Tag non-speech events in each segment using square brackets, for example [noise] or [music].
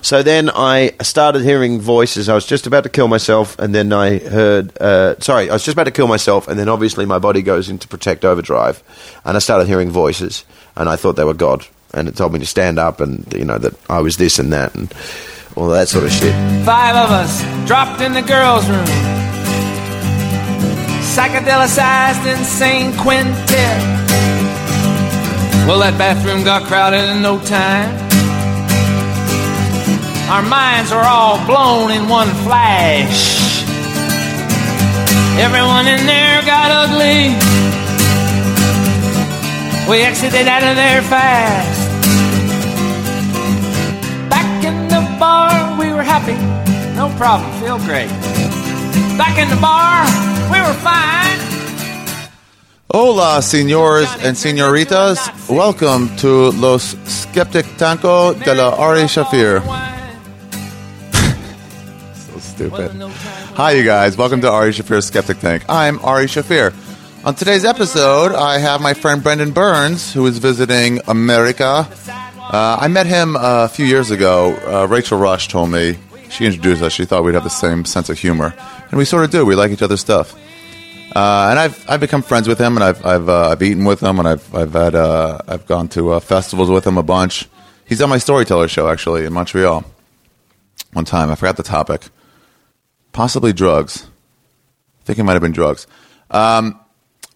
So then I started hearing voices. I was just about to kill myself, and then I heard. Uh, sorry, I was just about to kill myself, and then obviously my body goes into protect overdrive, and I started hearing voices, and I thought they were God, and it told me to stand up, and you know that I was this and that, and all that sort of shit. Five of us dropped in the girls' room. Psychedelicized insane quintet. Well, that bathroom got crowded in no time. Our minds were all blown in one flash. Everyone in there got ugly. We exited out of there fast. Back in the bar, we were happy. No problem, feel great. Back in the bar, we were fine. Hola, senores and senoritas. Welcome to Los Skeptic Tanco de la Ari uh, Shafir. So stupid. Hi, you guys. Welcome to Ari Shafir's Skeptic Tank. I'm Ari Shafir. On today's episode, I have my friend Brendan Burns, who is visiting America. Uh, I met him uh, a few years ago. Uh, Rachel Rush told me she introduced us. She thought we'd have the same sense of humor, and we sort of do. We like each other's stuff. Uh, and I've I've become friends with him, and I've I've uh, I've eaten with him, and I've I've had uh, I've gone to uh, festivals with him a bunch. He's on my storyteller show actually in Montreal. One time, I forgot the topic, possibly drugs. I think it might have been drugs. Um,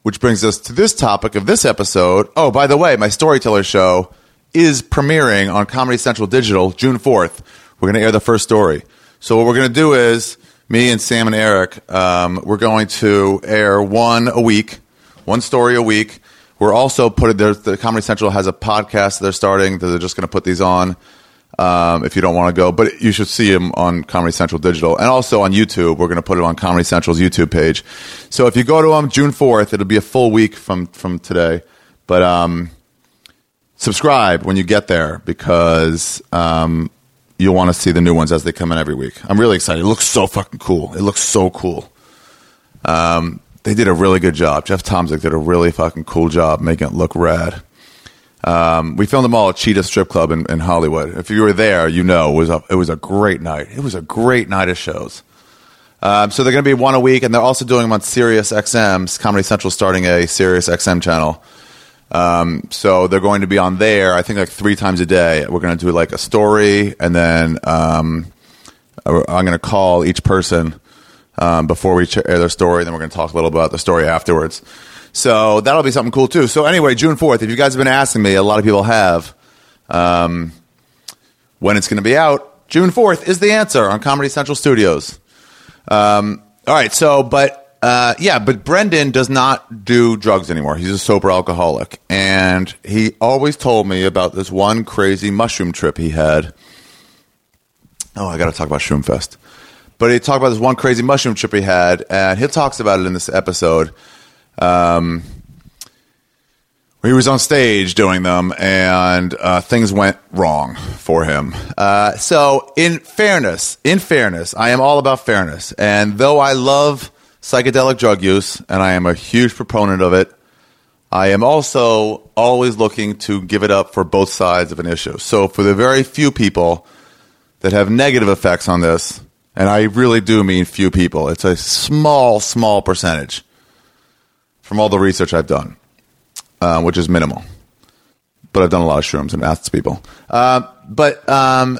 which brings us to this topic of this episode. Oh, by the way, my storyteller show is premiering on Comedy Central Digital June 4th. We're going to air the first story. So, what we're going to do is me and Sam and Eric, um, we're going to air one a week, one story a week. We're also putting there, the Comedy Central has a podcast they're starting. They're just going to put these on um, if you don't want to go. But you should see them on Comedy Central Digital and also on YouTube. We're going to put it on Comedy Central's YouTube page. So if you go to them June 4th, it'll be a full week from, from today. But um, subscribe when you get there because um, you'll want to see the new ones as they come in every week. I'm really excited. It looks so fucking cool. It looks so cool. Um, they did a really good job. Jeff Tomzik did a really fucking cool job making it look rad. Um, we filmed them all at Cheetah Strip Club in, in Hollywood. If you were there, you know it was a, it was a great night. It was a great night of shows. Um, so they're going to be one a week, and they're also doing them on Sirius XM's Comedy Central, starting a Sirius XM channel. Um, so they're going to be on there. I think like three times a day. We're going to do like a story, and then um, I'm going to call each person um, before we ch- air their story. Then we're going to talk a little about the story afterwards. So that'll be something cool too. So anyway, June 4th. If you guys have been asking me, a lot of people have. Um, when it's going to be out, June 4th is the answer on Comedy Central Studios. Um, all right, so but uh, yeah, but Brendan does not do drugs anymore. He's a sober alcoholic, and he always told me about this one crazy mushroom trip he had. Oh, I got to talk about Shroomfest. But he talked about this one crazy mushroom trip he had, and he talks about it in this episode. Um, he was on stage doing them, and uh, things went wrong for him. Uh, so, in fairness, in fairness, I am all about fairness. And though I love psychedelic drug use, and I am a huge proponent of it, I am also always looking to give it up for both sides of an issue. So, for the very few people that have negative effects on this, and I really do mean few people, it's a small, small percentage from all the research I've done uh, which is minimal. But I've done a lot of shrooms and asked people. Uh, but um,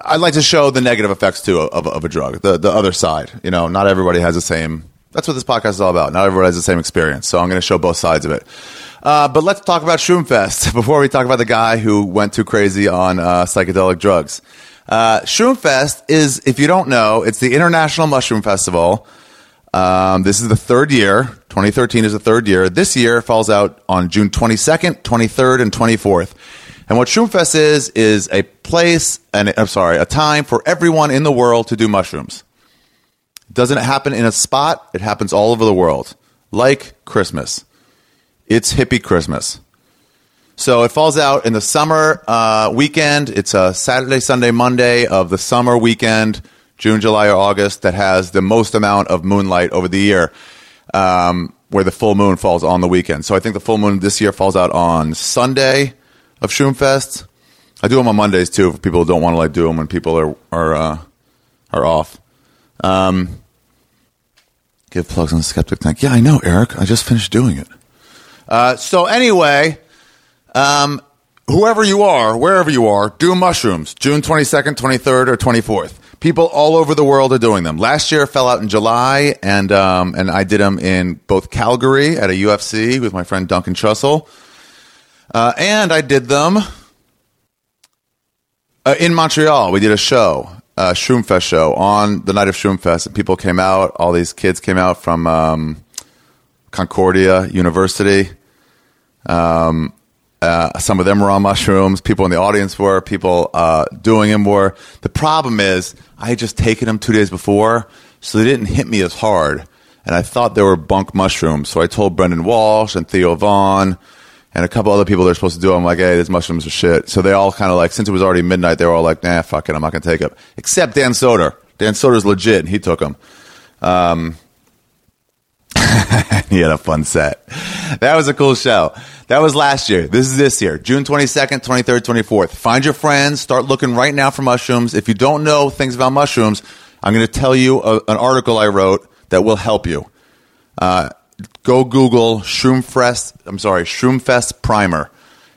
I'd like to show the negative effects too of, of a drug, the the other side. You know, not everybody has the same. That's what this podcast is all about. Not everybody has the same experience, so I'm going to show both sides of it. Uh, but let's talk about Shroomfest [laughs] before we talk about the guy who went too crazy on uh, psychedelic drugs. Uh, Shroomfest is, if you don't know, it's the International Mushroom Festival. Um, this is the third year. 2013 is the third year. This year falls out on June 22nd, 23rd, and 24th. And what Shroomfest is is a place, and I'm sorry, a time for everyone in the world to do mushrooms. It doesn't happen in a spot. It happens all over the world, like Christmas. It's hippie Christmas. So it falls out in the summer uh, weekend. It's a Saturday, Sunday, Monday of the summer weekend, June, July, or August, that has the most amount of moonlight over the year, um, where the full moon falls on the weekend. So I think the full moon this year falls out on Sunday of Shroomfest, I do them on Mondays too. For people who don't want to like do them when people are are uh, are off. Um, give plugs on the skeptic tank. Yeah, I know, Eric. I just finished doing it. Uh, so anyway, um, whoever you are, wherever you are, do mushrooms. June twenty second, twenty third, or twenty fourth. People all over the world are doing them. Last year fell out in July, and um, and I did them in both Calgary at a UFC with my friend Duncan Trussell, uh, and I did them uh, in Montreal, we did a show, a Shroomfest show on the night of Shroomfest, and people came out. All these kids came out from um, Concordia University. Um, uh, some of them were on mushrooms. People in the audience were. People uh, doing them were. The problem is, I had just taken them two days before, so they didn't hit me as hard. And I thought they were bunk mushrooms. So I told Brendan Walsh and Theo Vaughn and a couple other people they're supposed to do. it. I'm like, hey, these mushrooms are shit. So they all kind of like, since it was already midnight, they were all like, nah, fuck it, I'm not gonna take it. Except Dan Soder. Dan Soder's legit, and he took them. Um, [laughs] he had a fun set. [laughs] That was a cool show. That was last year. This is this year, June 22nd, 23rd, 24th. Find your friends. Start looking right now for mushrooms. If you don't know things about mushrooms, I'm going to tell you a, an article I wrote that will help you go Google Shroomfest. I'm sorry, Shroomfest Primer.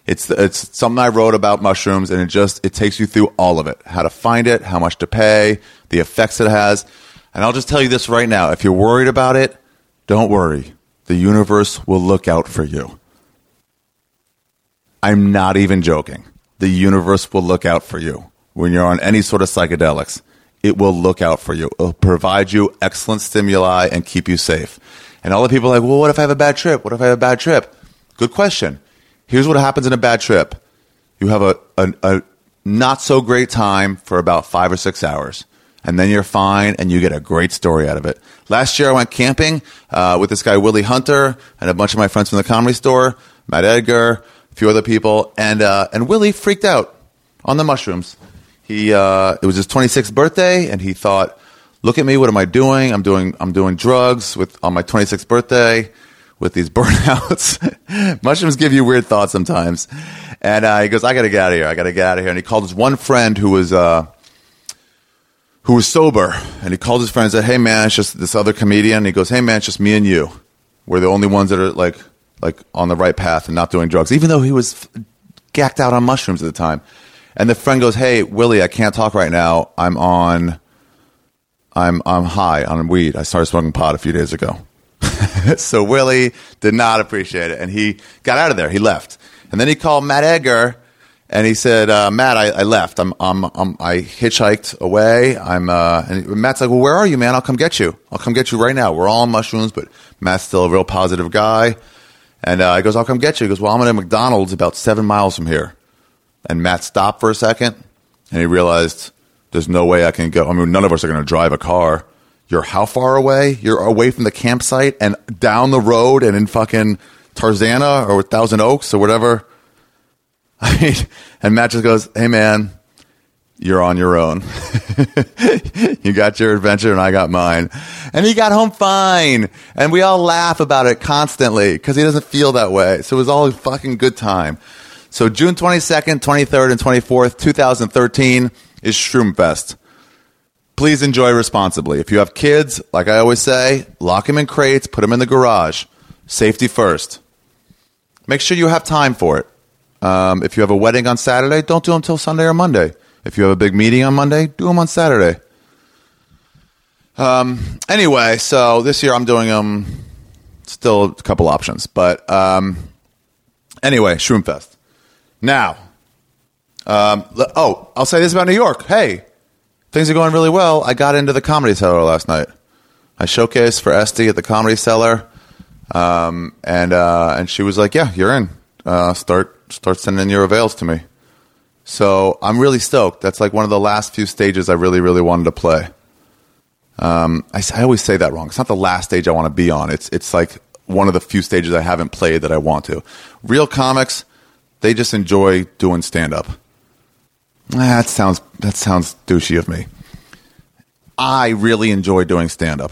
It's it's something I wrote about mushrooms, and it just it takes you through all of it: how to find it, how much to pay, the effects it has. And I'll just tell you this right now: if you're worried about it, don't worry. The universe will look out for you. I'm not even joking. The universe will look out for you when you're on any sort of psychedelics. It will look out for you. It'll provide you excellent stimuli and keep you safe. And all the people are like, well, what if I have a bad trip? What if I have a bad trip? Good question. Here's what happens in a bad trip. You have a, a, a not so great time for about five or six hours, and then you're fine, and you get a great story out of it. Last year, I went camping uh, with this guy Willie Hunter and a bunch of my friends from the comedy store, Matt Edgar, a few other people, and uh, and Willie freaked out on the mushrooms. He uh, it was his 26th birthday, and he thought, "Look at me! What am I doing? I'm doing I'm doing drugs with on my 26th birthday." with these [laughs] burnouts. [laughs] Mushrooms give you weird thoughts sometimes. And uh, he goes, I got to get out of here. I got to get out of here. And he called his one friend who was uh, who was sober, and he called his friend and said, Hey man, it's just this other comedian. And he goes, Hey man, it's just me and you. We're the only ones that are like like on the right path and not doing drugs, even though he was f- gacked out on mushrooms at the time. And the friend goes, Hey Willie, I can't talk right now. I'm on. I'm I'm high on weed. I started smoking pot a few days ago [laughs] so Willie did not appreciate it, and he got out of there. He left, and then he called Matt Edgar, and he said, uh, "Matt, I, I left. I'm, I'm, I'm, I hitchhiked away. I'm." Uh, and Matt's like, "Well, where are you, man? I'll come get you. I'll come get you right now. We're all on mushrooms, but Matt's still a real positive guy." And uh, he goes, "I'll come get you." He goes, "Well, I'm at a McDonald's about seven miles from here." And Matt stopped for a second, and he realized there's no way I can go. I mean, none of us are going to drive a car. You're how far away? You're away from the campsite and down the road and in fucking Tarzana or Thousand Oaks or whatever. [laughs] I mean, and Matt just goes, "Hey, man, you're on your own. [laughs] you got your adventure, and I got mine." And he got home fine, and we all laugh about it constantly because he doesn't feel that way. So it was all a fucking good time. So June twenty second, twenty third, and twenty fourth, two thousand thirteen is Shroomfest please enjoy responsibly. If you have kids, like I always say, lock them in crates, put them in the garage. Safety first. Make sure you have time for it. Um, if you have a wedding on Saturday, don't do them till Sunday or Monday. If you have a big meeting on Monday, do them on Saturday. Um, anyway, so this year I'm doing them. Still a couple options, but um, anyway, Shroomfest. Now, um, l- oh, I'll say this about New York. Hey, Things are going really well. I got into the Comedy Cellar last night. I showcased for Esty at the Comedy Cellar, um, and uh, and she was like, "Yeah, you're in. Uh, start start sending your avails to me." So I'm really stoked. That's like one of the last few stages I really really wanted to play. Um, I, s- I always say that wrong. It's not the last stage I want to be on. It's it's like one of the few stages I haven't played that I want to. Real comics, they just enjoy doing stand up. Ah, That sounds that sounds douchey of me. I really enjoy doing stand up.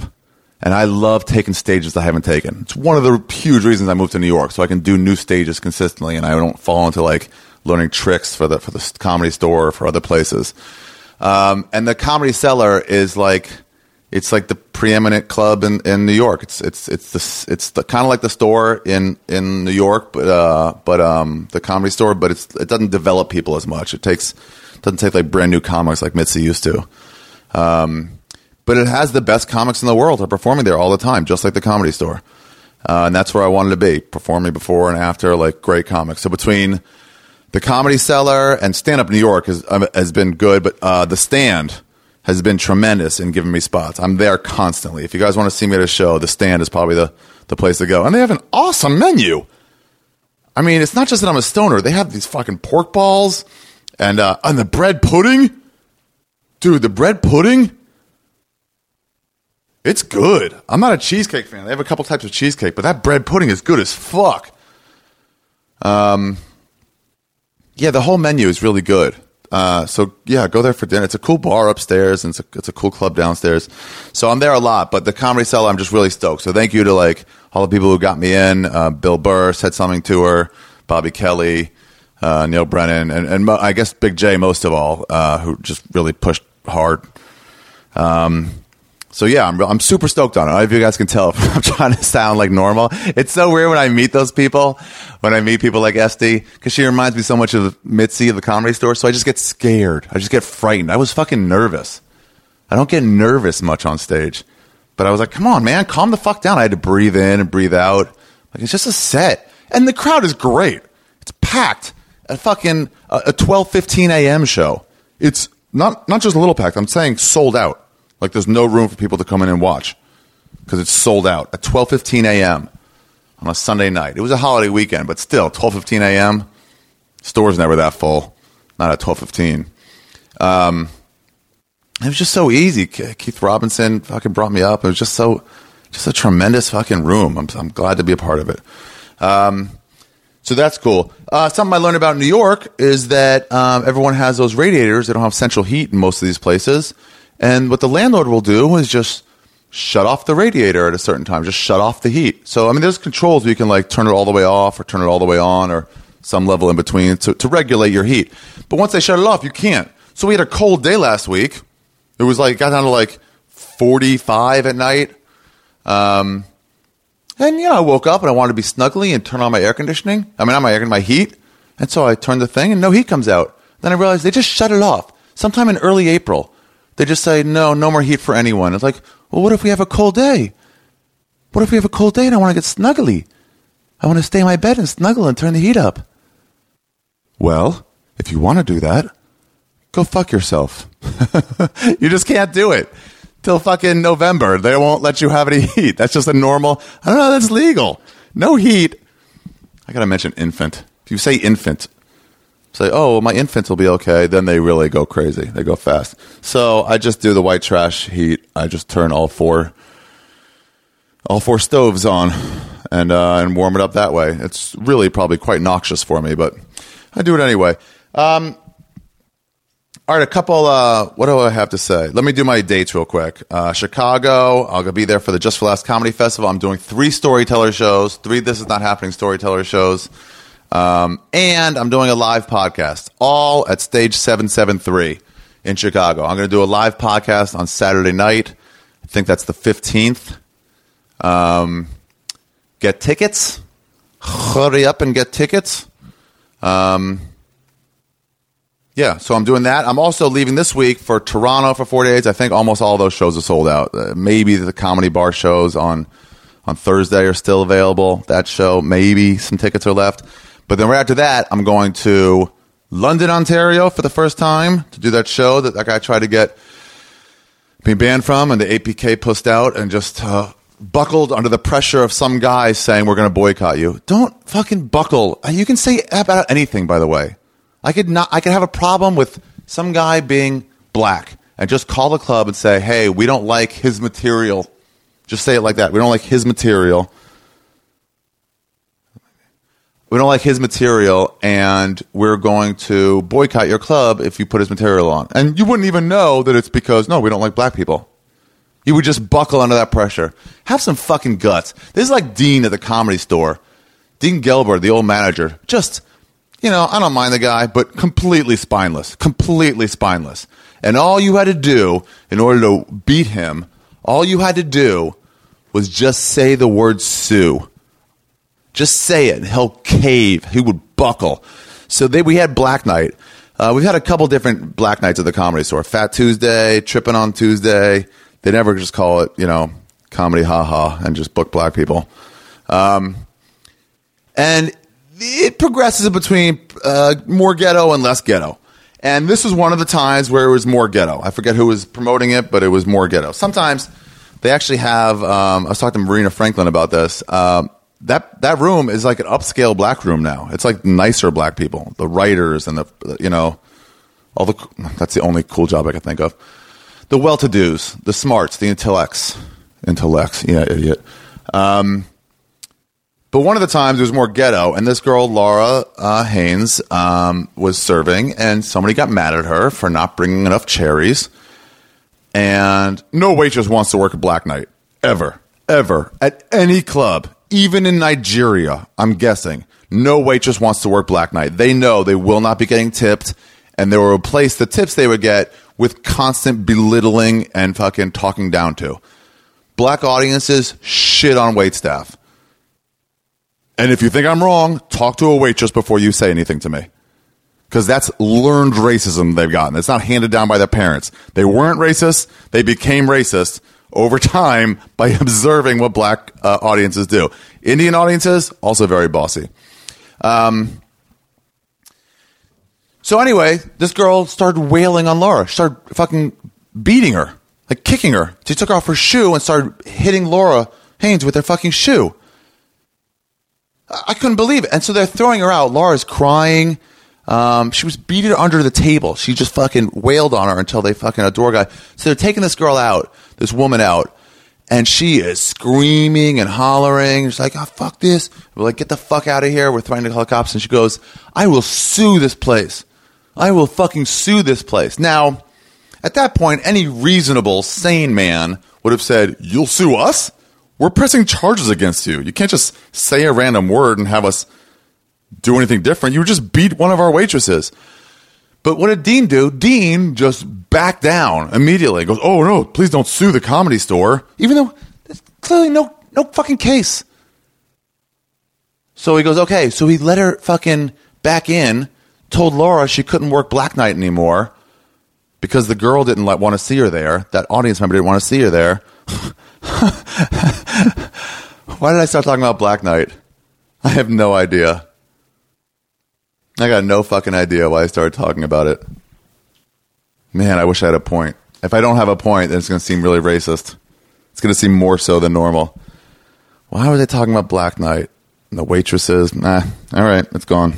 And I love taking stages I haven't taken. It's one of the huge reasons I moved to New York, so I can do new stages consistently and I don't fall into like learning tricks for the for the comedy store or for other places. Um, and the Comedy Cellar is like it's like the preeminent club in, in New York. It's it's it's the it's the kind of like the store in in New York, but uh, but um, the comedy store, but it's it doesn't develop people as much. It takes doesn't take like brand new comics like Mitzi used to. Um, but it has the best comics in the world are performing there all the time, just like the comedy store. Uh, and that's where I wanted to be, performing before and after like great comics. So between the Comedy Cellar and Stand Up New York has, um, has been good, but uh, the Stand has been tremendous in giving me spots. I'm there constantly. If you guys want to see me at a show, the Stand is probably the, the place to go. And they have an awesome menu. I mean, it's not just that I'm a stoner. They have these fucking pork balls and uh, and the bread pudding. Dude, the bread pudding. It's good. I'm not a cheesecake fan. They have a couple types of cheesecake, but that bread pudding is good as fuck. Um, yeah, the whole menu is really good. Uh, so yeah, go there for dinner. It's a cool bar upstairs, and it's a, it's a cool club downstairs. So I'm there a lot, but the comedy cellar, I'm just really stoked. So thank you to like all the people who got me in. Uh, Bill Burr said something to her, Bobby Kelly, uh, Neil Brennan, and, and Mo- I guess Big J most of all, uh, who just really pushed hard. Um, so yeah, I'm, I'm super stoked on it. I don't know if you guys can tell, [laughs] I'm trying to sound like normal. It's so weird when I meet those people, when I meet people like Esty, because she reminds me so much of Mitzi of the Comedy Store. So I just get scared. I just get frightened. I was fucking nervous. I don't get nervous much on stage, but I was like, come on, man, calm the fuck down. I had to breathe in and breathe out. Like it's just a set, and the crowd is great. It's packed at fucking uh, a 12, 15 a.m. show. It's not not just a little packed. I'm saying sold out. Like there's no room for people to come in and watch because it's sold out at 12:15 a.m. on a Sunday night. It was a holiday weekend, but still 12:15 a.m. Stores never that full. Not at 12:15. Um, it was just so easy. Ke- Keith Robinson fucking brought me up. It was just so, just a tremendous fucking room. I'm, I'm glad to be a part of it. Um, so that's cool. Uh, something I learned about New York is that um, everyone has those radiators. They don't have central heat in most of these places. And what the landlord will do is just shut off the radiator at a certain time, just shut off the heat. So, I mean, there's controls where you can like turn it all the way off or turn it all the way on or some level in between to, to regulate your heat. But once they shut it off, you can't. So we had a cold day last week. It was like, it got down to like 45 at night. Um, and you know, I woke up and I wanted to be snuggly and turn on my air conditioning. I mean, not my air conditioning, my heat. And so I turned the thing and no heat comes out. Then I realized they just shut it off. Sometime in early April, they just say, no, no more heat for anyone. It's like, well, what if we have a cold day? What if we have a cold day and I want to get snuggly? I want to stay in my bed and snuggle and turn the heat up. Well, if you want to do that, go fuck yourself. [laughs] you just can't do it till fucking November. They won't let you have any [laughs] heat. That's just a normal. I don't know. That's legal. No heat. I gotta mention infant. If you say infant, say oh my infant will be okay, then they really go crazy. They go fast. So I just do the white trash heat. I just turn all four, all four stoves on, and uh, and warm it up that way. It's really probably quite noxious for me, but I do it anyway. Um, all right, a couple. Uh, what do I have to say? Let me do my dates real quick. Uh, Chicago. I'll go be there for the Just for Last Comedy Festival. I'm doing three storyteller shows, three This Is Not Happening storyteller shows, um, and I'm doing a live podcast, all at Stage Seven Seven Three in Chicago. I'm going to do a live podcast on Saturday night. I think that's the 15th. Um, get tickets. Hurry up and get tickets. Um, yeah, so I'm doing that. I'm also leaving this week for Toronto for four days. I think almost all those shows are sold out. Uh, maybe the comedy bar shows on on Thursday are still available. That show, maybe some tickets are left. But then right after that, I'm going to London, Ontario for the first time to do that show that that guy tried to get me banned from, and the APK pushed out and just uh, buckled under the pressure of some guy saying we're going to boycott you. Don't fucking buckle. Uh, You can say about anything, by the way. I could not. I could have a problem with some guy being black and just call the club and say, "Hey, we don't like his material." Just say it like that. We don't like his material. We don't like his material, and we're going to boycott your club if you put his material on. And you wouldn't even know that it's because no, we don't like black people. You would just buckle under that pressure. Have some fucking guts. This is like Dean at the comedy store. Dean Gelber, the old manager, just you know, I don't mind the guy, but completely spineless, completely spineless. And all you had to do in order to beat him, all you had to do was just say the word Sue. Just say it. He'll cave. He would buckle. So they, we had Black Knight. Uh, we've had a couple different Black Nights at the Comedy Store. Fat Tuesday, Tripping on Tuesday. They never just call it, you know, comedy haha and just book black people. Um, and it progresses between uh, more ghetto and less ghetto. And this was one of the times where it was more ghetto. I forget who was promoting it, but it was more ghetto. Sometimes they actually have. Um, I was talking to Marina Franklin about this. Um, that that room is like an upscale black room now. It's like nicer black people, the writers and the you know, all the. That's the only cool job I can think of. The well-to-dos, the smarts, the intellects, intellects. Yeah, idiot. Um, but one of the times it was more ghetto, and this girl Laura uh, Haynes um, was serving, and somebody got mad at her for not bringing enough cherries. And no waitress wants to work a black night ever, ever at any club, even in Nigeria. I'm guessing no waitress wants to work black night. They know they will not be getting tipped, and they will replace the tips they would get with constant belittling and fucking talking down to. Black audiences shit on wait staff. And if you think I'm wrong, talk to a waitress before you say anything to me. Because that's learned racism they've gotten. It's not handed down by their parents. They weren't racist, they became racist over time [laughs] by observing what black uh, audiences do. Indian audiences, also very bossy. Um, so, anyway, this girl started wailing on Laura, she started fucking beating her, like kicking her. She took off her shoe and started hitting Laura Haynes with her fucking shoe. I couldn't believe it. And so they're throwing her out. Laura's crying. Um, she was beaten under the table. She just fucking wailed on her until they fucking adore guy. So they're taking this girl out, this woman out, and she is screaming and hollering. She's like, oh, fuck this. We're like, get the fuck out of here. We're trying to call the cops. And she goes, I will sue this place. I will fucking sue this place. Now, at that point, any reasonable, sane man would have said, You'll sue us? we're pressing charges against you. You can't just say a random word and have us do anything different. You just beat one of our waitresses. But what did Dean do? Dean just backed down immediately. Goes, oh no, please don't sue the comedy store. Even though there's clearly no no fucking case. So he goes, okay. So he let her fucking back in. Told Laura she couldn't work Black Knight anymore because the girl didn't let, want to see her there. That audience member didn't want to see her there. [laughs] Why did I start talking about Black Knight? I have no idea. I got no fucking idea why I started talking about it. Man, I wish I had a point. If I don't have a point, then it's going to seem really racist. It's going to seem more so than normal. Why was I talking about Black Knight? And the waitresses? Nah. All right, it's gone.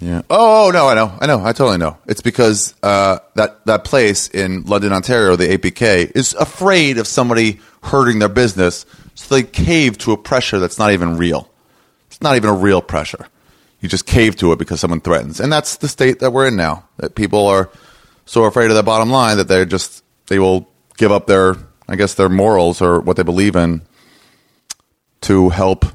Yeah. Oh no, I know, I know, I totally know. It's because uh, that that place in London, Ontario, the APK, is afraid of somebody hurting their business, so they cave to a pressure that's not even real. It's not even a real pressure. You just cave to it because someone threatens, and that's the state that we're in now. That people are so afraid of the bottom line that they're just they will give up their, I guess, their morals or what they believe in to help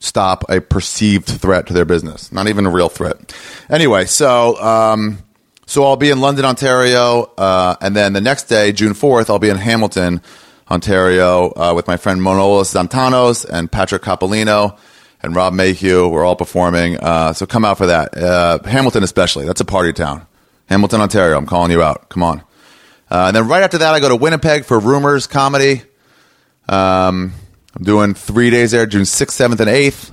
stop a perceived threat to their business. Not even a real threat. Anyway, so um, so I'll be in London, Ontario, uh, and then the next day, June fourth, I'll be in Hamilton, Ontario, uh, with my friend Manolis Zantanos and Patrick Capolino and Rob Mayhew. We're all performing, uh, so come out for that. Uh, Hamilton, especially, that's a party town. Hamilton, Ontario. I'm calling you out. Come on. Uh, and then right after that, I go to Winnipeg for Rumors Comedy. Um, I'm doing three days there, June 6th, 7th, and 8th.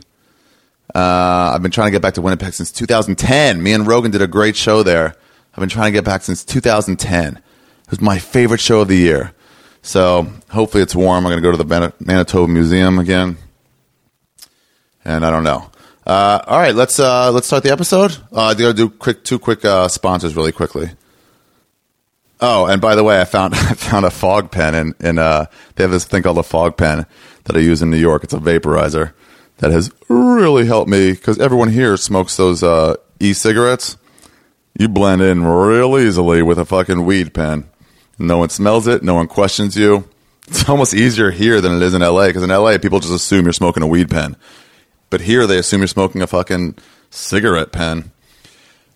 Uh, I've been trying to get back to Winnipeg since 2010. Me and Rogan did a great show there. I've been trying to get back since 2010. It was my favorite show of the year. So hopefully it's warm. I'm going to go to the Man- Manitoba Museum again. And I don't know. Uh, all right, let's uh, let's start the episode. Uh, I got to do quick two quick uh, sponsors really quickly. Oh, and by the way, I found [laughs] I found a fog pen, and and uh, they have this thing called a fog pen that I use in New York. It's a vaporizer that has really helped me because everyone here smokes those uh, e-cigarettes. You blend in real easily with a fucking weed pen. No one smells it. No one questions you. It's almost easier here than it is in LA because in LA people just assume you're smoking a weed pen, but here they assume you're smoking a fucking cigarette pen.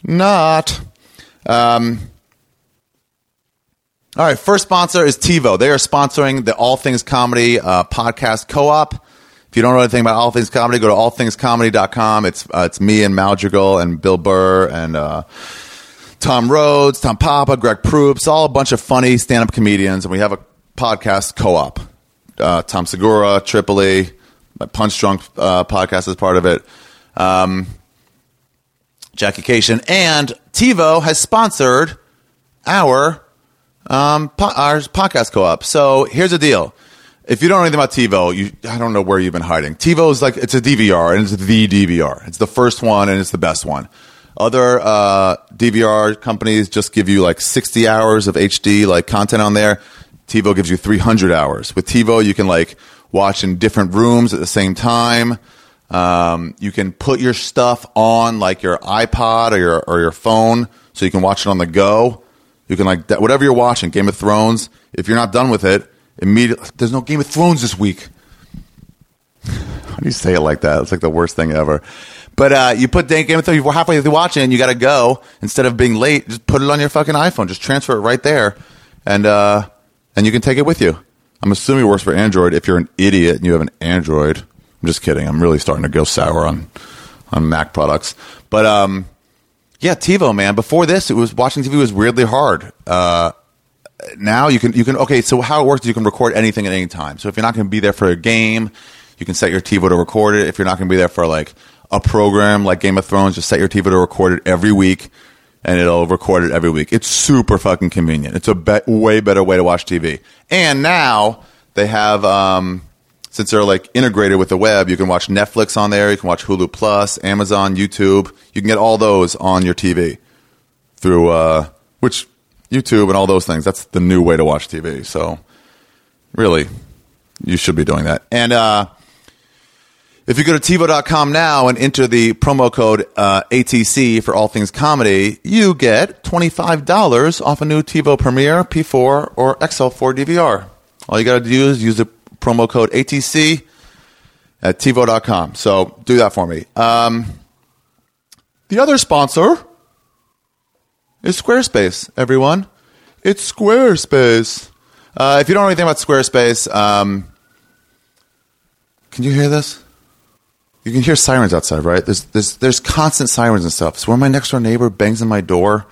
Not. Um, all right, first sponsor is TiVo. They are sponsoring the All Things Comedy uh, podcast co-op. If you don't know anything about All Things Comedy, go to allthingscomedy.com. It's uh, it's me and Maljigal and Bill Burr and uh, Tom Rhodes, Tom Papa, Greg Proops, all a bunch of funny stand-up comedians, and we have a podcast co-op. Uh, Tom Segura, Tripoli, my Punch Drunk uh, podcast is part of it. Um, Jackie Cation and TiVo has sponsored our um, po- our podcast co-op. So here's the deal: if you don't know anything about TiVo, you I don't know where you've been hiding. TiVo is like it's a DVR and it's the DVR. It's the first one and it's the best one. Other uh, DVR companies just give you like 60 hours of HD like content on there. TiVo gives you 300 hours. With TiVo, you can like watch in different rooms at the same time. Um, you can put your stuff on like your iPod or your or your phone, so you can watch it on the go. You can like that, whatever you're watching, Game of Thrones. If you're not done with it, immediately there's no Game of Thrones this week. How do you say it like that? It's like the worst thing ever. But uh, you put Game of Thrones, you're halfway through watching, and you got to go. Instead of being late, just put it on your fucking iPhone. Just transfer it right there, and uh, and you can take it with you. I'm assuming it works for Android. If you're an idiot and you have an Android, I'm just kidding. I'm really starting to go sour on on Mac products. But um, yeah, TiVo, man. Before this, it was watching TV was weirdly hard. Uh, now you can you can okay. So how it works is you can record anything at any time. So if you're not going to be there for a game, you can set your TiVo to record it. If you're not going to be there for like a program like Game of Thrones, just set your TiVo to record it every week, and it'll record it every week. It's super fucking convenient. It's a be- way better way to watch TV. And now they have um, since they're like integrated with the web, you can watch Netflix on there, you can watch Hulu Plus, Amazon, YouTube. You can get all those on your TV through uh, which YouTube and all those things. That's the new way to watch TV. So really, you should be doing that. And uh, if you go to TiVo.com now and enter the promo code uh, ATC for all things comedy, you get $25 off a new TiVo Premiere, P4, or XL4 DVR. All you got to do is use the promo code ATC at TiVo.com. So do that for me. Um, the other sponsor is Squarespace, everyone. It's Squarespace. Uh, if you don't know anything about Squarespace, um, can you hear this? You can hear sirens outside, right? There's, there's, there's constant sirens and stuff. So when my next door neighbor bangs on my door,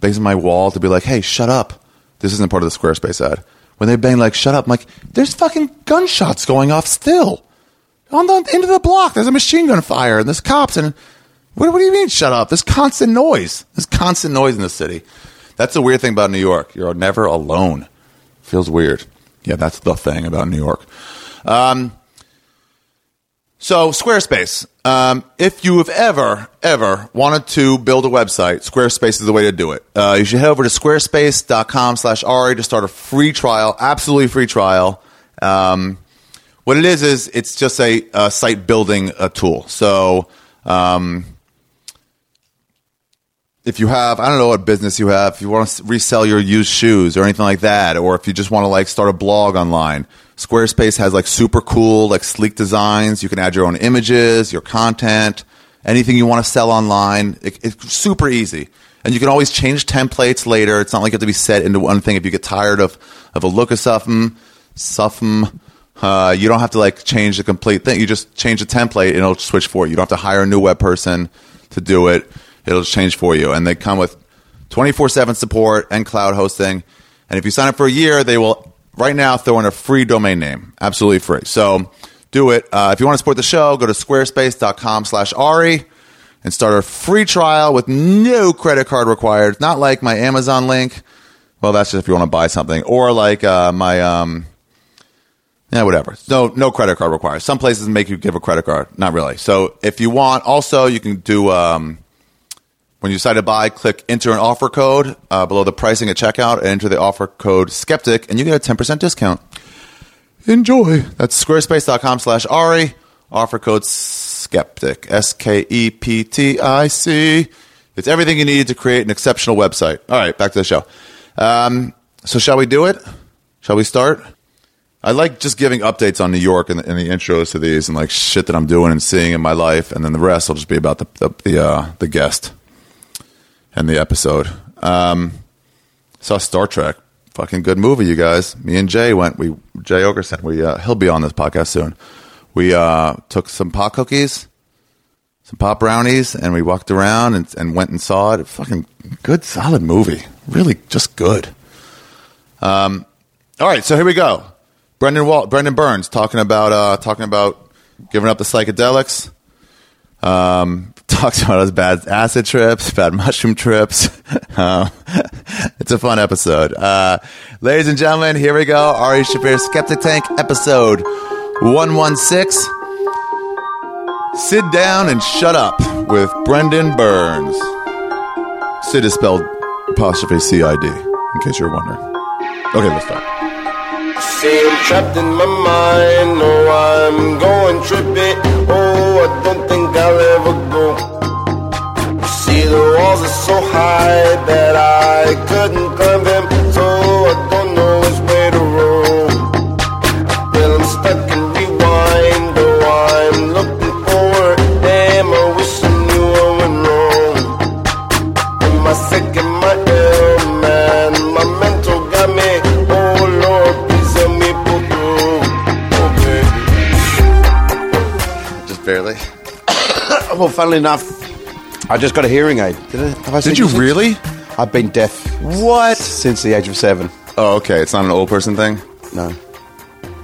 bangs on my wall to be like, hey, shut up. This isn't part of the Squarespace ad. When they bang like, shut up, I'm like, there's fucking gunshots going off still. On the end of the block, there's a machine gun fire and there's cops and what, what do you mean shut up? There's constant noise. There's constant noise in the city. That's the weird thing about New York. You're never alone. Feels weird. Yeah, that's the thing about New York. Um, so, Squarespace. Um, if you have ever, ever wanted to build a website, Squarespace is the way to do it. Uh, you should head over to squarespace.com slash RA to start a free trial, absolutely free trial. Um, what it is, is it's just a, a site building uh tool. So, um, if you have, I don't know what business you have, if you want to resell your used shoes or anything like that, or if you just want to like start a blog online, Squarespace has like super cool, like sleek designs. You can add your own images, your content, anything you want to sell online. It, it's super easy. And you can always change templates later. It's not like you have to be set into one thing. If you get tired of, of a look of something, something, uh, you don't have to like change the complete thing. You just change the template and it'll switch for you. You don't have to hire a new web person to do it. It'll change for you. And they come with 24 7 support and cloud hosting. And if you sign up for a year, they will right now throw in a free domain name, absolutely free. So do it. Uh, if you want to support the show, go to squarespace.com slash Ari and start a free trial with no credit card required. It's not like my Amazon link. Well, that's just if you want to buy something or like uh, my. Um, yeah, whatever. No, no credit card required. Some places make you give a credit card. Not really. So if you want, also you can do um, when you decide to buy, click enter an offer code uh, below the pricing at checkout and enter the offer code skeptic, and you get a ten percent discount. Enjoy. That's squarespace.com slash Ari. Offer code skeptic. S K E P T I C. It's everything you need to create an exceptional website. All right, back to the show. Um, so shall we do it? Shall we start? I like just giving updates on New York and the, and the intros to these and like shit that I'm doing and seeing in my life, and then the rest will just be about the the the, uh, the guest and the episode. Um, saw Star Trek, fucking good movie, you guys. Me and Jay went. We Jay Ogerson. We uh, he'll be on this podcast soon. We uh, took some pot cookies, some pot brownies, and we walked around and, and went and saw it. Fucking good, solid movie. Really, just good. Um, all right, so here we go. Brendan Walt, Brendan Burns talking about uh, talking about giving up the psychedelics. Um, [laughs] talks about his bad acid trips, bad [laughs] mushroom trips. um, [laughs] it's a fun episode. Uh, ladies and gentlemen, here we go. Ari Shapir's Skeptic Tank episode 116. Sit down and shut up with Brendan Burns. Sid is spelled apostrophe C-I-D, in case you're wondering. Okay, let's start. Say I'm trapped in my mind, no I'm going trippy Oh, I don't think I'll ever go See the walls are so high that I couldn't climb them So I don't know which way to roll Well, I'm stuck in rewind, though I'm looking forward Damn, I wish I knew I went wrong Am I sick? Am I ill, man? My mental got me. Oh Lord, please help me pull through. Oh baby. Just barely. Well, funnily enough, I just got a hearing aid. Did, I, have I said Did you since- really? I've been deaf. What? Since the age of seven. Oh, okay. It's not an old person thing. No.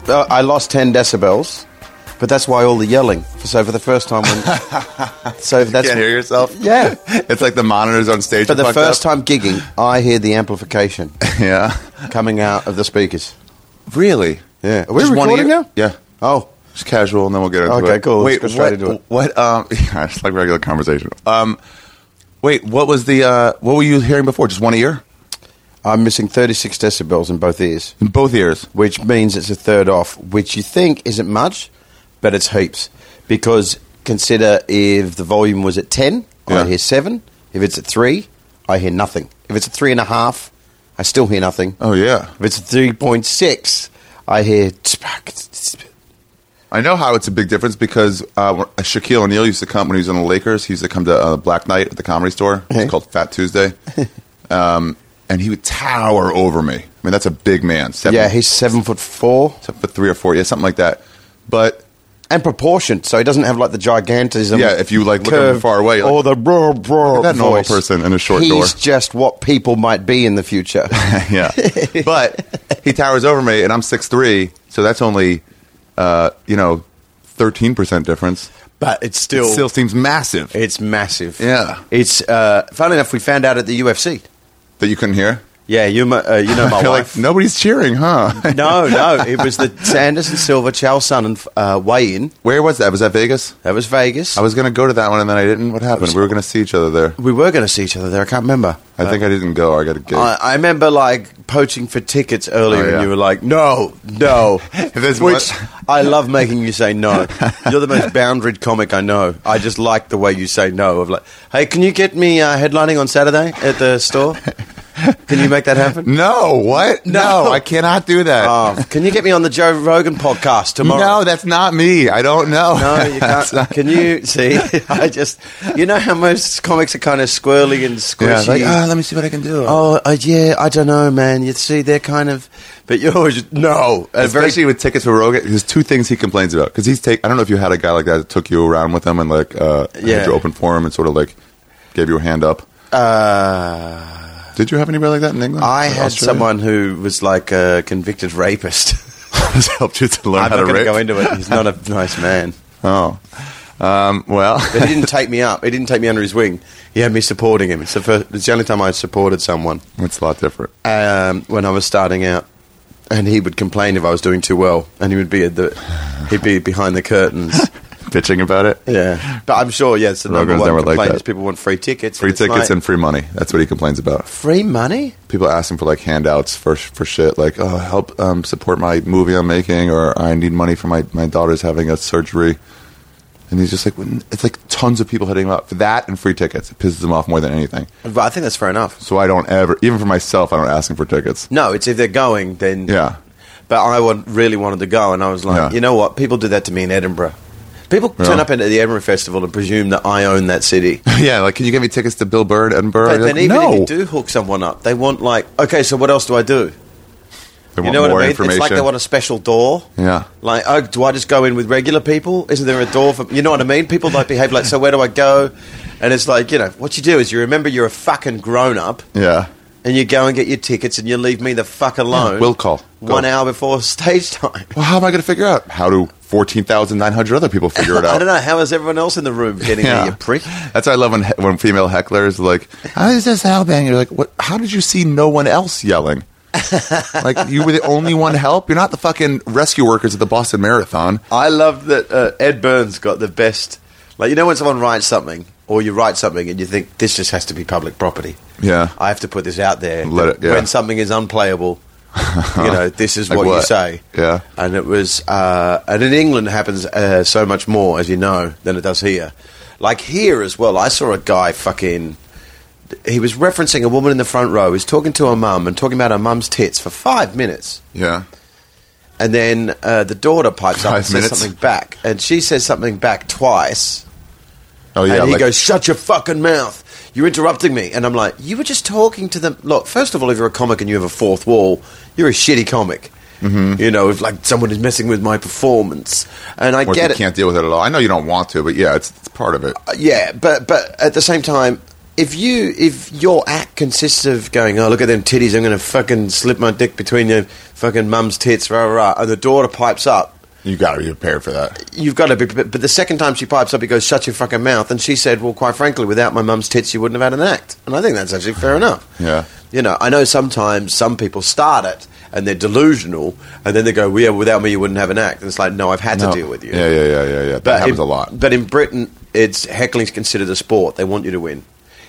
Uh, I lost 10 decibels, but that's why all the yelling. So for the first time [laughs] when. so that's. Can't hear yourself. [laughs] Yeah. It's like the monitors on stage. For the are fucked first up. time gigging, I hear the amplification Yeah. coming out of the speakers. Really? Yeah. Are we Just one recording ear? now? Yeah. Oh. Just casual, and then we'll get into it. Okay, cool. Let's Wait, go straight what, into it. What? Um, [laughs] yeah, it's like regular conversation. Um, wait, what was the? Uh, what were you hearing before? Just one ear? I'm missing 36 decibels in both ears, In both ears? which means it's a third off, which you think isn't much, but it's heaps. Because consider if the volume was at 10, Yeah. I hear 7. If it's at 3, I hear nothing. If it's at 3.5, I still hear nothing. Oh yeah. If it's 3.6, I hear. I know how it's a big difference because uh, when- Shaquille O'Neal used to come when he was on the Lakers. He used to come to uh, Black Night at the Comedy Store. It's Hey. called [laughs] Fat Tuesday, um, and he would tower over me. I mean, that's a big man. Seven, Yeah, he's 7 foot 4 except [laughs] for three or four, yeah, something like that. But [laughs] and proportioned, so he doesn't have like the gigantism. Yeah, if you, like, look at him curve, far away, you're or the roar, roar Look at that normal voice. person in a short He's door. just what people might be in the future. [laughs] yeah. But he towers over me, and I'm six three, so that's only, uh, you know, thirteen percent difference. [laughs] but it's It still, still seems massive it's massive. Yeah. it's uh, funny enough. We found out at the UFC. that you couldn't hear. Yeah, you my, uh, [laughs] you know I my feel wife. like nobody's cheering, huh? [laughs] no, [laughs] no, it was the Sanders and Silva, Chael Sonnen uh, weigh-in. Where was that? Was that Vegas? That was Vegas. I was going to go to that one, and then I didn't. What happened? We were going to see each other there. we were going to see each other there. I can't remember. I think I didn't go. I got a gig. I, I remember like poaching for tickets earlier, Oh, yeah. and you were like, "No, [laughs] no." there's Which one- I love making you say no. [laughs] You're the most boundaried comic I know. I just like the way you say no. Of like, "Hey, can you get me uh, headlining on Saturday at the store? Can you make that happen?" [laughs] no, what? No. No. I cannot do that. Oh, can you get me on the Joe Rogan podcast tomorrow? no, that's not me. I don't know. No, you [laughs] That's can't. not- Can you see? [laughs] I just, you know how most comics are kind of squirrely and Yeah, squishy. like, ah, let me see what I can do. Oh uh, yeah, I don't know, man. You see, they're kind of, but you're always just, no, a very Especially with tickets for Rogan, there's two things he complains about. Because he's take, I don't know if you had a guy like that that took you around with him and like uh, Yeah. had you open for him and sort of like gave you a hand up. Uh, Did you have anybody like that in England? I Or had Australia? someone who was like a convicted rapist. [laughs] Has helped you to [laughs] learn I'm how not to going to rape. go into it. He's not a nice man. oh, um, well, But he didn't take me up. He didn't take me under his wing. He had me supporting him. It's the first. It's the only time I supported someone it's a lot different. [laughs] um, when I was starting out. And he would complain if I was doing too well, and he would be at the, he'd be behind the [laughs] curtains. Bitching about it. Yeah, but I'm sure. Yes, the number Rogan's one never like complaint that. is people want free tickets. Free and it's tickets like- and free money. That's what he complains about. free money. People ask him for like handouts for for shit, like oh help um, support my movie I'm making, or I need money for my my daughter's having a surgery. And he's just like, "When-" it's like tons of people hitting him up for that and free tickets. It pisses him off more than anything. But I think that's fair enough. So I don't ever, even for myself, I don't ask him for tickets. No, it's if they're going, then Yeah, [laughs] But I wa- really wanted to go, and I was like, Yeah. you know what? People do that to me in Edinburgh. People turn Yeah. up into the Edinburgh Festival and presume that I own that [laughs] city. yeah, like, can you give me tickets to Bill Bird, Edinburgh? But You're then like, even no. if you do hook someone up, they want like, okay, so what else do I do? They You know want what more I mean? information. It's like they want a special door. Yeah. Like, oh, do I just go in with regular people? Isn't there a door for? You know what I mean? People like behave like, so where do I go? And it's like, you know, what you do is you remember you're a fucking grown up, yeah. and you go and get your tickets, and you leave me the fuck alone. we'll call. Go. one hour before [laughs] stage time. Well, how am I going to figure out? How do 14,900 other people [laughs] figure it out? I don't know how is everyone else in the room getting Yeah. there, you prick. That's why I love when he- when female hecklers are like, "How is this helping?" You're like, "What? How did you see no one else [laughs] yelling? like you were the only one help. You're not the fucking rescue workers at the Boston Marathon." I love that uh, Ed Burns got the best. Like you know when someone writes something, or you write something, and you think this just has to be public property. Yeah. I have to put this out there. Let it- that yeah. When something is [laughs] unplayable, you know, this is Like what, you what? say. Yeah. And it was, uh, and in England it happens uh, so much more, as you know, than it does here. Like here as well, I saw a guy fucking. He was referencing a woman in the front row. He's talking to her mum and talking about her mum's tits for five minutes. Yeah. And then uh, the daughter pipes up and Five says minutes. something back. And she says something back twice. Oh yeah. and he like- goes, Shut your fucking mouth. You're interrupting me. And I'm like, You were just talking to them. Look, first of all, if you're a comic and you have a fourth wall, you're a shitty comic. Mm-hmm. You know, if like someone is messing with my performance. And I or if get you it. Uh, can't deal with it at all. I know you don't want to, but yeah, it's, it's part of it. Yeah, but but at the same time, if you if your act consists of going, oh look at them titties, I'm going to fucking slip my dick between your fucking mum's tits, rah rah, rah, and the daughter pipes up, You got to be prepared for that. you've got to be. But but the second time she pipes up, he goes, "Shut your fucking mouth." And she said, "Well, quite frankly, without my mum's tits, you wouldn't have had an act." And I think that's actually fair enough. Yeah. You know, I know sometimes some people start it and they're delusional, and then they go, well, "Yeah, without me, you wouldn't have an act." And it's like, no, I've had No. to deal with you. Yeah, yeah, yeah, yeah, yeah. That happens in, a lot. But in Britain, it's heckling's considered a sport. They want you to win.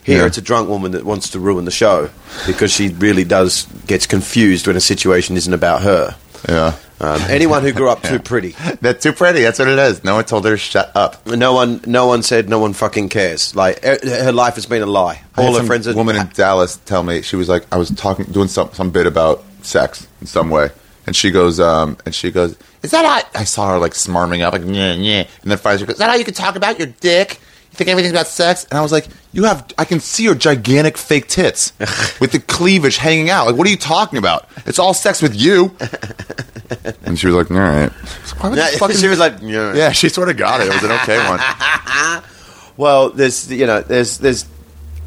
Here, Yeah. it's a drunk woman that wants to ruin the show because she really does gets confused when a situation isn't about her. yeah. Um, anyone who grew up [laughs] too pretty. That's too pretty. That's what it is. No one told her to shut up. No one, no one said. No one fucking cares. Like er, her life has been a lie. I had All her some friends. Are, woman in [laughs] Dallas tell me she was like I was talking doing some some bit about sex in some way, and she goes um and she goes is that how I saw her like smarming up like yeah yeah and then finally she goes is that how you can talk about your dick you think everything's about sex and I was like you have I can see your gigantic fake [laughs] tits with the cleavage hanging out like what are you talking about it's all sex [laughs] with you and she was like all right Why would Yeah, you fucking- she was like, yeah. yeah she sort of got it it was an okay [laughs] one Well, there's, you know, there's, there's,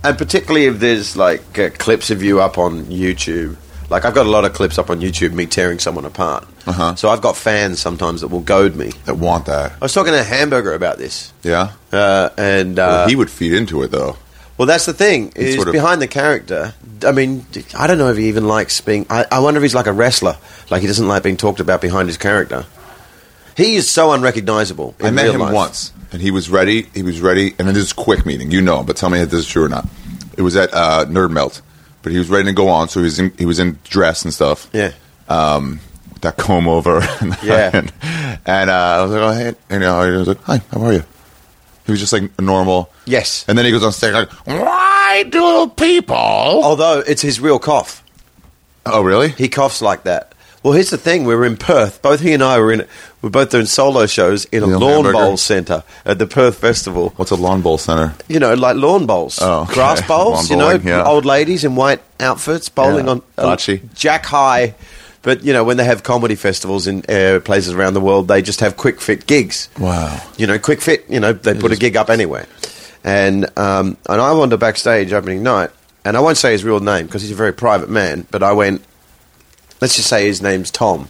and particularly if there's like uh, clips of you up on YouTube. Like I've got a lot of clips up on YouTube, me tearing someone apart. Uh-huh. So I've got fans sometimes that will goad me. that want that I was talking to Hamburger about this, yeah uh, and uh, he would feed into it though. Well, that's the thing. He's Is sort of- behind the character. I mean, I don't know if he even likes being. I, I wonder if he's like a wrestler. Like he doesn't like being talked about behind his character. He is so unrecognizable. I in met real him life. once, and he was ready. He was ready, and then this is a quick meeting. You know him, but tell me if this is true or not. It was at uh, Nerd Melt, but he was ready to go on, so he was in, he was in dress and stuff. Yeah. Um, with that comb over. [laughs] Yeah. and and uh, I was like, oh hey, and you know, I was like, hi, how are you? He was just like normal. Yes. And then he goes on stage like, why do people? Oh, Although it's his real cough. really? He coughs like that. Well, here's the thing. We were in Perth. Both he and I were in. We're both doing solo shows in a Yeah, lawn Hamburger. bowl centre at the Perth Festival. What's a lawn bowl center? You know, like lawn bowls, Oh, okay. grass [laughs] bowls. Lawn you bowling, know, yeah. old ladies in white outfits bowling Yeah. on uh, Bocce. jack high. But you know, when they have comedy festivals in uh, places around the world, they just have quick fit gigs. Wow. You know, quick fit. You know, they put a gig up anywhere, and um, and I wander backstage opening night, and I won't say his real name because he's a very private man. But I went, let's just say his name's Tom,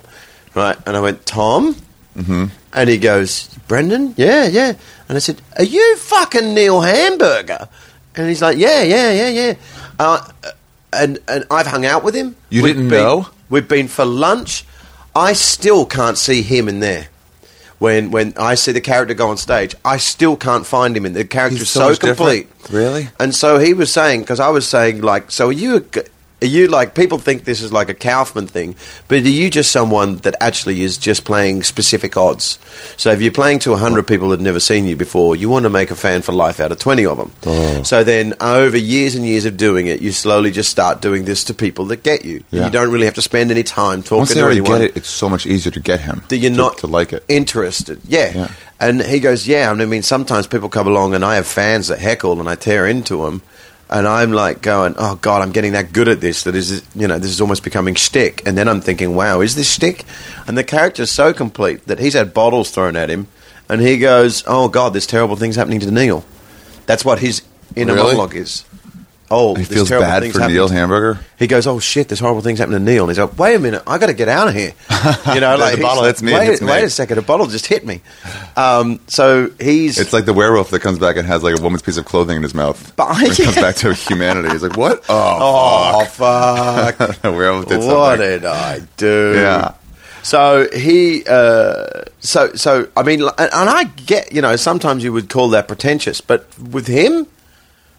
right? And I went, Tom? Mm-hmm. And he goes, Brendan? Yeah, yeah. And I said, Are you fucking Neil Hamburger? And he's like, Yeah, yeah, yeah, yeah. Uh, and, and I've hung out with him. You didn't been- know? We've been for lunch. I still can't see him in there. When, when I see the character go on stage, I still can't find him in the character He's is so so much different. complete. Really? And so he was saying, because I was saying, like, so are you a, g- Are you like people think this is like a Kaufman thing, but are you just someone that actually is just playing specific odds? So if you're playing to hundred people that have never seen you before, you want to make a fan for life out of twenty of them. Oh. So then, over years and years of doing it, you slowly just start doing this to people that get you. Yeah. You don't really have to spend any time talking Once they to already anyone get it, it's so much easier to get him. that you're to- not to like it. interested. Yeah. Yeah. And he goes, yeah. And I mean, sometimes people come along, and I have fans that heckle, and I tear into them, and I'm like going, oh god, I'm getting that good at this that is, you know, this is almost becoming shtick. And then I'm thinking, wow, is this shtick? And the character's so complete that he's had bottles thrown at him, and he goes, oh god, this terrible thing's happening to Neil. That's what his inner Really? monologue is. Oh, he this feels terrible bad thing's for happening Neil to- Hamburger. he goes, "Oh shit, this horrible thing's happened to Neil." And he's like, "Wait a minute, I got to get out of [laughs] here." You know, The like he's bottle like, hits me, it Wait, hits me." wait a second, a bottle just hit me. Um, so he's. It's like the werewolf that comes back and has like a woman's piece of clothing in his mouth. [laughs] But- When he comes yeah. back to humanity. He's like, what? Oh, [laughs] [laughs] oh fuck! [laughs] fuck. the werewolf did something. what did I do? Yeah. So he, uh, so so I mean, li- and and I get you know sometimes you would call that pretentious, but with him,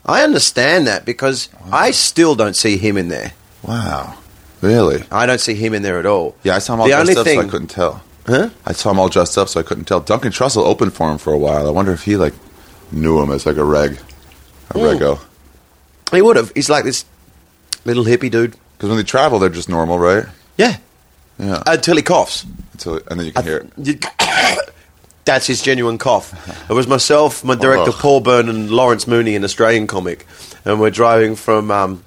I understand that because I still don't see him in there. Wow. Really? I don't see him in there at all. Yeah, I saw him all the dressed only up, thing, so I couldn't tell. Huh? I saw him all dressed up, so I couldn't tell. Duncan Trussell opened for him for a while. I wonder if he like knew him as like a reg, Hmm. a rego. He would have. He's like this little hippie dude. Because when they travel, they're just normal, right? Yeah. Yeah. Uh, Until he coughs. Until, and then you can hear it. You- [coughs] That's his genuine [laughs] cough. It was myself, my director Ugh. Paul Byrne, and Lawrence Mooney, an Australian comic, and we're driving from um,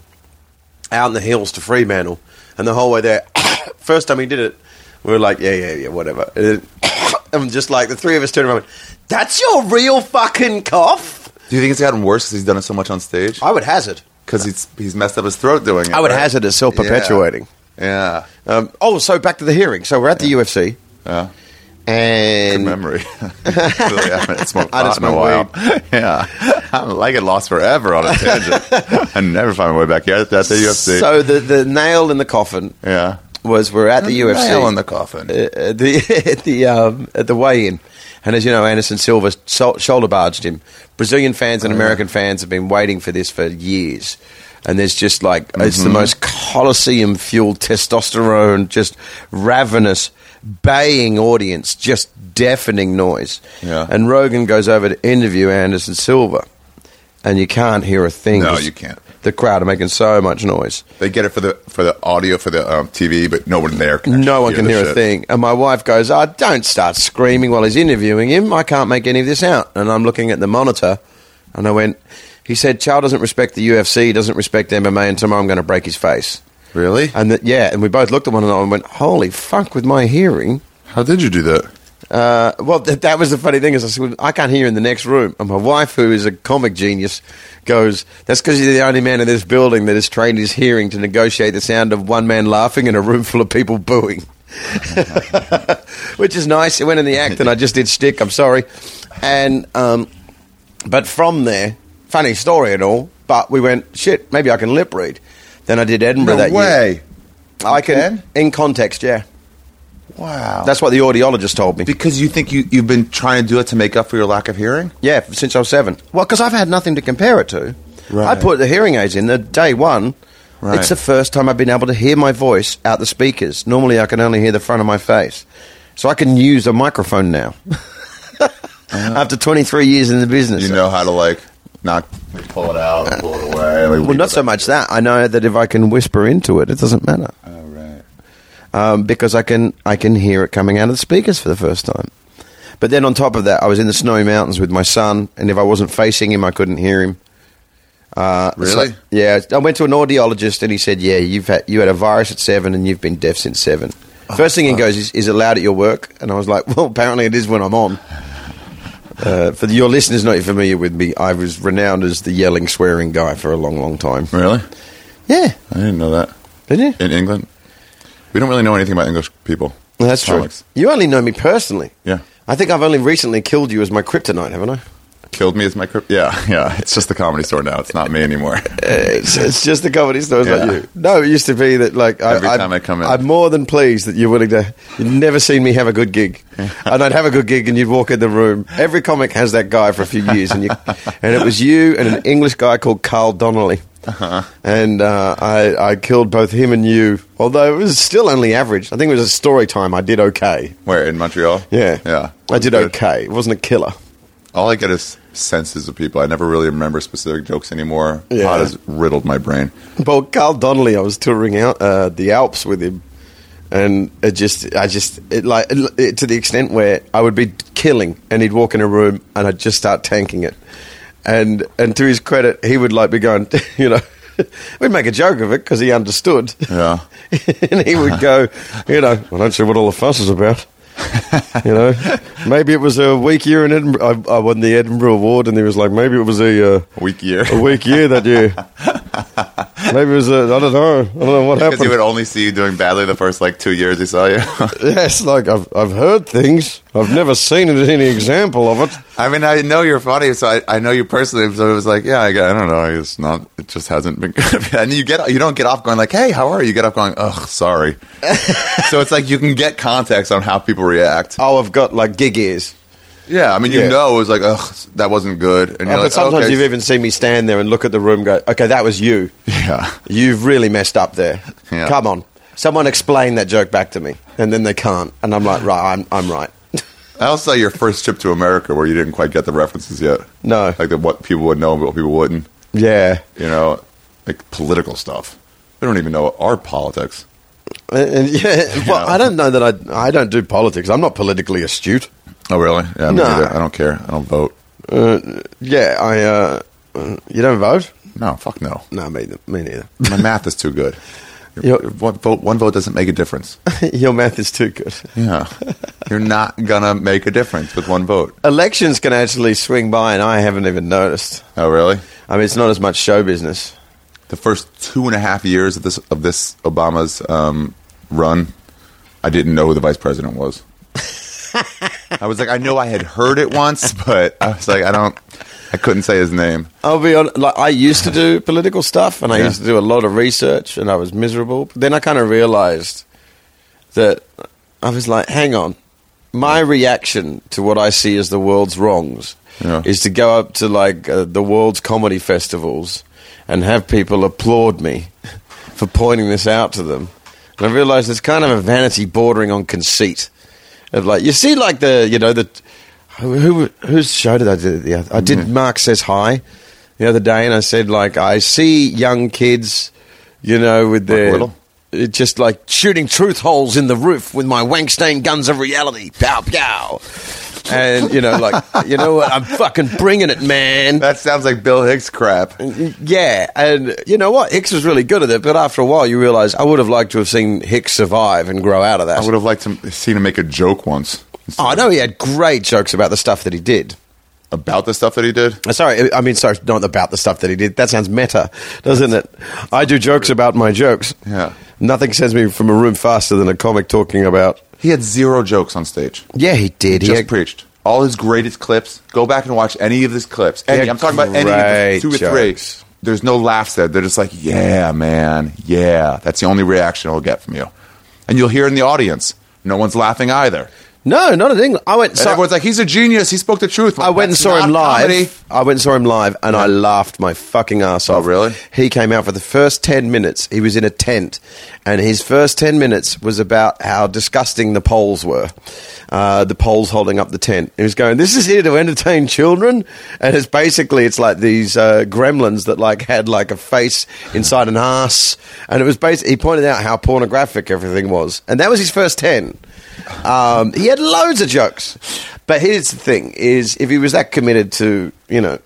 out in the hills to Fremantle, and the whole way there, [coughs] first time he did it, we were like, yeah, yeah, yeah, whatever. And then- [coughs] and just like the three of us turned around, and went, that's your real fucking cough. Do you think it's gotten worse because he's done it so much on stage? I would hazard. Because he's he's messed up his throat doing it. I would right? hazard as self-perpetuating. Yeah. Um, oh, so back to the hearing. So we're at the UFC, Yeah. Good and [laughs] memory. really, I haven't smoked I pot just in a while. smoked [laughs] yeah. I'm like it lost forever on a tangent. [laughs] I never find my way back here. That's the UFC. So the the nail in the coffin yeah. was we're at the UFC Nail in the coffin. uh, at the [laughs] at the um, at the weigh-in, and as you know, Anderson Silva so- shoulder barged him. Brazilian fans Oh, and American fans have been waiting for this for years, and there's just like it's Mm-hmm. the most coliseum fueled testosterone, just ravenous, baying audience, just deafening noise. Yeah. And Rogan goes over to interview Anderson Silva, and you can't hear a thing. No, 'cause you can't. The crowd are making so much noise. They get it for the for the audio for the um, TV, but no one there. Can actually No one can the hear a shit. thing. And my wife goes, oh, Don't start screaming while he's interviewing him. I can't make any of this out. And I'm looking at the monitor and I went, He said, Chow doesn't respect the UFC, doesn't respect MMA, and tomorrow I'm going to break his face. Really? And that, yeah, and we both looked at one another and went, Holy fuck with my hearing. How did you do that? Uh, well, th- that was the funny thing is I said, I can't hear in the next room. And my wife, who is a comic genius, goes, that's because you're the only man in this building that has trained his hearing to negotiate the sound of one man laughing and a room full of people booing. [laughs] Which is nice. It went in the act and I just did stick. I'm sorry. And, um, but from there, funny story and all, but we went, shit, maybe I can lip read. Then I did Edinburgh No that year. way. I can, can? in context, yeah. Wow. That's what the audiologist told me. because you think you you've been trying to do it to make up for your lack of hearing. Yeah, f- since I was seven. Well, because I've had nothing to compare it to. Right. I put the hearing aids in the day one. Right. It's the first time I've been able to hear my voice out the speakers. Normally, I can only hear the front of my face, so I can use a microphone now. After 23 years in the business, Uh-huh. You know how to like not pull it out, and pull it away. Like, Well, not so much that I know that if I can whisper into it, it doesn't matter All right. um, because I can I can hear it coming out of the speakers for the first time. But then on top of that, I was in the snowy mountains with my son, and if I wasn't facing him, I couldn't hear him. Really? So- yeah, I went to an audiologist and he said, "Yeah, you've had you had a virus at seven and you've been deaf since seven. First thing he goes is, "Is it loud at your work?" And I was like, "Well, apparently it is when I'm on." Uh, for your listeners not familiar with me, I was renowned as the yelling, swearing guy for a long, long time. really? Yeah, I didn't know that. didn't you? In England, we don't really know anything about English people. Well, that's true. Comics. You only know me personally. Yeah. I think I've only recently killed you as my kryptonite, haven't I? killed me is my crypt. Yeah, [laughs] yeah. It's just the comedy store now. It's not [laughs] me anymore. It's, it's just the comedy stories Yeah. like you. No, it used to be that like I, Every I'm- time I come in. I'm more than pleased that you're willing to. You've never seen me have a good gig, and I'd have a good gig, and you'd walk in the room. Every comic has that guy for a few years, and you, and it was you and an English guy called Carl Donnelly. Uh-huh. And uh, I, I killed both him and you, although it was still only average. I think it was a story time. I did okay. Where in Montreal? Yeah. yeah. I did Good. okay. It wasn't a killer. All I get is senses of people. I never really remember specific jokes anymore. Yeah. Pot has riddled my brain. Well, Carl Donnelly, I was touring out uh, the Alps with him, and it just, I just, it like it, to the extent where I would be killing, and he'd walk in a room, and I'd just start tanking it, and and to his credit, he would like be going, [laughs] you know. We'd make a joke of it because he understood. Yeah. [laughs] and he would go, you know, I'm not sure what all the fuss is about. you [laughs] know, maybe it was a weak year in Edinburgh. I, I won the Edinburgh Award, and he was like, maybe it was a uh, Weak year. a weak year that year. [laughs] Maybe it was a, I don't know. I don't know what Because he happened. would only see you doing badly the first like two years he saw you. [laughs] yes, like I've I've heard things. I've never seen it, any example of it. I mean, I know you're funny, so I, I know you personally. So it was like, yeah, I, got- I don't know. It's not. It just hasn't been good. [laughs] And you get you don't get off going like, hey, how are you? You get off going, ugh, [laughs] sorry. so it's like you can get context on how people react. Oh, I've got like gig ears. Yeah, I mean, you Yeah. Uh, know, it was like, ugh, that wasn't good. And you're but like, sometimes okay. you've even seen me stand there and look at the room, and go, okay, that was you. [laughs] yeah. You've really messed up there. Yeah. Come on, someone explain that joke back to me, and then they can't, and I'm like, right, I'm I'm right. I also saw your first trip to America where you didn't quite get the references yet. No. Like the, what people would know and what people wouldn't. [laughs] yeah, You know, like political stuff. They don't even know our politics. [laughs] And- and- yeah. Well, know. I don't know that I I don't do politics. I'm not politically astute. Oh, really? Yeah, me No. neither. I don't care. I don't vote. Yeah, I. Uh, uh, you don't vote? No, fuck no. No, me, me neither. [laughs] My math is too good. Your- One vote, one vote doesn't make a difference. Your math is too good. Yeah. You're not going to make a difference with one vote. Elections can actually swing by, and I haven't even noticed. Oh, really? I mean, it's not as much show business. the first two and a half years of this of this Obama's um, run, I didn't know who the vice president was. I was like, I know I had heard it once, [laughs] but I was like, I don't, I couldn't say his name. I'll be on. Like, I used to do political stuff, and I Yeah. used to do a lot of research, and I was miserable. But then I kind of realized that I was like, "Hang on." My reaction to what I see as the world's wrongs Yeah. is to go up to like uh, the world's comedy festivals and have people applaud me [laughs] for pointing this out to them. And I realized it's kind of a vanity bordering on conceit. Of like, you see, like the you know the who, who whose show did I do the other? I did Mm. Mark says hi the other day, and I said like I see young kids, you know, with their Little? it just like shooting truth holes in the roof with my wank stained guns of reality. Pow pow. And you know, like [laughs] you know what? I'm fucking bringing it, man. That sounds like Bill Hicks crap. Yeah, and you know what? Hicks was really good at it, but after a while, you realise I would have liked to have seen Hicks survive and grow out of that. I would have liked to seen him make a joke once Oh, I know he had great jokes about the stuff that he did. about the stuff that he did. Uh, Sorry, I mean, sorry, not about the stuff that he did. That sounds meta, doesn't it? I do jokes about my jokes. Yeah. Nothing sends me from a room faster than a comic talking about. He had zero jokes on stage. Yeah, he did. He Just had- preached all his greatest clips. Go back and watch any of his clips. Any, Yeah, I'm talking about any great of the two or three. jokes. There's no laughs there. They're just like, yeah, man, yeah. That's the only reaction I'll get from you. And you'll hear in the audience, no one's laughing either. no, not in England. I went. And So, everyone's like, he's a genius. He spoke the truth. I went and That's saw him not live. comedy. Oh, I went and saw him live, and I laughed my fucking ass off. really? He came out for the first ten minutes. He was in a tent, and his first ten minutes was about how disgusting the poles were. Uh, the poles holding up the tent. He was going, "This is here to entertain children," and it's basically it's like these uh, gremlins that like had like a face inside an ass, and it was basically he pointed out how pornographic everything was, and that was his first ten. Um, he had loads of jokes, but here's the thing: is if he was that committed to you know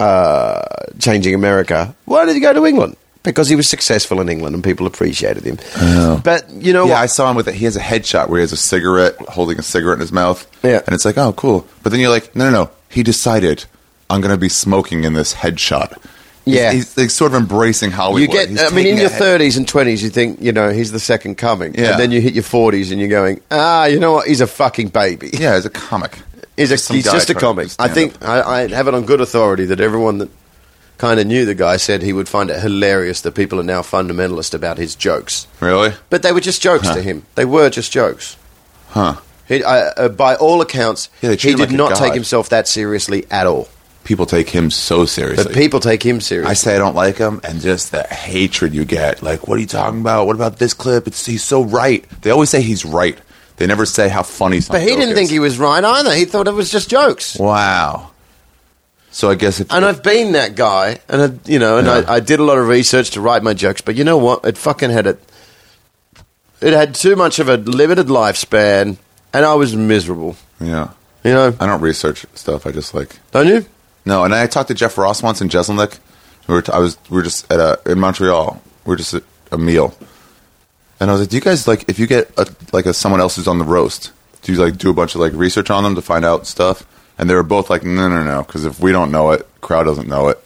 uh, changing America, why did he go to England? Because he was successful in England and people appreciated him. But you know Yeah, I what? saw him with it. He has a headshot where he has a cigarette, holding a cigarette in his mouth. Yeah. And it's like, oh, cool. But then you're like, no, no, no. He decided I'm going to be smoking in this headshot. He's- Yeah. He's, like sort of embracing Hollywood. you get. He's I mean, in taking a your head- thirties and twenties, you think you know he's the second coming, Yeah. and then you hit your forties and you're going, ah, you know what? He's a fucking baby. [laughs] Yeah, he's a comic. He's, a, some he's guy just a trying to comic. I stand think I, I have it on good authority that everyone that kind of knew the guy said he would find it hilarious that people are now fundamentalist about his jokes. Really? But they were just jokes Huh. to him. They were just jokes. Huh. He, I, uh, by all accounts, Yeah, they treat he him did like a not god. take himself that seriously at all. People take him so seriously. But people take him I seriously. say I don't like him, and just the hatred you get. Like, what are you talking about? What about this clip? It's he's so right. They always say he's right. They never say how funny. some But he joke didn't is. think he was right either. He thought it was just jokes. Wow. So I guess if And I've been that guy, and I, you know, and Yeah. I, I did a lot of research to write my jokes. But you know what? It fucking had it. It had too much of a limited lifespan, and I was miserable. yeah, You know, I don't research stuff. I just like don't you? No, and I talked to Jeff Ross once in Jeselnik. We were t- I was we were just at a in Montreal. We were just at a meal, and I was like, "Do you guys like if you get a, like a someone else who's on the roast? Do you like do a bunch of like research on them to find out stuff?" And they were both like, "No, no, no," because if we don't know it, crowd doesn't know it.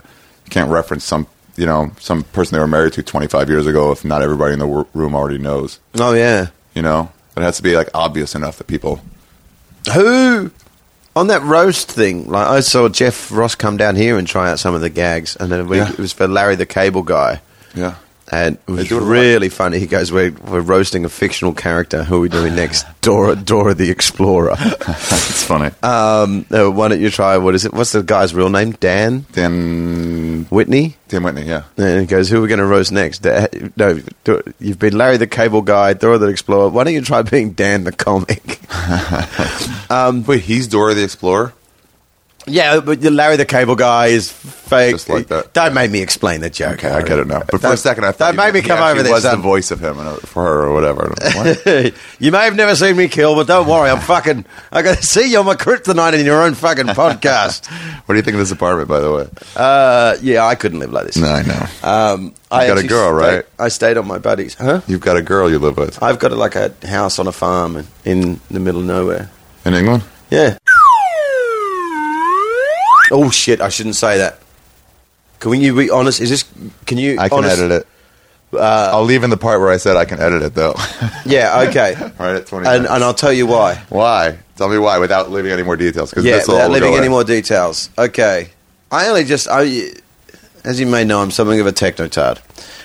You can't reference some you know some person they were married to 25 years ago if not everybody in the wor- room already knows. Oh yeah. You know, it has to be like obvious enough that people. Who on that roast thing? Like I saw Jeff Ross come down here and try out some of the gags, and then we, Yeah. it was for Larry the Cable Guy. [laughs] Yeah. And it They was do it a lot. really funny. He goes, we're, we're roasting a fictional character. Who are we doing [laughs] next? Dora, Dora the Explorer. it's funny. Um, uh, why don't you try? What is it? What's the guy's real name? Dan Dan Whitney. Dan Whitney, yeah. And he goes, "Who are we going to roast next?" Da- no, do- you've been Larry the Cable Guy, Dora the Explorer. Why don't you try being Dan the [laughs] comic? Um, Wait, he's Dora the Explorer. yeah, uh, but you're Larry the Cable Guy is fake. Just like that. Don't make me explain the joke. Okay, I get it now. But for Don't- a second, I don't thought make me he come actually over there, Was the son. voice of him and- for her or whatever? [laughs] I don't know. What? you may have never seen me kill, but don't worry. I'm fucking. I got to see you're my kryptonite in your own fucking podcast. [laughs] What do you think of this apartment, by the way? Uh, uh, yeah, I couldn't live like this. I know. Um, I got a actually girl, stayed- right? I stayed on my buddies, huh? You've got a girl you live with I've got like a house on a farm in the middle of nowhere. in England. Yeah. Oh shit! I shouldn't say that. Can we, you be honest? Is Oh, this? uh, Can you? I can honest- edit it. I'll leave in the part where I said I can edit [laughs] it, though. [laughs] Yeah. Okay. right at twenty. and minutes. and I'll tell you why. why? Tell me why without leaving any more details. Because Yeah, this will without all leaving go any in. more details. Okay. I only just I, as you may know, I'm something of a technotard,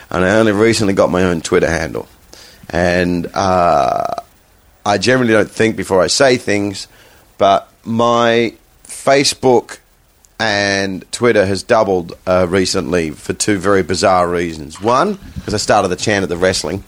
and I only recently got my own Twitter handle, and uh, I generally don't think before I say things, but my Facebook and Twitter has doubled uh, recently for two very bizarre reasons. One, because I started the chant at the wrestling,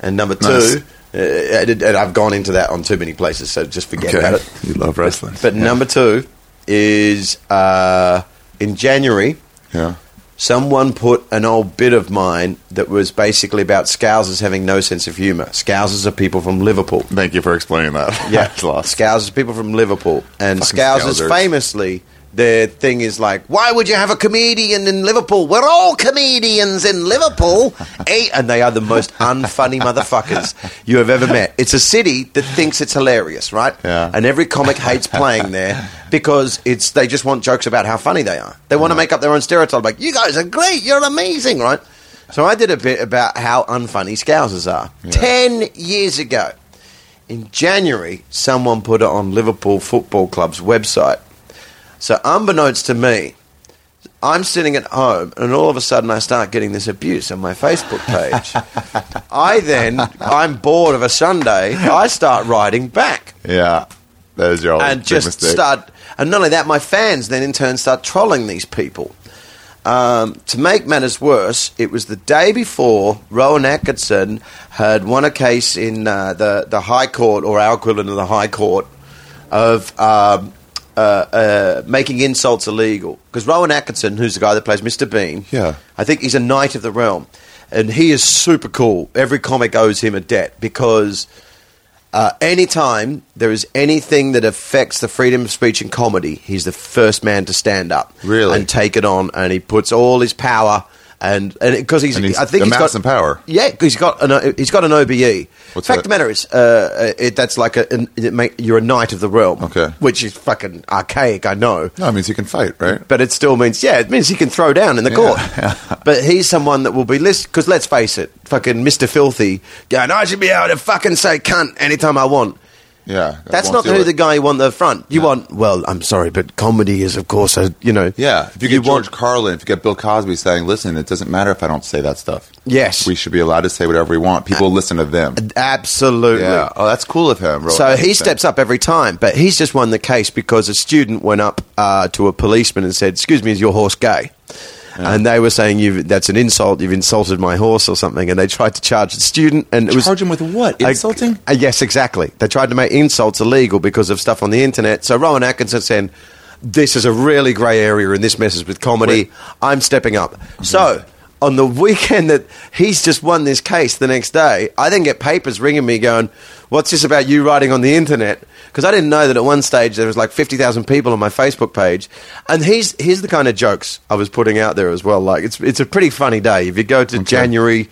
and number two, Nice. uh, I did- and I've gone into that on too many places, so just forget Okay. about it. You love wrestling, But number two is uh, in January, Yeah. someone put an old bit of mine that was basically about Scousers having no sense of humour. Scousers are people from Liverpool. Thank you for explaining that. [laughs] Yeah, It's lost. Scousers are people from Liverpool, and Fucking Scousers Scousers. famously. Their thing is like, why would you have a comedian in Liverpool? We're all comedians in [laughs] Liverpool. eh? And they are the most unfunny motherfuckers you have ever met. It's a city that thinks it's hilarious, right? Yeah. And every comic hates playing [laughs] there because it's they just want jokes about how funny they are. They want to make up their own stereotype, like, you guys are great, you're amazing, right? So I did a bit about how unfunny Scousers are. Ten years ago. In January, someone put it on Liverpool Football Club's website. So, unbeknownst to me, I'm sitting at home and all of a sudden I start getting this abuse on my Facebook page. I then, I'm bored of a Sunday, I start writing back Yeah. That is your and big just mistake. start. And not only that, my fans then in turn start trolling these people. Um, to make matters worse, it was the day before Rowan Atkinson had won a case in uh, the the High Court or our equivalent of the High Court of um, uh, uh, making insults illegal. Because Rowan Atkinson, who's the guy that plays Mr. Bean, Yeah. I think he's a knight of the realm, and he is super cool. Every comic owes him a debt because uh, anytime there is anything that affects the freedom of speech in comedy, he's the first man to stand up, Really? and take it on, and he puts all his power and and because he's, And he's I think he's got amassing power. Yeah, 'cause he's got an uh, he's got an OBE. Fact What's that? of the matter is, uh, it, that's like a an, it make, you're a knight of the realm, Okay. which is fucking archaic, I know No, it means you can fight, right? but it still means yeah, it means he can throw down in the court. [laughs] but he's someone that will be listed because let's face it, fucking Mister Filthy going, I should be able to fucking say cunt anytime I want. Yeah, that That's not won't do who it. the guy you want at the front. You want, well, I'm sorry, but comedy is, of course, a, you know. Yeah, if you get want- George Carlin, if you get Bill Cosby saying, "Listen, it doesn't matter if I don't say that stuff. Yes. we should be allowed to say whatever we want. People listen to them." Absolutely. Yeah. Oh, that's cool of him. Really. So he steps up every time, but he's just won the case because a student went up uh, to a policeman and said, "Excuse me, is your horse gay?" And they were saying, "You've that's an insult. You've insulted my horse or something." And they tried to charge the student, and it was Charge him with what? Uh, Insulting? uh, yes, exactly. They tried to make insults illegal because of stuff on the internet. So Rowan Atkinson said, "This is a really grey area, and this messes with comedy. I'm stepping up." So. On the weekend that he's just won this case the next day, I then get papers ringing me going, What's this about you writing on the internet? Because I didn't know that at one stage there was like 50,000 people on my Facebook page. And here's, here's the kind of jokes I was putting out there as well. Like, it's, it's a pretty funny day. If you go to January,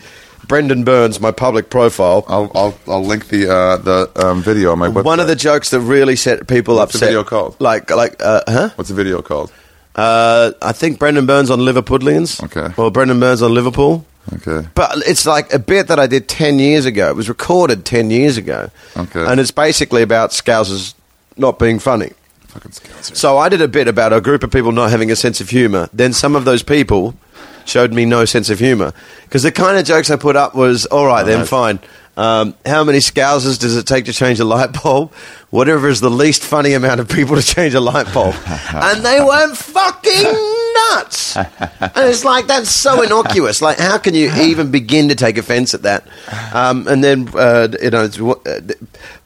Brendan Burns, my public profile. I'll, I'll I'll link the uh, the um, video on my website. One of the jokes that really set people What's the upset. video called? Like, like, uh, huh? what's the video called? Uh, I think Brendan Burns on Liverpudlians. Okay. Or Brendan Burns on Liverpool. Okay. But it's like a bit that I did 10 years ago. It was recorded 10 years ago. Okay. And it's basically about Scousers not being funny. Fucking scouser. So I did a bit about a group of people not having a sense of humor. Then some of those people showed me no sense of humor because the kind of jokes I put up was all right, then Nice. fine. Um, how many scousers does it take to change a light bulb? Whatever is the least funny amount of people to change a light bulb, and they went fucking nuts. And it's like that's so innocuous. Like, how can you even begin to take offence at that? Um, and then uh, you know, it's, what- uh,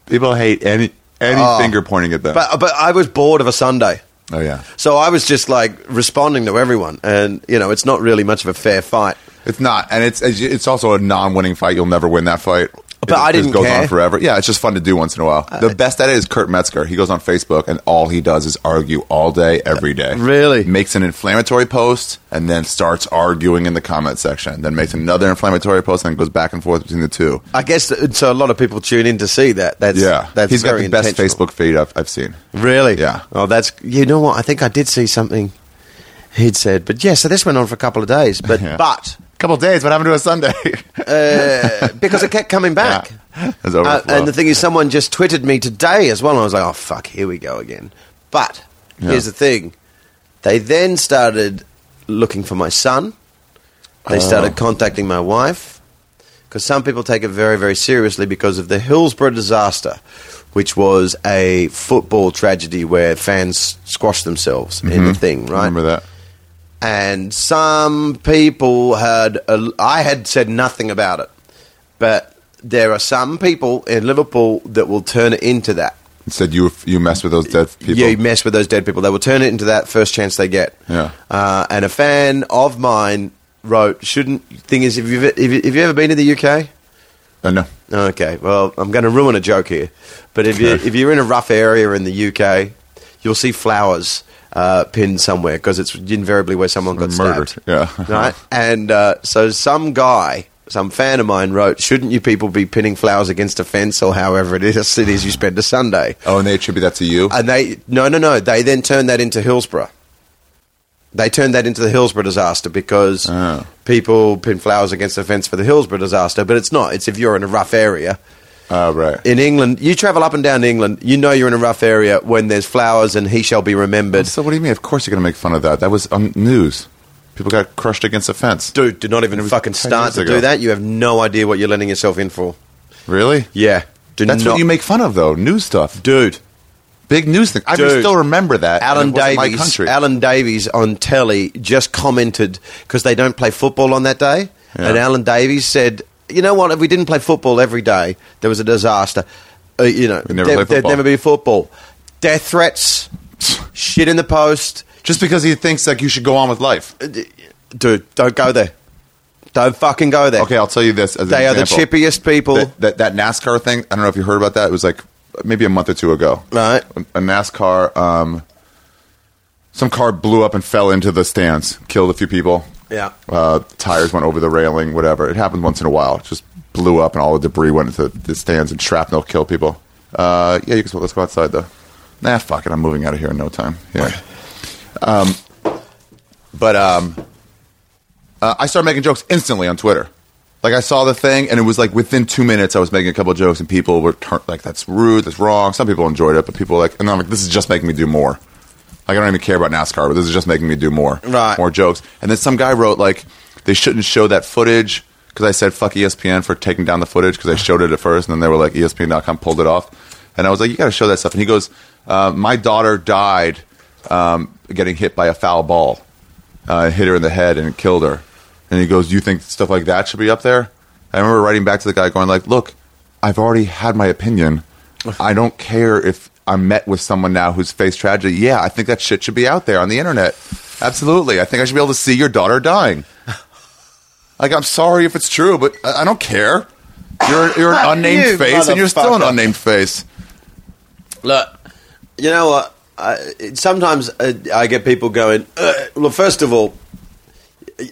People hate any any Oh. finger pointing at them. but but I was bored of a Sunday. oh yeah, So I was just like responding to everyone, and you know, it's not really much of a fair fight. it's not, and it's it's also a non-winning fight. You'll never win that fight. But I just didn't goes care. Uh, on forever. Yeah, it's just fun to do once in a while. the best at it is Kurt Metzger. He goes on Facebook and all he does is argue all day, every day. Really? Makes an inflammatory post and then starts arguing in the comment section. Then makes another inflammatory post and goes back and forth between the two. I guess th- so. A lot of people tune in to see that. That's Yeah, That's he's got very the best intentional. Facebook feed I've, I've seen. Really? Yeah. Oh, that's you know what? I think I did see something he'd said, but yeah. So this went on for a couple of days, but [laughs] Yeah. but A couple days, what happened to [laughs] a Sunday? uh, [laughs] because it kept coming back. Yeah. There's Uh, overflow. and the thing is, someone just tweeted me today as well, and I was like, "Oh fuck, here we go again." But Yeah. here's the thing: they then started looking for my son. Oh. They started contacting my wife because some people take it very, very seriously because of the Hillsborough disaster, which was a football tragedy where fans squashed themselves in the thing, right? Mm-hmm. Hmm. Remember that? and some people had a, I had said nothing about it, but there are some people in Liverpool that will turn it into that. It said you you mess with those dead people. You mess with those dead people; they will turn it into that first chance they get. Yeah. Uh, and a fan of mine wrote, "Shouldn't thing is, if you've if you, have you ever been to the UK?" I know. Okay, well, I'm going to ruin a joke here, but if you if you're in a rough area in the UK, you'll see flowers uh, pinned somewhere because it's invariably where someone got Murdered, stabbed. yeah. [laughs] right. And uh, so some guy, some fan of mine wrote, "Shouldn't you people be pinning flowers against a fence or however it is [laughs] it is you spend a Sunday?" Oh, and they attribute that to you. And they no no no they then turned that into Hillsborough. They turned that into the Hillsborough disaster because Oh. people pin flowers against the fence for the Hillsborough disaster, but it's not. It's if you're in a rough area oh, right. in England, you travel up and down England, you know you're in a rough area when there's flowers and he shall be remembered. so what do you mean? Of course you're going to make fun of that. That was on news. People got crushed against a fence. Dude, do not even was fucking 10 start years to ago. do that. You have no idea what you're letting yourself in for. Really? Yeah. Do That's not, what you make fun of, though. News stuff. Dude, Big news thing. I Dude. can still remember that. and Alan it wasn't My Davies, country. Alan Davies on telly just commented because they don't play football on that day, Yeah. and Alan Davies said, "You know what? If we didn't play football every day, there was a disaster. Uh, you know, We'd never there, play would football." never be football. Death [laughs] threats, shit in the post, Just because he thinks like you should go on with life. Uh, dude. Don't go there. Don't fucking go there. Okay, I'll tell you this. As an They are the example. chippiest people. That, that, that NASCAR thing. I don't know if you heard about that. It was like maybe a month or two ago. Right. A, a NASCAR. Um, some car blew up and fell into the stands, killed a few people. Yeah. Uh, tires went over the railing, whatever. It happens once in a while. It just blew up and all the debris went into the stands and shrapnel killed people. Uh, yeah, you can let's go outside though. Nah, fuck it. I'm moving out of here in no time. Yeah. Um, but um, uh, I started making jokes instantly on Twitter. Like I saw the thing, and it was like within two minutes, I was making a couple jokes, and people were tur- like, "That's rude. That's wrong." Some people enjoyed it, but people were like, and I'm like, "This is just making me do more." Like I don't even care about NASCAR, but this is just making me do more, Right. More jokes. And then some guy wrote like, "They shouldn't show that footage." Because I said fuck E ESPN for taking down the footage because I showed it at first, and then they were like "E ESPN.com pulled it off, and I was like, "You got to show that stuff." And he goes, uh, "My daughter died um, getting hit by a foul ball." uh, hit her in the head and it killed her. And he goes, "Do you think stuff like that should be up there?" I remember writing back to the guy, going like, "Look, I've already had my opinion. I don't care if I'm met with someone now who's faced tragedy. Yeah, I think that shit should be out there on the internet. Absolutely. I think I should be able to see your daughter dying. [laughs] Like, I'm sorry if it's true, but I, I don't care. You're you're an unnamed [laughs] You face, and you're still an motherfucker. unnamed face. Look, you know what? I, it- sometimes uh, I get people going. "Ugh." Well, first of all,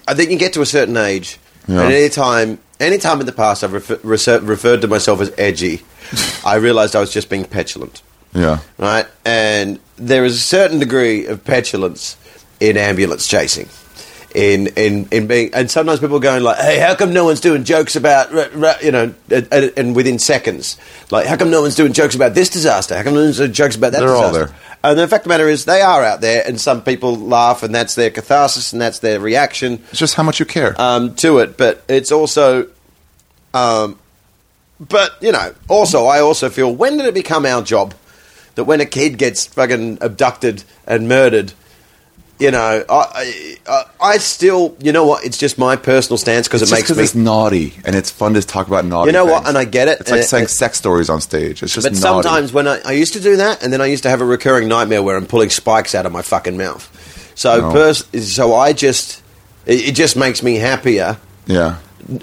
I think you get to a certain age, Yeah. and any time, any time in the past, I've refer, reser- referred to myself as [laughs] edgy. I realised I was just being petulant, Yeah, right? And there is a certain degree of petulance in ambulance chasing. In, in, in being and sometimes people are going like hey how come no one's doing jokes about ra- ra- you know and, and- and within seconds like how come no one's doing jokes about this disaster how come no one's doing jokes about that They're all disaster? there. And the fact of the matter is, they are out there, and some people laugh, and that's their catharsis, and that's their reaction it's just how much you care. um, to it. But it's also, um, but you know, also I also feel when did it become our job that when a kid gets fucking abducted and murdered, you know, I I, I still, you know what? It's just my personal stance because It's it just makes 'cause me it's naughty, and it's fun to talk about naughty. You know what? things. And I get it. It's like And it- saying it- sex stories on stage. It's just but naughty. sometimes when I, I used to do that, and then I used to have a recurring nightmare where I'm pulling spikes out of my fucking mouth. So, No. pers- so I just, it, it just makes me happier. yeah.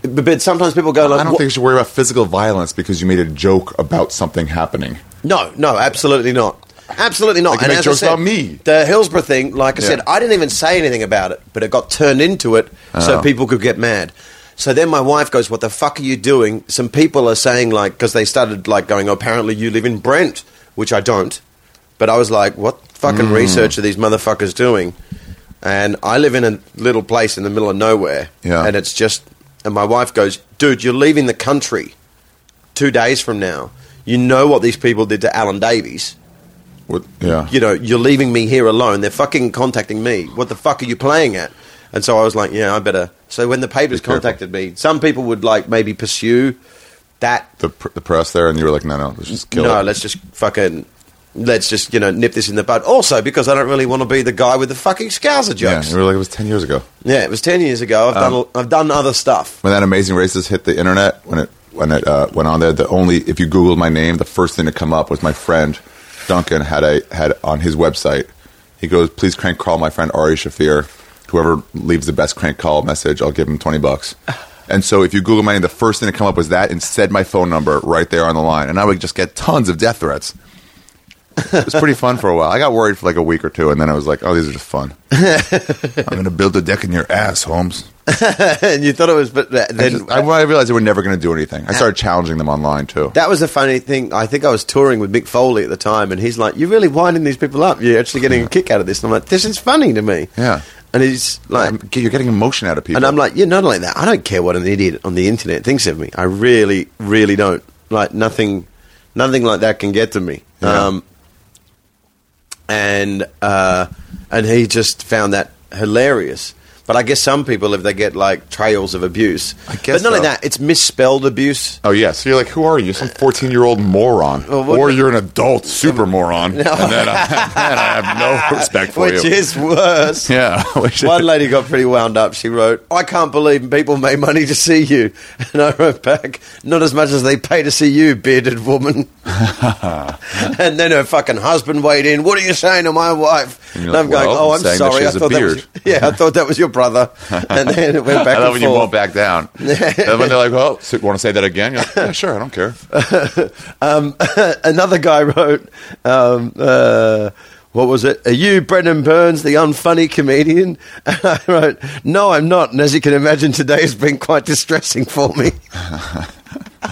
But, but sometimes people go like, I don't "What- think you should worry about physical violence because you made a joke about something happening. no, no, absolutely not, absolutely not." Like, you make as I jokes said, about me. The Hillsborough thing, like I Yeah. said, I didn't even say anything about it, but it got turned into it so Oh. people could get mad. So then my wife goes, "What the fuck are you doing?" Some people are saying like because they started like going, oh, "Apparently you live in Brent," which I don't. But I was like, "What fucking Hmm. research are these motherfuckers doing?" And I live in a little place in the middle of nowhere, Yeah. and it's just. And my wife goes, "Dude, you're leaving the country two days from now. You know what these people did to Alan Davies." What, yeah. you know, you're leaving me here alone. They're fucking contacting me. What the fuck are you playing at? And so I was like, yeah, I better. So when the papers Be careful. contacted me, some people would like maybe pursue that. the, pr- the press there, and you were like, no, no, let's just kill no, it. let's just fucking, let's just you know nip this in the bud. Also, because I don't really want to be the guy with the fucking scouser yeah, Um, jokes. you Yeah, were like, it was 10 years ago. it was ten years ago. I've done I've done other stuff. [laughs] When that Amazing Races hit the internet, when it when it uh, went on there, the only, if you Googled my name, the first thing to come up was my friend Duncan had a had on his website. He goes, please crank call my friend Ari Shafir. Whoever leaves the best crank call message, I'll give him 20 bucks. And so if you Google my name, the first thing to come up was that and said my phone number right there on the line. And I would just get tons of death threats. It was pretty fun for a while. I got worried for like a week or two, and then I was like, "Oh, these are just fun." I'm gonna build a deck in your ass, Holmes. and you thought it was, but th- I, then just, I, I realized they were never gonna do anything. I started challenging them online too. That was the funny thing. I think I was touring with Mick Foley at the time, and he's like, "You're really winding these people up. You're actually getting a kick out of this." And I'm like, "This is funny to me." Yeah. And he's like, I'm- you're getting emotion out of people, and I'm like, "You're not only that. I don't care what an idiot on the internet thinks of me. I really, really don't. Like nothing, nothing like that can get to me." Yeah. Um, and uh, and he just found that hilarious. But I guess some people, if they get like trails of abuse, I but guess not only so. that, it's misspelled abuse. "Oh yeah." So you're like, "Who are you? Some 14 year old moron, uh, Well, what- or you're an adult super moron?" And then I, [laughs] then [laughs] I have no respect for Which you. is worse. [laughs] yeah. which is- One lady got pretty wound up. She wrote, I can't believe people made money to see you. [laughs] And I wrote back, not as much as they pay to see you, bearded [laughs] woman. and then her fucking husband weighed in, what are you saying to my wife? And And, you're I'm like, going, "Well, oh, I'm I'm saying that sorry. she I has a thought that was, beard." [laughs] yeah, I thought that was your [laughs] brother. And then it went back I love and forth. when you won't [laughs] back down. And when they're like, "Well, so, want to say that again?" You're like, "Yeah, sure. I don't care." [laughs] Um, [laughs] another guy wrote, um, uh, what was it? Are you Brendan Burns, the unfunny comedian? [laughs] And I wrote, no, I'm not. And as you can imagine, today has been quite distressing for me. [laughs]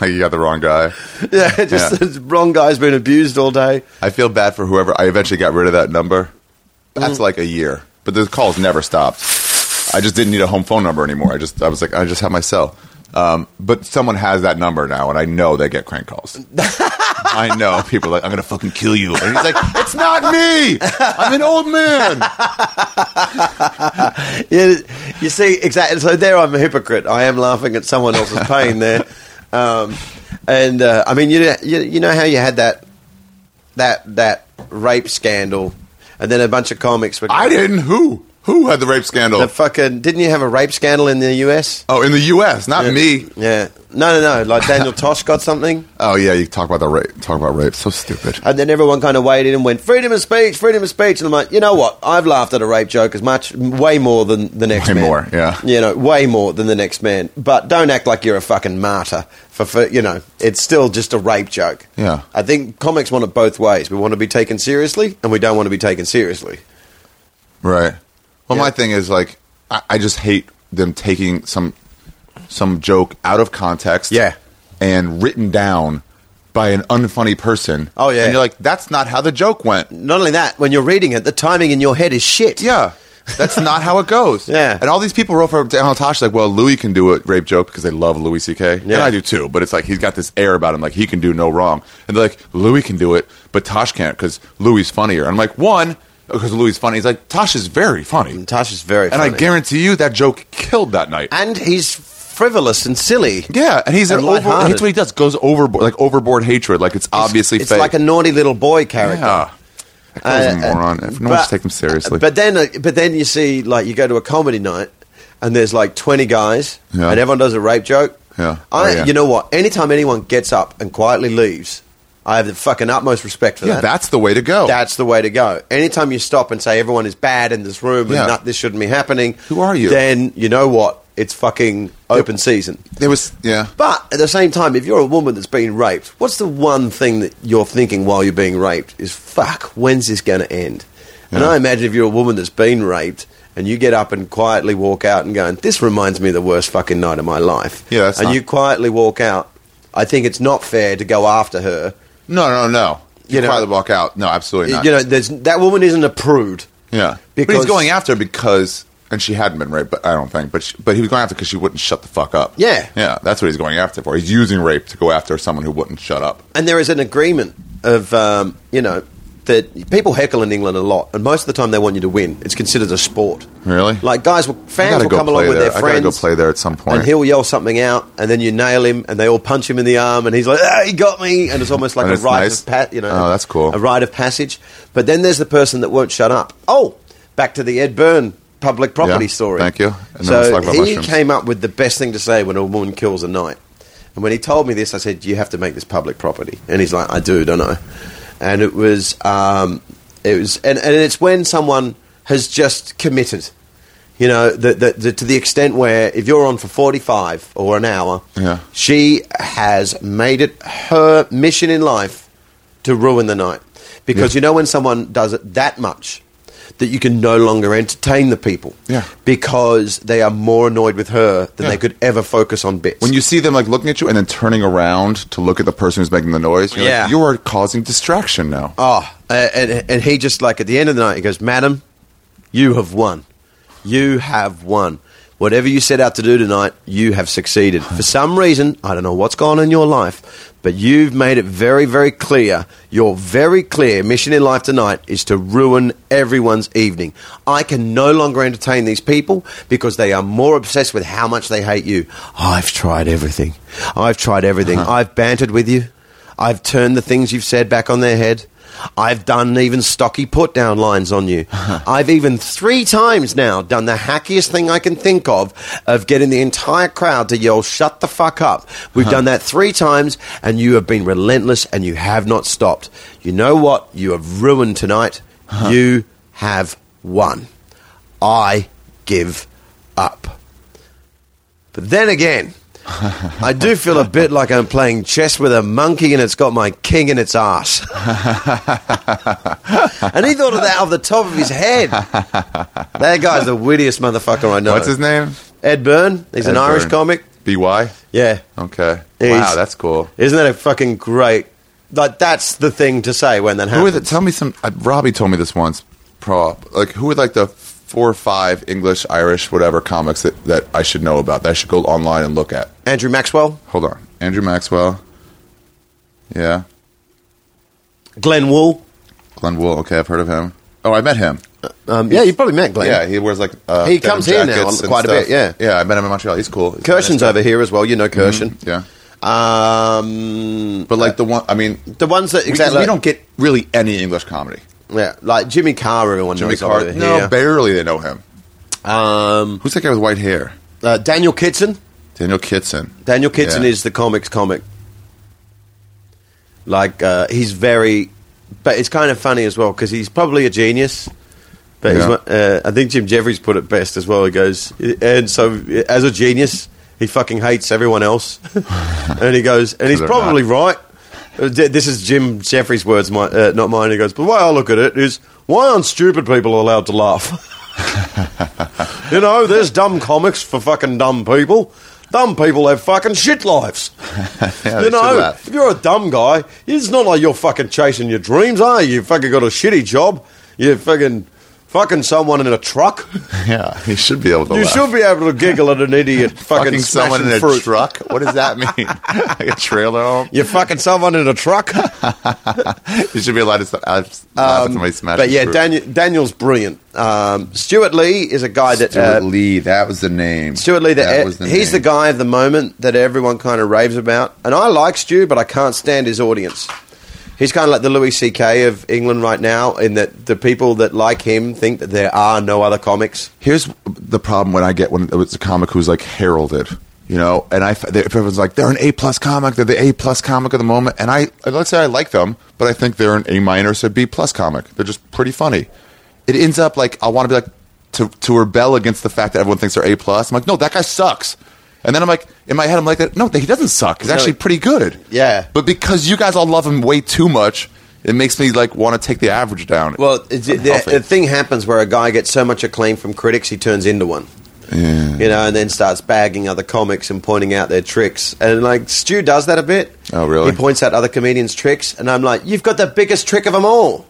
you got the wrong guy. yeah, [laughs] just Yeah. the wrong guy's been abused all day. I feel bad for Mm. whoever. I eventually got rid of that number. That's like a year, but the calls never stopped. I just didn't need a home phone number anymore. I just I was like I just have my cell. Um, but someone has that number now, and I know they get crank [laughs] calls. I know people are like I'm gonna fucking kill you, and he's like, it's not me. I'm an old man. Yeah, you see, exactly. So there, I'm a hypocrite. I am laughing at someone [laughs] else's pain there. Um, and uh, I mean, you know, you, you know how you had that that that rape scandal, and then a bunch of comics were. I didn't. Who who had the rape scandal? The fucking didn't you have a rape scandal in the U.S.? oh, in the U.S., not me. Yeah. No, no, no. Like Daniel Tosh got something, Oh yeah, you talk about the rape. Talk about rape. So stupid. and then everyone kind of weighed in and went, "Freedom of speech, freedom of speech." And I'm like, you know what? I've laughed at a rape joke as much, way more than the next Way man. more, yeah. You know, way more than the next man. But don't act like you're a fucking martyr for, for you know. It's still just a rape joke. Yeah. I think comics want it both ways. We want to be taken seriously, and we don't want to be taken seriously. Right. Well, Yeah. my thing is like I, I just hate them taking some some joke out of context. Yeah. And written down by an unfunny person. Oh, yeah. And you're like, that's not how the joke went. Not only that, when you're reading it, the timing in your head is shit. Yeah. That's not how it [laughs] goes. Yeah. And all these people wrote for Daniel Tosh like, well, Louis can do a rape joke because they love Louis C.K. And Yeah. I do too, but it's like he's got this air about him, like he can do no wrong. And they're like, Louis can do it, but Tosh can't because Louis funnier. And I'm like, one, because Louis is funny. He's like, Tosh is very funny. Tosh is very. And funny. I guarantee you that joke killed that night. and he's frivolous and silly. yeah, and he's And an over, lighthearted. that's what he does. Goes overboard, like overboard hatred, like it's obviously it's fake. like a naughty little boy character. yeah. That guy's a Uh, uh, moron. If but- no one should take him seriously. But then, uh, but then you see, like, you go to a comedy night, and there's like twenty guys, Yeah. and everyone does a rape joke. Yeah. I, Oh, yeah. you know what? Anytime anyone gets up and quietly leaves, I have the fucking utmost respect for yeah, that. that's the way to go. That's the way to go. Anytime you stop and say everyone is bad in this room Yeah. and not, this shouldn't be happening, Who are you? Then you know what? It's fucking open season. it was yeah. But at the same time, if you're a woman that's been raped, what's the one thing that you're thinking while you're being raped is, fuck, when's this going to end? And Yeah. I imagine if you're a woman that's been raped and you get up and quietly walk out and go, this reminds me of the worst fucking night of my life. Yeah, that's and not- you quietly walk out, I think it's not fair to go after her. No, no, no. You, You know- probably walk out. No, absolutely not. You know, there's, that woman isn't a prude. yeah, but because- he's going after her because. And she hadn't been raped, but I don't think. But she, but he was going after because she wouldn't shut the fuck up. Yeah. yeah, that's what he's going after for. He's using rape to go after someone who wouldn't shut up. And there is an agreement of, um, you know, that people heckle in England a lot, and most of the time they want you to win. It's considered a sport. Really? Like guys, will, I fans gotta will go come play along with there. their friends. I gotta go play there at some point. And he'll yell something out, and then you nail him, and they all punch him in the arm, and he's like, ah, he got me. And it's almost like And a it's rite nice. of pat, you know. Oh, that's cool. A rite of passage. But then there's the person that won't shut up. Oh, back to the Ed Byrne public property Yeah, story. thank you. And then let's so talk about he mushrooms. came up with the best thing to say when a woman kills a knight. And when he told me this, I said, you have to make this public property. And he's like, I do, don't I? And it was, um, it was, and, and it's when someone has just committed. You know, the, the, the, to the extent where if you're on for 45 or an hour, Yeah. she has made it her mission in life to ruin the night. Because Yeah. you know when someone does it that much that you can no longer entertain the people Yeah. because they are more annoyed with her than Yeah. they could ever focus on bits. when you see them like looking at you and then turning around to look at the person who's making the noise, you're Yeah. like, you are causing distraction now. Oh, uh, and, and he just like at the end of the night, he goes, Madam, you have won. You have won. Whatever you set out to do tonight, you have succeeded. For some reason, I don't know what's gone on in your life, but you've made it very, very clear. Your very clear mission in life tonight is to ruin everyone's evening. I can no longer entertain these people because they are more obsessed with how much they hate you. I've tried everything. I've tried everything. I've bantered with you. I've turned the things you've said back on their head. I've done even stocky put down lines on you. I've even three times now done the hackiest thing I can think of of getting the entire crowd to yell, shut the fuck up. We've done that three times and you have been relentless and you have not stopped. You know what? You have ruined tonight. You have won. I give up. But then [laughs] again, I do feel a bit like I'm playing chess with a monkey and it's got my king in its [laughs] ass. and he thought of that off the top of his head. That guy's the wittiest motherfucker I know. What's his name? Ed Byrne. He's an Ed Irish Byrne. comic. By Yeah. okay. He's- wow, that's [laughs] cool. Isn't that a fucking great. Like, that's the thing to say when that Who happens. are the? Tell me some. Uh, Robbie told me this once. Pro like who are like the f- four or five English, Irish, whatever comics that, that I should know about. That I should go online and look at. Andrew Maxwell, Hold on, Andrew Maxwell. Yeah, Glenn Wool. Glenn Wool. Okay, I've heard of him. Oh, I met him. Um, yeah, you probably met Glenn. Yeah, he wears like uh, He denim comes here now jackets and quite a bit, stuff. yeah, I met him in Montreal. He's cool. He's a Kirshen's nice guy. over here as well. You know Kirshen. Yeah, Mm-hmm. Um, but like the one, I mean, the ones that exactly we, don't get really any English comedy. yeah, like Jimmy Carr. Everyone Jimmy uh, knows Carr, over no, here. barely they know him. um, Who's that guy with white hair? uh, Daniel Kitson. Daniel Kitson. Daniel Kitson Yeah. is the comics comic. Like uh, he's very, but it's kind of funny as well because he's probably a genius. But he's Yeah. not- uh, I think Jim Jeffries put it best as well. He goes, and so as a genius, he fucking hates everyone else, [laughs] and he goes, and he's they're probably not. right. Uh, th- This is Jim Jeffries' words, my, uh, not mine. He goes, but the way I look at it is, why aren't stupid people allowed to laugh? [laughs] You know, there's dumb comics for fucking dumb people. Dumb people have fucking shit lives. [laughs] Yeah, you they should know, laugh. if you're a dumb guy, it's not like you're fucking chasing your dreams, are you? You fucking got a shitty job. You fucking fucking someone in a [laughs] truck. [laughs] yeah, he should be able to. You laugh. should be able to giggle at an [laughs] idiot fucking, fucking someone in smashing a fruit. truck. What does that mean? [laughs] like a trailer home? You're fucking someone in a [laughs] truck. You should be allowed to st- uh, laugh at somebody smashing. but yeah, fruit. Daniel, Daniel's brilliant. Um, Stuart Lee is a guy that Stuart uh, Lee. That was the name. Stuart Lee, That the, was he's the name. guy of the moment that everyone kind of raves about. And I like Stu, but I can't stand his audience. He's kind of like the Louis C.K. of England right now, in that the people that like him think that there are no other comics. Here's the problem when I get when it's a comic who's like heralded, you know, and I f- they- everyone's like they're an A plus comic, they're the A plus comic of the moment, and I let's say I like them, but I think they're an A minus or B plus comic. They're just pretty funny. It ends up like I want to be like to to rebel against the fact that everyone thinks they're A plus. I'm like, no, that guy sucks. And then I'm like, in my head, I'm like, no, he doesn't suck. He's No. actually pretty good. Yeah. But because you guys all love him way too much, it makes me like want to take the average down. Well, it's, the, Unhealthy. the thing happens where a guy gets so much acclaim from critics, he turns into one. You know, and then starts bagging other comics and pointing out their tricks. And like Stu does that a bit. Oh, really? He points out other comedians' tricks, and I'm like, you've got the biggest trick of them all.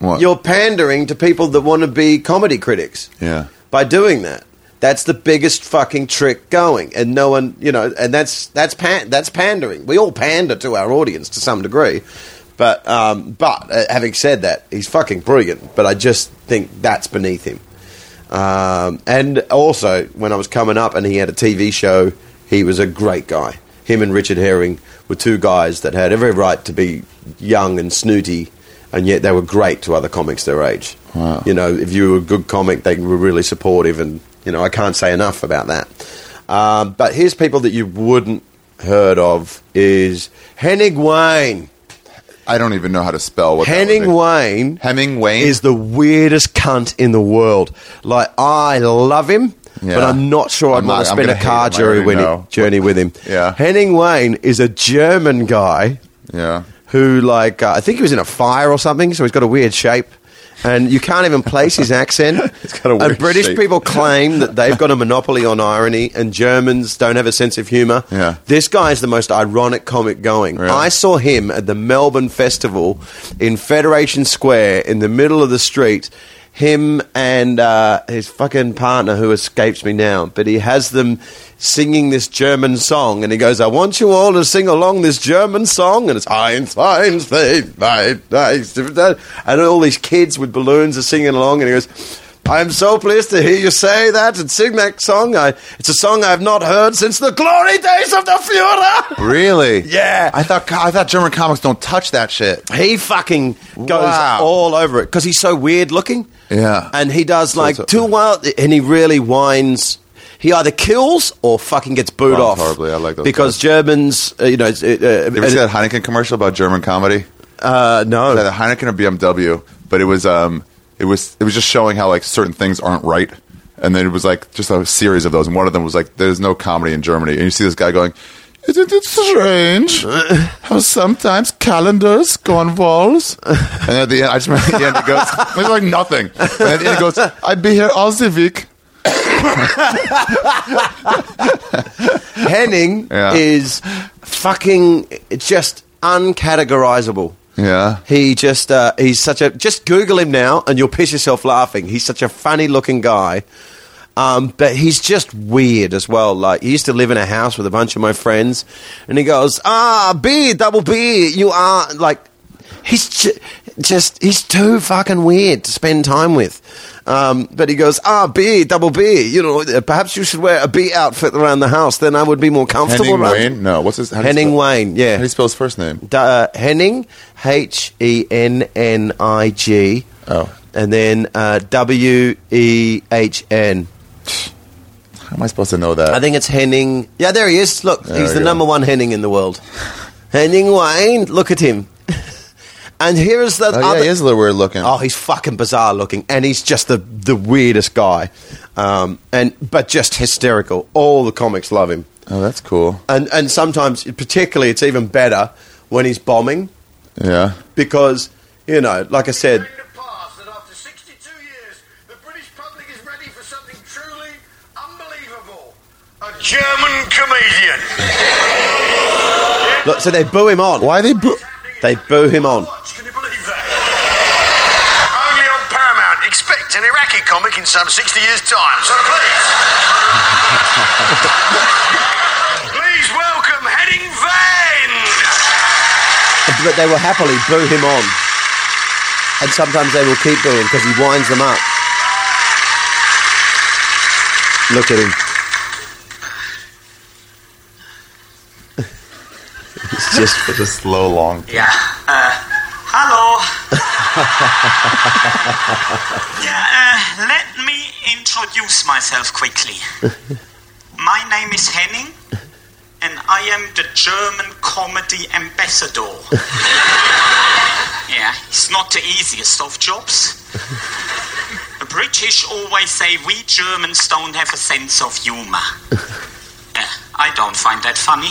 What? You're pandering to people that want to be comedy critics. yeah. By doing that, that's the biggest fucking trick going, and no one, you know, and that's that's pan- that's pandering. We all pander to our audience to some degree, but um, but uh, having said that, he's fucking brilliant. But I just think that's beneath him. Um, and also, when I was coming up, and he had a TV show, he was a great guy. Him and Richard Herring were two guys that had every right to be young and snooty, and yet they were great to other comics their age. Wow. You know, if you were a good comic, they were really supportive, and you know, I can't say enough about that. Um, but here's people that you wouldn't heard of is Henning Wayne. I don't even know how to spell what that would Henning be. Wayne. Hemming Wayne? is the weirdest cunt in the world. Like I love him, but Yeah. I'm not sure I'd I'm want not- to I'm spend a gonna hate car him, I journey already with him, know. journey with him. Yeah. Henning Wayne is a German guy Yeah. who, like, uh, I think he was in a fire or something, so he's got a weird shape. And you can't even place his accent. [laughs] He's got a and weird British shape. people claim that they've got a monopoly on irony, and Germans don't have a sense of humour. Yeah. This guy is the most ironic comic going. Really? I saw him at the Melbourne Festival in Federation Square in the middle of the street. Him and uh, his fucking partner, who escapes me now, but he has them singing this German song, and he goes, "I want you all to sing along this German song," and it's Heinz, Heinz, they, they, they, they," and all these kids with balloons are singing along, and he goes. I'm so pleased to hear you say that and sing that song. I, it's a song I've not heard since the glory days of the Führer. Really? Yeah. I thought I thought German comics don't touch that shit. He fucking goes Wow. all over it because he's so weird looking. Yeah. and he does like so- two wild, and he really whines. He either kills or fucking gets booed Oh, off. horribly. I like those because Germans, uh, you know, it's- it, uh, Have you seen that Heineken commercial about German comedy? uh, no, Either Heineken or BMW, but it was um it was it was just showing how like certain things aren't right. And then it was like just a series of those, and one of them was like, "There's no comedy in Germany," and you see this guy going, "Isn't it strange how sometimes calendars go on walls?" And at the end, I just remember at the end it goes, [laughs] "It's like nothing." And at the end it goes, "I'd be here all the week." Henning Yeah. [laughs] is fucking just uncategorizable. Yeah. He just uh, he's such a just Google him now and you'll piss yourself laughing. He's such a funny looking guy. Um, but he's just weird as well. Like he used to live in a house with a bunch of my friends, and he goes, "Ah, B, double B, you are like." He's ju- just he's too fucking weird to spend time with. Um, but he goes, "Ah, B, double B, you know, perhaps you should wear a B outfit around the house. Then I would be more comfortable." Henning around-" Wayne? No. What's his how do you Henning spell- Wayne, How do yeah. you spell his first name? D- uh, Henning, H E N N I G. Oh. And then uh, W E H N. How am I supposed to know that? I think it's Henning. Yeah, there he is. Look, There he's we the go. number one Henning in the world. Henning Wayne, look at him. [laughs] and here is the oh, yeah, other. he is a little weird looking. Oh, he's fucking bizarre looking, and he's just the the weirdest guy, um, and but just hysterical. All the comics love him. Oh, that's cool. and and sometimes particularly it's even better when he's bombing Yeah. because you know like i said bring to pass that after 62 years, the British public is ready for something truly unbelievable. A German comedian. look so they boo him on Why they boo? they boo him on Watch, can you believe that? Only on Paramount. Expect an Iraqi comic in some 60 years' time. So please. [laughs] please welcome Henning Vane. but they will happily boo him on and sometimes they will keep booing because he winds them up look at him it's just It's a slow, [laughs] long. Yeah. Uh, hello. yeah, uh, let me introduce myself quickly. My name is Henning, and I am the German comedy ambassador. yeah, it's not the easiest of jobs. The British always say we Germans don't have a sense of humor. Yeah, I don't find that funny.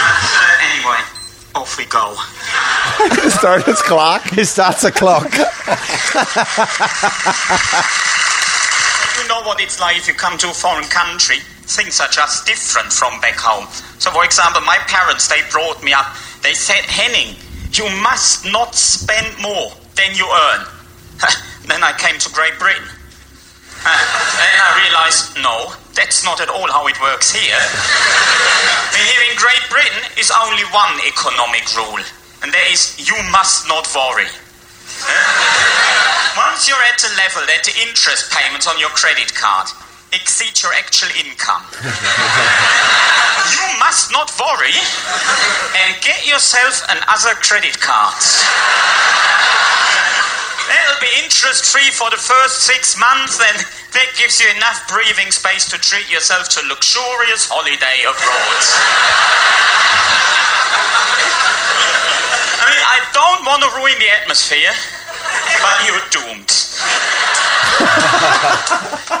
Uh, anyway, off we go. start his clock it starts a clock You know what it's like if you come to a foreign country. Things are just different from back home. So, for example, my parents, they brought me up. They said, Henning, you must not spend more than you earn. [laughs] then I came to Great Britain. [laughs] Uh, then I realized, no, that's not at all how it works here. [laughs] And here in Great Britain is only one economic rule, and that is you must not worry. Once you're at a level that the interest payments on your credit card exceed your actual income, [laughs] you must not worry and get yourself another credit card. That'll be interest free for the first six months, and that gives you enough breathing space to treat yourself to a luxurious holiday abroad. I mean, I don't want to ruin the atmosphere, but you're doomed.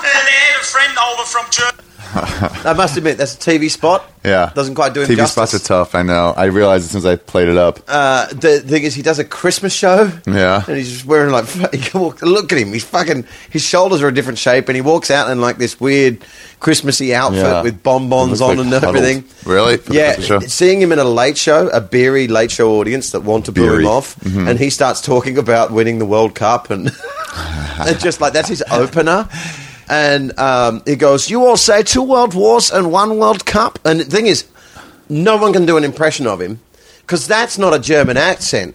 Uh, they had a friend over from Germany. i must admit that's a tv spot [laughs] Yeah. doesn't quite do him TV justice spots are tough. I know. I realized as soon as I played it up. uh, the thing is, he does a Christmas show. Yeah. And he's just wearing like, [laughs] fu- he walk- look at him. He's fucking, his shoulders are a different shape and he walks out in like this weird Christmassy outfit Yeah. with bonbons It looks on like and huddled. everything. Really? For the yeah. Christmas show? Seeing him in a late show, a beery late show audience that want to boo Beery. Mm-hmm. him off. And he starts talking about winning the World Cup and, [laughs] and just like, that's his opener. And um, he goes, You all say two world wars and one World Cup. And the thing is, no one can do an impression of him because that's not a German accent.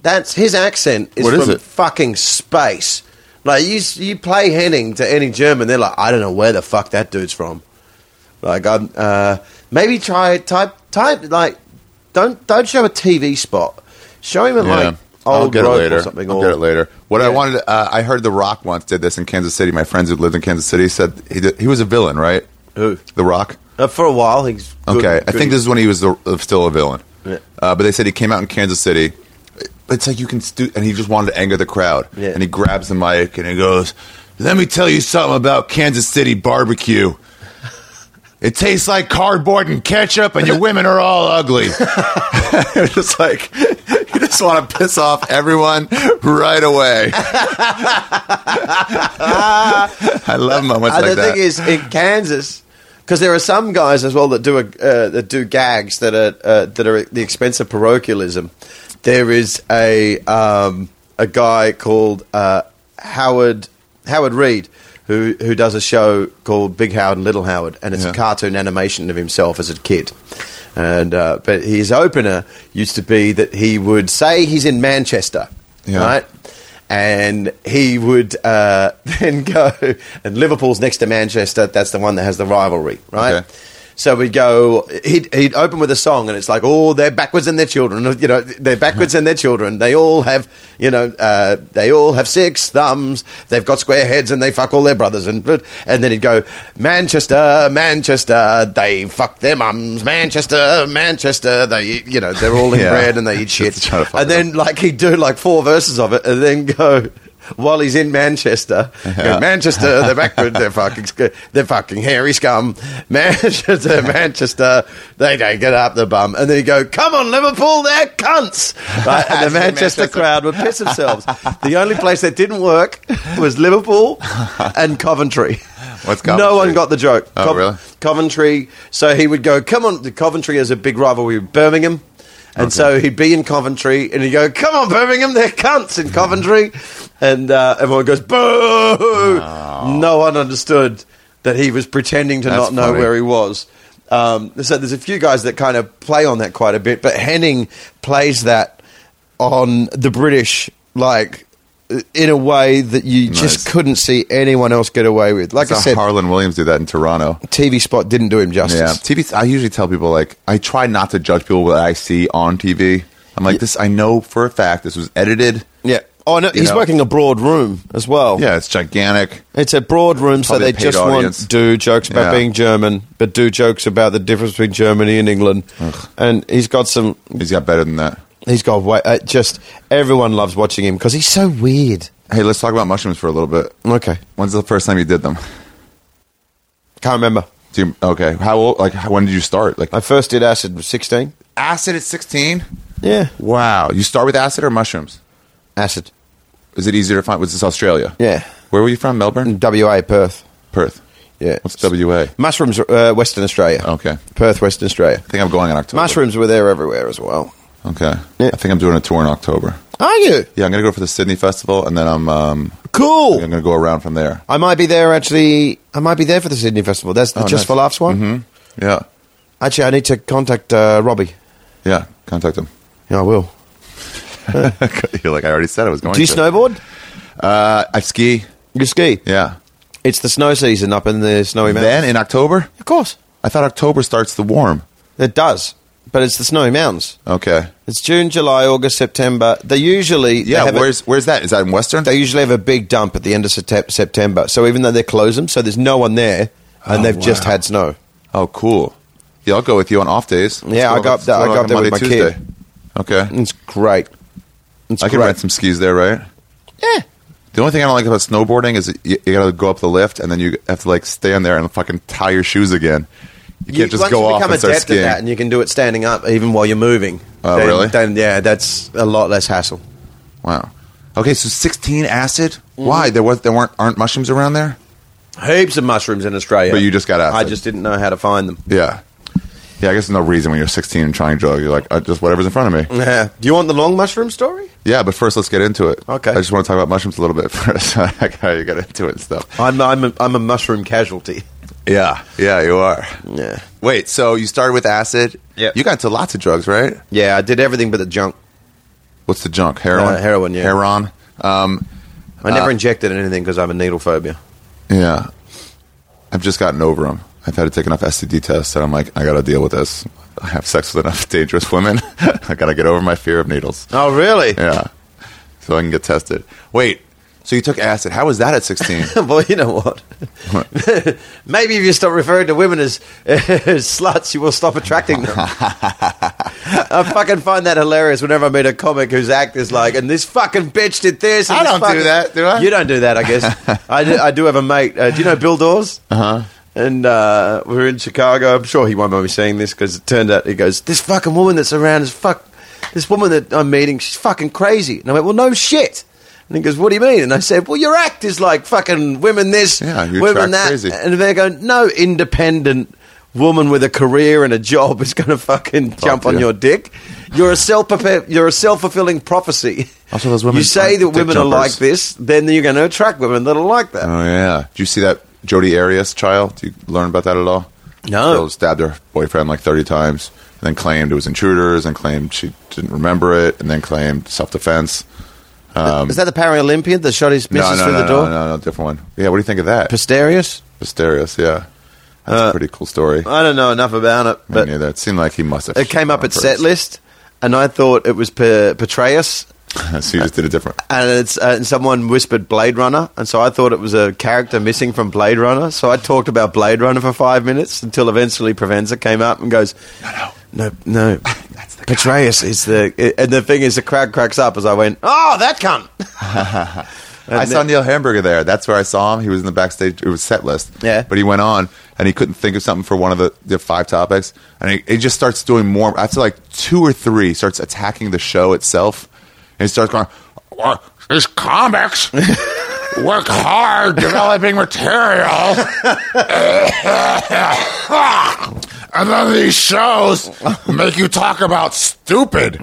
That's his accent is What is from it? fucking space. Like you, s- you play Henning to any German, they're like, I don't know where the fuck that dude's from. Like, I'm, uh, maybe try type type like, don't don't show a TV spot. Show him at Yeah. like I'll old get it rope later. or something. I'll or, get it later. What I Yeah. wanted, uh, I heard The Rock once did this in Kansas City. My friends who lived in Kansas City said he, did, he was a villain, right? Who? The Rock. Uh, for a while, he's good- Okay, I good- think this is when he was the, uh, still a villain. Yeah. Uh, but they said he came out in Kansas City. It's like you can stu- and he just wanted to anger the crowd. Yeah. And he grabs the mic and he goes, "Let me tell you something about Kansas City barbecue. It tastes like cardboard and ketchup, and your women are [laughs] all ugly." [laughs] It's just like you just want to piss off everyone right away. [laughs] I love moments Uh, like the that. Uh, thing is, in Kansas, because there are some guys as well that do a, uh, that do gags that are uh, that are at the expense of parochialism. There is a um, a guy called uh, Howard Howard Reed who who does a show called Big Howard and Little Howard, and it's Yeah. a cartoon animation of himself as a kid. And uh, but his opener used to be that he would say he's in Manchester, Yeah. right? and he would uh, [laughs] then go and Liverpool's next to Manchester. That's the one that has the rivalry, right? Okay. So we would go. He'd, he'd open with a song, and it's like, "Oh, they're backwards and their children. You know, they're backwards and their children. They all have, you know, uh, they all have six thumbs. They've got square heads, and they fuck all their brothers." And and then he'd go, "Manchester, Manchester, they fuck their mums. Manchester, Manchester, they, you know, they're all in Yeah. bread and they eat [laughs] shit." Just trying to fuck And it up. then like he'd do like four verses of it and then go while he's in Manchester. Go, [laughs] Manchester, they're backward, they're fucking sc- they're fucking hairy scum. [laughs] Manchester, Manchester, they don't get up the bum. And then he'd go, Come on, Liverpool, they're cunts. [laughs] Right? And the Manchester, crowd would piss themselves. the only place that didn't work was Liverpool [laughs] and Coventry. What's No Coventry? one got the joke. Oh, really? Coventry. So he would go, come on, Coventry is a big rivalry with Birmingham. And so he'd be in Coventry and he'd go, come on, Birmingham, they're cunts in Coventry. and uh, everyone goes, boo! No one understood that he was pretending to Oh. That's not know funny. where he was. Um, so there's a few guys that kind of play on that quite a bit, but Henning plays that on the British, like, in a way that you Nice. just couldn't see anyone else get away with. Like Like I said, Harlan Williams did that in Toronto. TV spot didn't do him justice. Yeah, TV. I usually tell people like I try not to judge people that I see on TV. I'm like this. I know for a fact this was edited. Yeah. Oh no, You he's know? working a broad room as well. Yeah, it's gigantic. it's a broad room, so Probably they a paid just audience. want do jokes about Yeah. being German, but do jokes about the difference between Germany and England. And he's got some. He's got better than that. He's got wa- uh, just everyone loves watching him because he's so weird. Hey, let's talk about mushrooms for a little bit. Okay, When's the first time you did them? can't remember. Do you, okay, how old? Like how- when did you start? Like I first did acid was sixteen. acid at 16. Yeah, Wow, you start with acid or mushrooms? acid. Is it easier to find? Was this Australia? Yeah, Mm. Where were you from? Melbourne, WA Perth. Perth. Yeah, What's WA? Mushrooms, uh, Western Australia. Okay. Perth, Western Australia. I think I'm going in October. Mushrooms were there everywhere as well. Okay. Yeah. I think I'm doing a tour in October. Are you Yeah, I'm gonna go for the Sydney Festival, and then I'm um, cool? I'm gonna go around from there. I might be there actually. I might be there for the Sydney Festival. That's the Oh, just nice. for laughs one. Mm-hmm. Yeah, Actually, I need to contact uh, Robbie. yeah. Contact him. [laughs] Yeah, I will. You're like I already said I was going. Do you to. snowboard? Uh, I ski. You ski? Yeah. It's the snow season up in the snowy mountains. Then in October, of course, I thought October starts the warm. it does. But it's the snowy mountains. Okay. It's June, July, August, September. They usually they Yeah. have a- where's where's that? Is that in Western? they usually have a big dump at the end of Septem- September. So even though they close them, so there's no one there, and Oh, they've just wow. had snow. oh, cool. Yeah, I'll go with you on off days. Let's Yeah, I go- got let's that- I go got on that with my kid. Okay. It's great. It's I can great. rent some skis there, right? yeah. The only thing I don't like about snowboarding is you, you gotta go up the lift and then you have to like stand there and fucking tie your shoes again. You can't just once go you off become and start adept at skiing. that, and you can do it standing up even while you're moving. Oh, then, really? Then yeah, that's a lot less hassle. wow. Okay, so 16 acid. Why Mm-hmm. there was there weren't aren't mushrooms around there? Heaps of mushrooms in Australia, But you just got acid. I just didn't know how to find them. [laughs] Yeah. Yeah, I guess there's no reason when you're 16 and trying drugs. You're like, uh, just whatever's in front of me. Yeah. Do you want the long mushroom story? Yeah, but first let's get into it. Okay. I just want to talk about mushrooms a little bit [laughs] first. Like how you got into it and stuff. I'm I'm a, I'm a mushroom [sighs] casualty. Yeah. Yeah, you are. Yeah. Wait, so you started with acid. Yeah. You got into lots of drugs, right? Yeah, I did everything but the junk. What's the junk? Heroin? Uh, heroin, yeah. Heroin. Um, I never Uh, injected anything because I have a needle phobia. yeah. I've just gotten over them. I've had to take enough STD tests, and I'm like, I got to deal with this. I have sex with enough [laughs] dangerous women. I got to get over my fear of needles. Oh, really? Yeah. So I can get tested. Wait. So you took acid. How was that at [laughs] [laughs] 16? well, you know what? [laughs] Maybe if you stop referring to women as, [laughs] as sluts, you will stop attracting [laughs] them. I fucking find that hilarious whenever I meet a comic whose act is like, and this fucking bitch did this. And I this don't do fucking-" that, do I? You don't do that, I guess. [laughs] I, do, I do have a mate. Uh, do you know Bill Dawes? Uh-huh. And uh, we were in Chicago. I'm sure he won't mind me saying this because it turned out he goes, this fucking woman that's around is fuck. This woman that I'm meeting, she's fucking crazy. And I went, well, no shit. And he goes, what do you mean? And I said, well, your act is like fucking women this, Yeah, you women attract that. crazy. And they're going, no, independent woman with a career and a job is going to fucking jump on yeah. your dick. You're a self you're a self fulfilling prophecy. Also, those women You say like that dick women are jumpers. like this, then you're going to attract women that are like that. [laughs] Oh yeah. Did you see that Jodi Arias trial? Did you learn about that at all? No. Girl stabbed her boyfriend like thirty times, and then claimed it was intruders, and claimed she didn't remember it, and then claimed self defense. is that the Paralympian that shot his Um, No, missus no, through no, the door? no, no, no, different one. Yeah, what do you think of that? Pisterius? Mysterious, yeah. That's a pretty cool story. I don't know enough about it, I Uh, but knew that. It seemed like he must have. it came up on at purpose. Setlist, and I thought it was Pe- Petraeus, [laughs] so you just did a different. and it's uh, and someone whispered Blade Runner, and so I thought it was a character missing from Blade Runner. So I talked about Blade Runner for five minutes until eventually Provenza came up and goes, "No, no, no, that's the Petraeus is the." i- And the thing is, the crowd cracks up as I went, "Oh, that cunt!" I And saw then- Neil Hamburger there. That's where I saw him. He was in the backstage. It was set list. Yeah. But he went on and he couldn't think of something for one of the, the five topics. And he, he just starts doing more. After like two or three, starts attacking the show itself. And he starts going, [laughs] well, these comics work hard developing material. [laughs] and then these shows make you talk about stupid,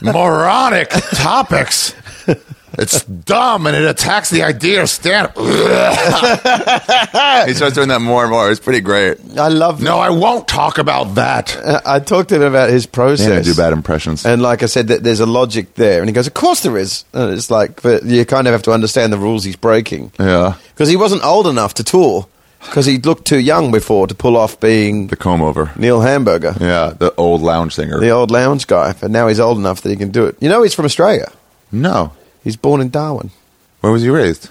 moronic topics. It's dumb and it attacks the idea of stand up. he starts doing that more and more. It's pretty great. I love. [laughs] uh, No, I won't talk about that. I talked to him about his process. Yeah, I do bad impressions. And like I said, that there's a logic there, and he goes, "Of course there is." And it's like, but you kind of have to understand the rules he's breaking. Yeah. because he wasn't old enough to tour, because he looked too young before to pull off being the comb over. Neil Hamburger, Yeah, the old lounge singer. the old lounge guy. But now he's old enough that he can do it. You know, he's from Australia. no. He's born in Darwin. Where was he raised?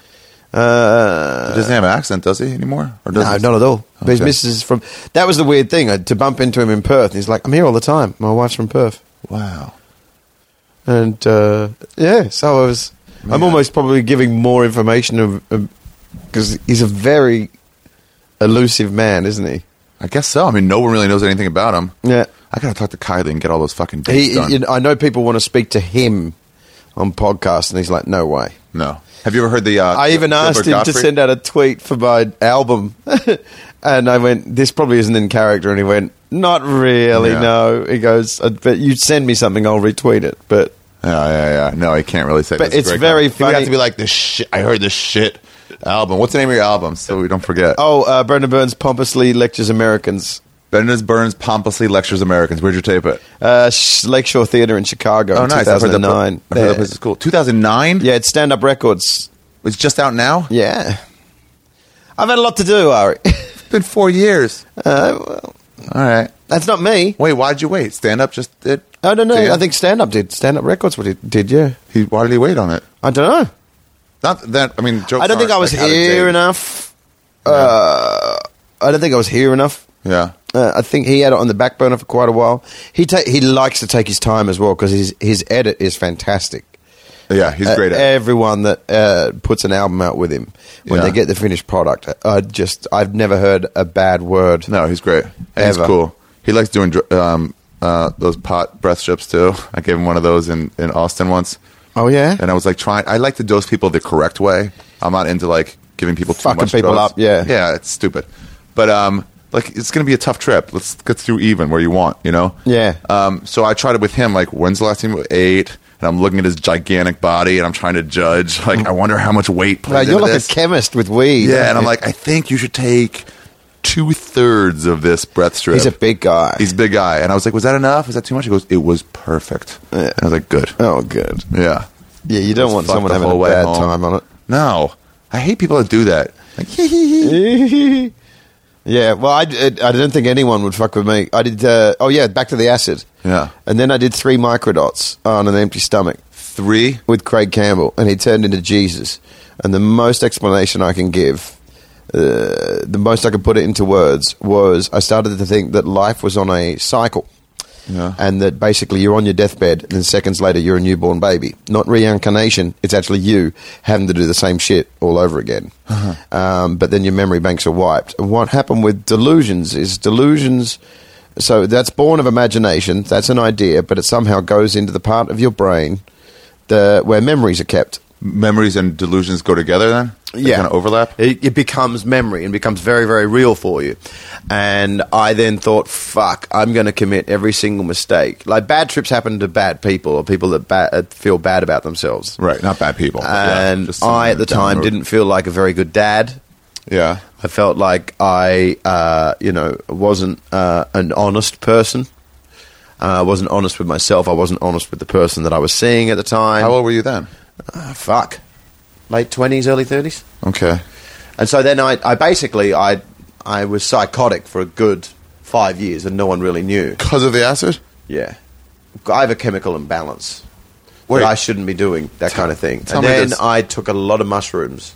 Uh, He doesn't have an accent, does he anymore? Or does no, he? not at all. But his Okay. missus is from. That was the weird thing uh, to bump into him in Perth. And he's like, "I'm here all the time. My wife's from Perth." Wow. and uh, yeah, so I was. I'm Yeah. almost probably giving more information because he's a very elusive man, isn't he? I guess so. I mean, no one really knows anything about him. Yeah. I gotta talk to Kylie and get all those fucking dates He, done. you know, I know people want to speak to him on podcasts, and he's like, "No way." no. Have you ever heard the? Uh, I even Gilbert asked him to Gottfried? send out a tweet for my album, [laughs] and I went, "This probably isn't in character." And he went, "Not really, Yeah. no." He goes, "Uh, "But you send me something, I'll retweet it." But Yeah, yeah, yeah. No, he can't really say. But this is it's great very comedy. He would funny. have to be like this shit. I heard this shit album. What's the name of your album? So we don't forget. oh, Oh. uh, Brendan Burns pompously lectures Americans. Benedict Burns pompously lectures Americans. Where'd you tape it? Oh, Uh, Sh- Lakeshore Theatre in Chicago in I've heard that 2009. pla- I've heard Yeah. that place is cool. 2009. yeah, it's Stand Up Records. it's just out now. Yeah. I've had a lot to do, Ari. [laughs] It's been four years. Uh, well, All right. that's not me. Wait, why'd you wait? Stand up just did. I don't know. Dan? I think Stand Up did. Stand Up Records what it did, yeah. He, why did he wait on it? I don't know. Not that I mean, jokes I don't think I aren't, was like, out of here date. enough. Uh, I don't think I was here enough. Yeah. Uh, I think he had it on the back burner for quite a while. He ta- he likes to take his time as well because his his edit is fantastic. Yeah, he's Uh, great at. it. everyone that uh, puts an album out with him when Yeah. they get the finished product. I- I just I've never heard a bad word. No, he's great. And he's Ever. cool. He likes doing dr- um, uh, those pot breath strips too. [laughs] I gave him one of those in, in Austin once, Oh yeah, and I was like trying. I like to dose people the correct way. I'm not into like giving people too Fucking much people drugs. up, yeah. yeah, it's stupid. But um, like it's gonna be a tough trip. Let's get through even where you want, you know. Yeah. Um, so I tried it with him. Like, when's the last time you ate? And I'm looking at his gigantic body, and I'm trying to judge. [laughs] Like, I wonder how much weight. Well, plays you're into like this. a chemist with weed. Yeah, and I'm like, I think you should take two thirds of this breath strip. he's a big guy. He's a big guy, and I was like, was that enough? Is that too much? He goes, it was perfect. And I was like, good. oh good. Yeah. Yeah, you don't Just want fuck someone the having whole a way bad home. time on No, I hate people that do that. Like, hee hee hee. [laughs] it. yeah, well, I, I I don't think anyone would fuck with me. I did. Uh, oh yeah, back to the acid. Yeah. and then I did three microdots on an empty stomach. Three. with Craig Campbell, and he turned into Jesus. And the most explanation I can give, uh, the most I could put it into words, was I started to think that life was on a cycle. Yeah. And that basically you're on your deathbed, and then seconds later you're a newborn baby. Not reincarnation; it's actually you having to do the same shit all over again. Um, but then your memory banks are wiped. And What happened with delusions is delusions. So that's born of imagination. That's an idea, but it somehow goes into the part of your brain the, where memories are kept. Memories and delusions go together. Then yeah. kind of overlap. It, it becomes memory and becomes very, very real for you. And I then thought, fuck, I'm going to commit every single mistake. Like bad trips happen to bad people or people that ba- uh, feel bad about themselves. Right, not bad people. And Yeah, just someone I, at the down time, road. didn't feel like a very good dad. Yeah, I felt like I, uh, you know, wasn't uh, an honest person. Uh, I wasn't honest with myself. I wasn't honest with the person that I was seeing at the time. how old were you then? Ah, fuck. Late 20s, early 30s? Okay, And so then I, I basically I I was psychotic for a good five years, and no one really knew. because of the acid. Yeah, I have a chemical imbalance. Wait, Wait. I shouldn't be doing that kind of thing. tell and me then this. I took a lot of mushrooms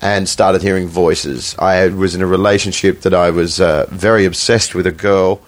and started hearing voices. I was in a relationship that I was uh, very obsessed with a girl.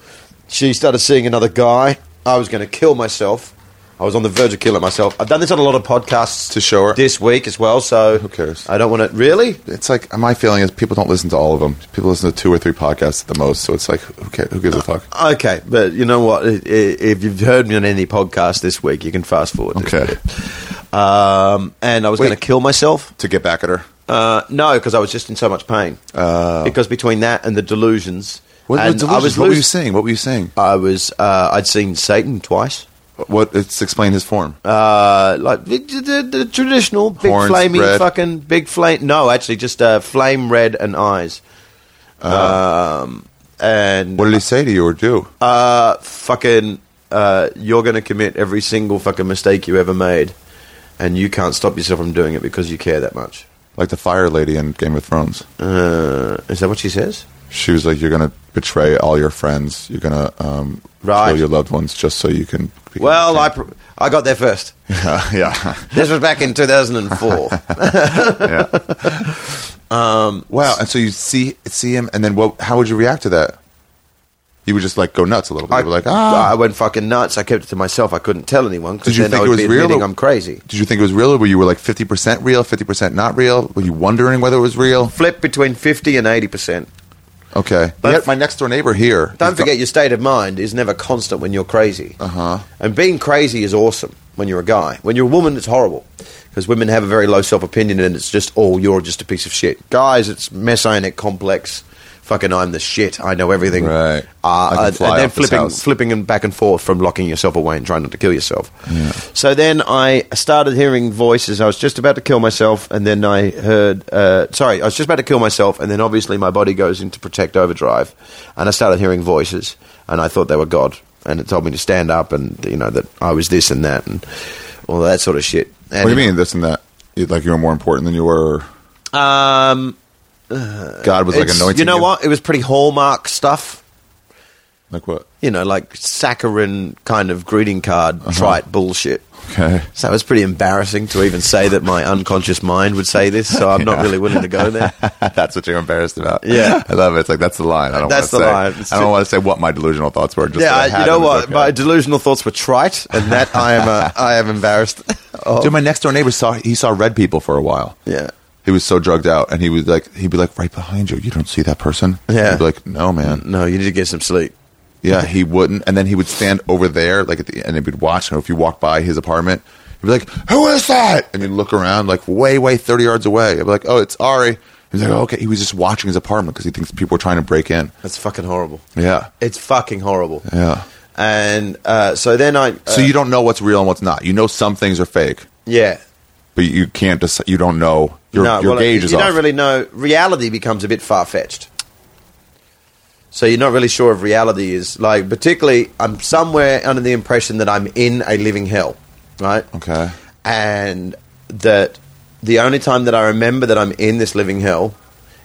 She started seeing another guy. I was going to kill myself. I was on the verge of killing myself. I've done this on a lot of podcasts To show her? this week as well. So Who cares? I don't want to really. It's like my feeling is people don't listen to all of them. People listen to two or three podcasts at the most. So it's like, who cares? Who gives a fuck? Okay, but you know what? I- i- If you've heard me on any podcast this week, you can fast forward. this Okay. bit. Um, and I was Wait. going to kill myself. To get back at her. Uh, no, because I was just in so much pain. because between that and the delusions, Uh. What, and what, I was what were you lose- saying? What were you saying? I was. Uh, I'd seen Satan twice. Uh, What? It's explain his form. Uh, like the, the, the traditional big Horns, flaming red. fucking big flame. No, actually, just uh, flame red and eyes. Um, and Uh-huh. what did he say to you or do? uh, fucking, uh, you're going to commit every single fucking mistake you ever made, and you can't stop yourself from doing it because you care that much. like the fire lady in Game of Thrones. Uh, is that what she says? She was like, "You're gonna betray all your friends. You're gonna um, Right. kill your loved ones just so you can." become Well, the I, king." [laughs] pr- I got there first. yeah, This was back in [laughs] 2004. yeah. um, wow. And so you see see him, and then what? How would you react to that? You would just like go nuts a little bit. I, you were like, ah. I went fucking nuts. I kept it to myself. I couldn't tell anyone Did because you then think I it would was be real admitting or- I'm crazy. Did you think it was real, or were you were like fifty percent real, fifty percent not real? Were you wondering whether it was real? Flip between 50 and 80%. Okay. But- Yet my next door neighbor here. Don't forget, your state of mind is never constant when you're crazy. Uh-huh. And being crazy is awesome when you're a guy. When you're a woman, it's horrible because women have a very low self opinion and it's just, oh, you're just a piece of shit. Guys, it's messianic complex. Fucking, I'm the shit. I know everything. Right. Uh, I can and- fly and then off this flipping, house. flipping and back and forth from locking yourself away and trying not to kill yourself. So then I started hearing voices. I was just about to kill myself, and then I heard. Uh, sorry, I was just about to kill myself, and then obviously my body goes into protect overdrive, and I started hearing voices, and I thought they were God, and it told me to stand up, and you know that I was this and that, and all that sort of shit. And What do you mean this and that? You- Like you were more important than you were. Um, God was like it's- anointing. you know what? It was pretty hallmark stuff. Like what? You know, like saccharine kind of greeting card trite bullshit. Uh-huh. Okay. [laughs] So it was pretty embarrassing to even say that my unconscious mind would say this, so I'm not really willing to go [laughs] there. that's what you're embarrassed about. Yeah. [laughs] I love it. It's like that's the line. I don't That's wanna the say, line. It's I don't ju- want to say what my delusional thoughts were. Just yeah, that I I, had you know them. what? It's okay. My delusional thoughts were trite, and that I am [laughs] uh, I am embarrassed. Oh, Dude, my next door neighbor saw he saw red people for a while. yeah. He was so drugged out, and he was like, he'd be like, right behind you. You don't see that person? Yeah. He'd be like, no, man. No, you need to get some sleep. Yeah, he wouldn't. And then he would stand over there, like, at the, and he would watch. And if you walk by his apartment, he'd be like, who is that? And you'd look around, like, way, way 30 yards away. I'd be like, oh, it's Ari. He's like, oh, okay. He was just watching his apartment because he thinks people are trying to break in. That's fucking horrible. Yeah. It's fucking horrible. Yeah. And uh, so then I. uh, So you don't know what's real and what's not. You know some things are fake, Yeah. but you can't decide. You don't know your, no, your well, gauge you, is you off. don't really know. Reality becomes a bit far fetched. So you're not really sure if reality is like. Particularly, I'm somewhere under the impression that I'm in a living hell, right? okay. and that the only time that I remember that I'm in this living hell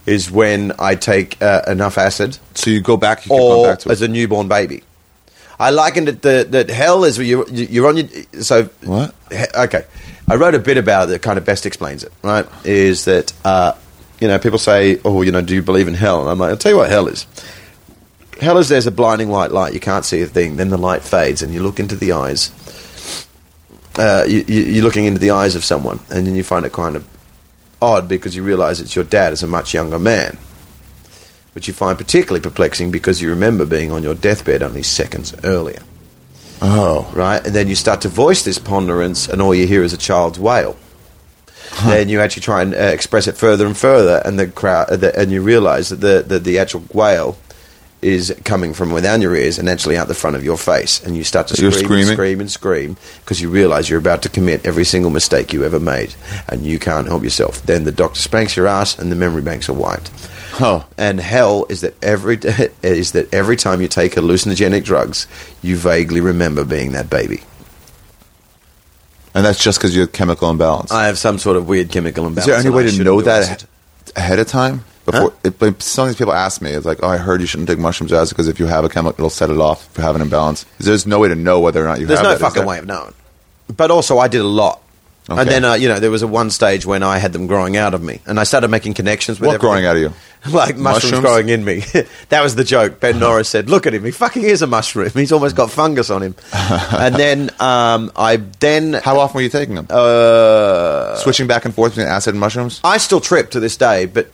is when I take uh, enough acid So you go back. You keep going or back to it. as a newborn baby. I likened it that that hell is where you're, you're on your so What? he- okay. I wrote a bit about it that kind of best explains it. Right? Is that uh, you know people say, oh, you know, do you believe in hell? And I'm like, I'll tell you what hell is. Hell is there's a blinding white light. You can't see a thing. Then the light fades, and you look into the eyes. Uh, you, you, you're looking into the eyes of someone, and then you find it kind of odd because you realize it's your dad as a much younger man which you find particularly perplexing because you remember being on your deathbed only seconds earlier, oh, right? And then you start to voice this ponderance, and all you hear is a child's wail. then you actually try and uh, express it further and further, and the crowd, uh, the, and you realise that the, the the actual wail is coming from within your ears and actually out the front of your face, and you start to You're scream, screaming? and scream and scream because you realise you're about to commit every single mistake you ever made, and you can't help yourself. Then the doctor spanks your ass, and the memory banks are wiped. Oh. And hell is that every [laughs] is that every time you take hallucinogenic drugs, you vaguely remember being that baby. And that's just because you have chemical imbalance. I have some sort of weird chemical imbalance. Is there any and way I to shouldn't know do that acid. ahe- ahead of time? Before Huh? it, like, sometimes people ask me, it's like, "Oh, I heard you shouldn't take mushrooms, as because if you have a chemical, it'll set it off. If you have an imbalance, there's no way to know whether or not you There's have. no that, is fucking there? way of knowing. But also, I did a lot. Okay. And then, uh, you know, there was a one stage when I had them growing out of me, and I started making connections with What growing out of you? [laughs] like mushrooms, Mushrooms? growing in me. [laughs] that was the joke. Ben Norris said, "Look at him. He fucking is a mushroom. [laughs] He's almost got fungus on [laughs] him." and then um, I then How often were you taking them? uh, Switching back and forth between acid and mushrooms. I still trip to this day, but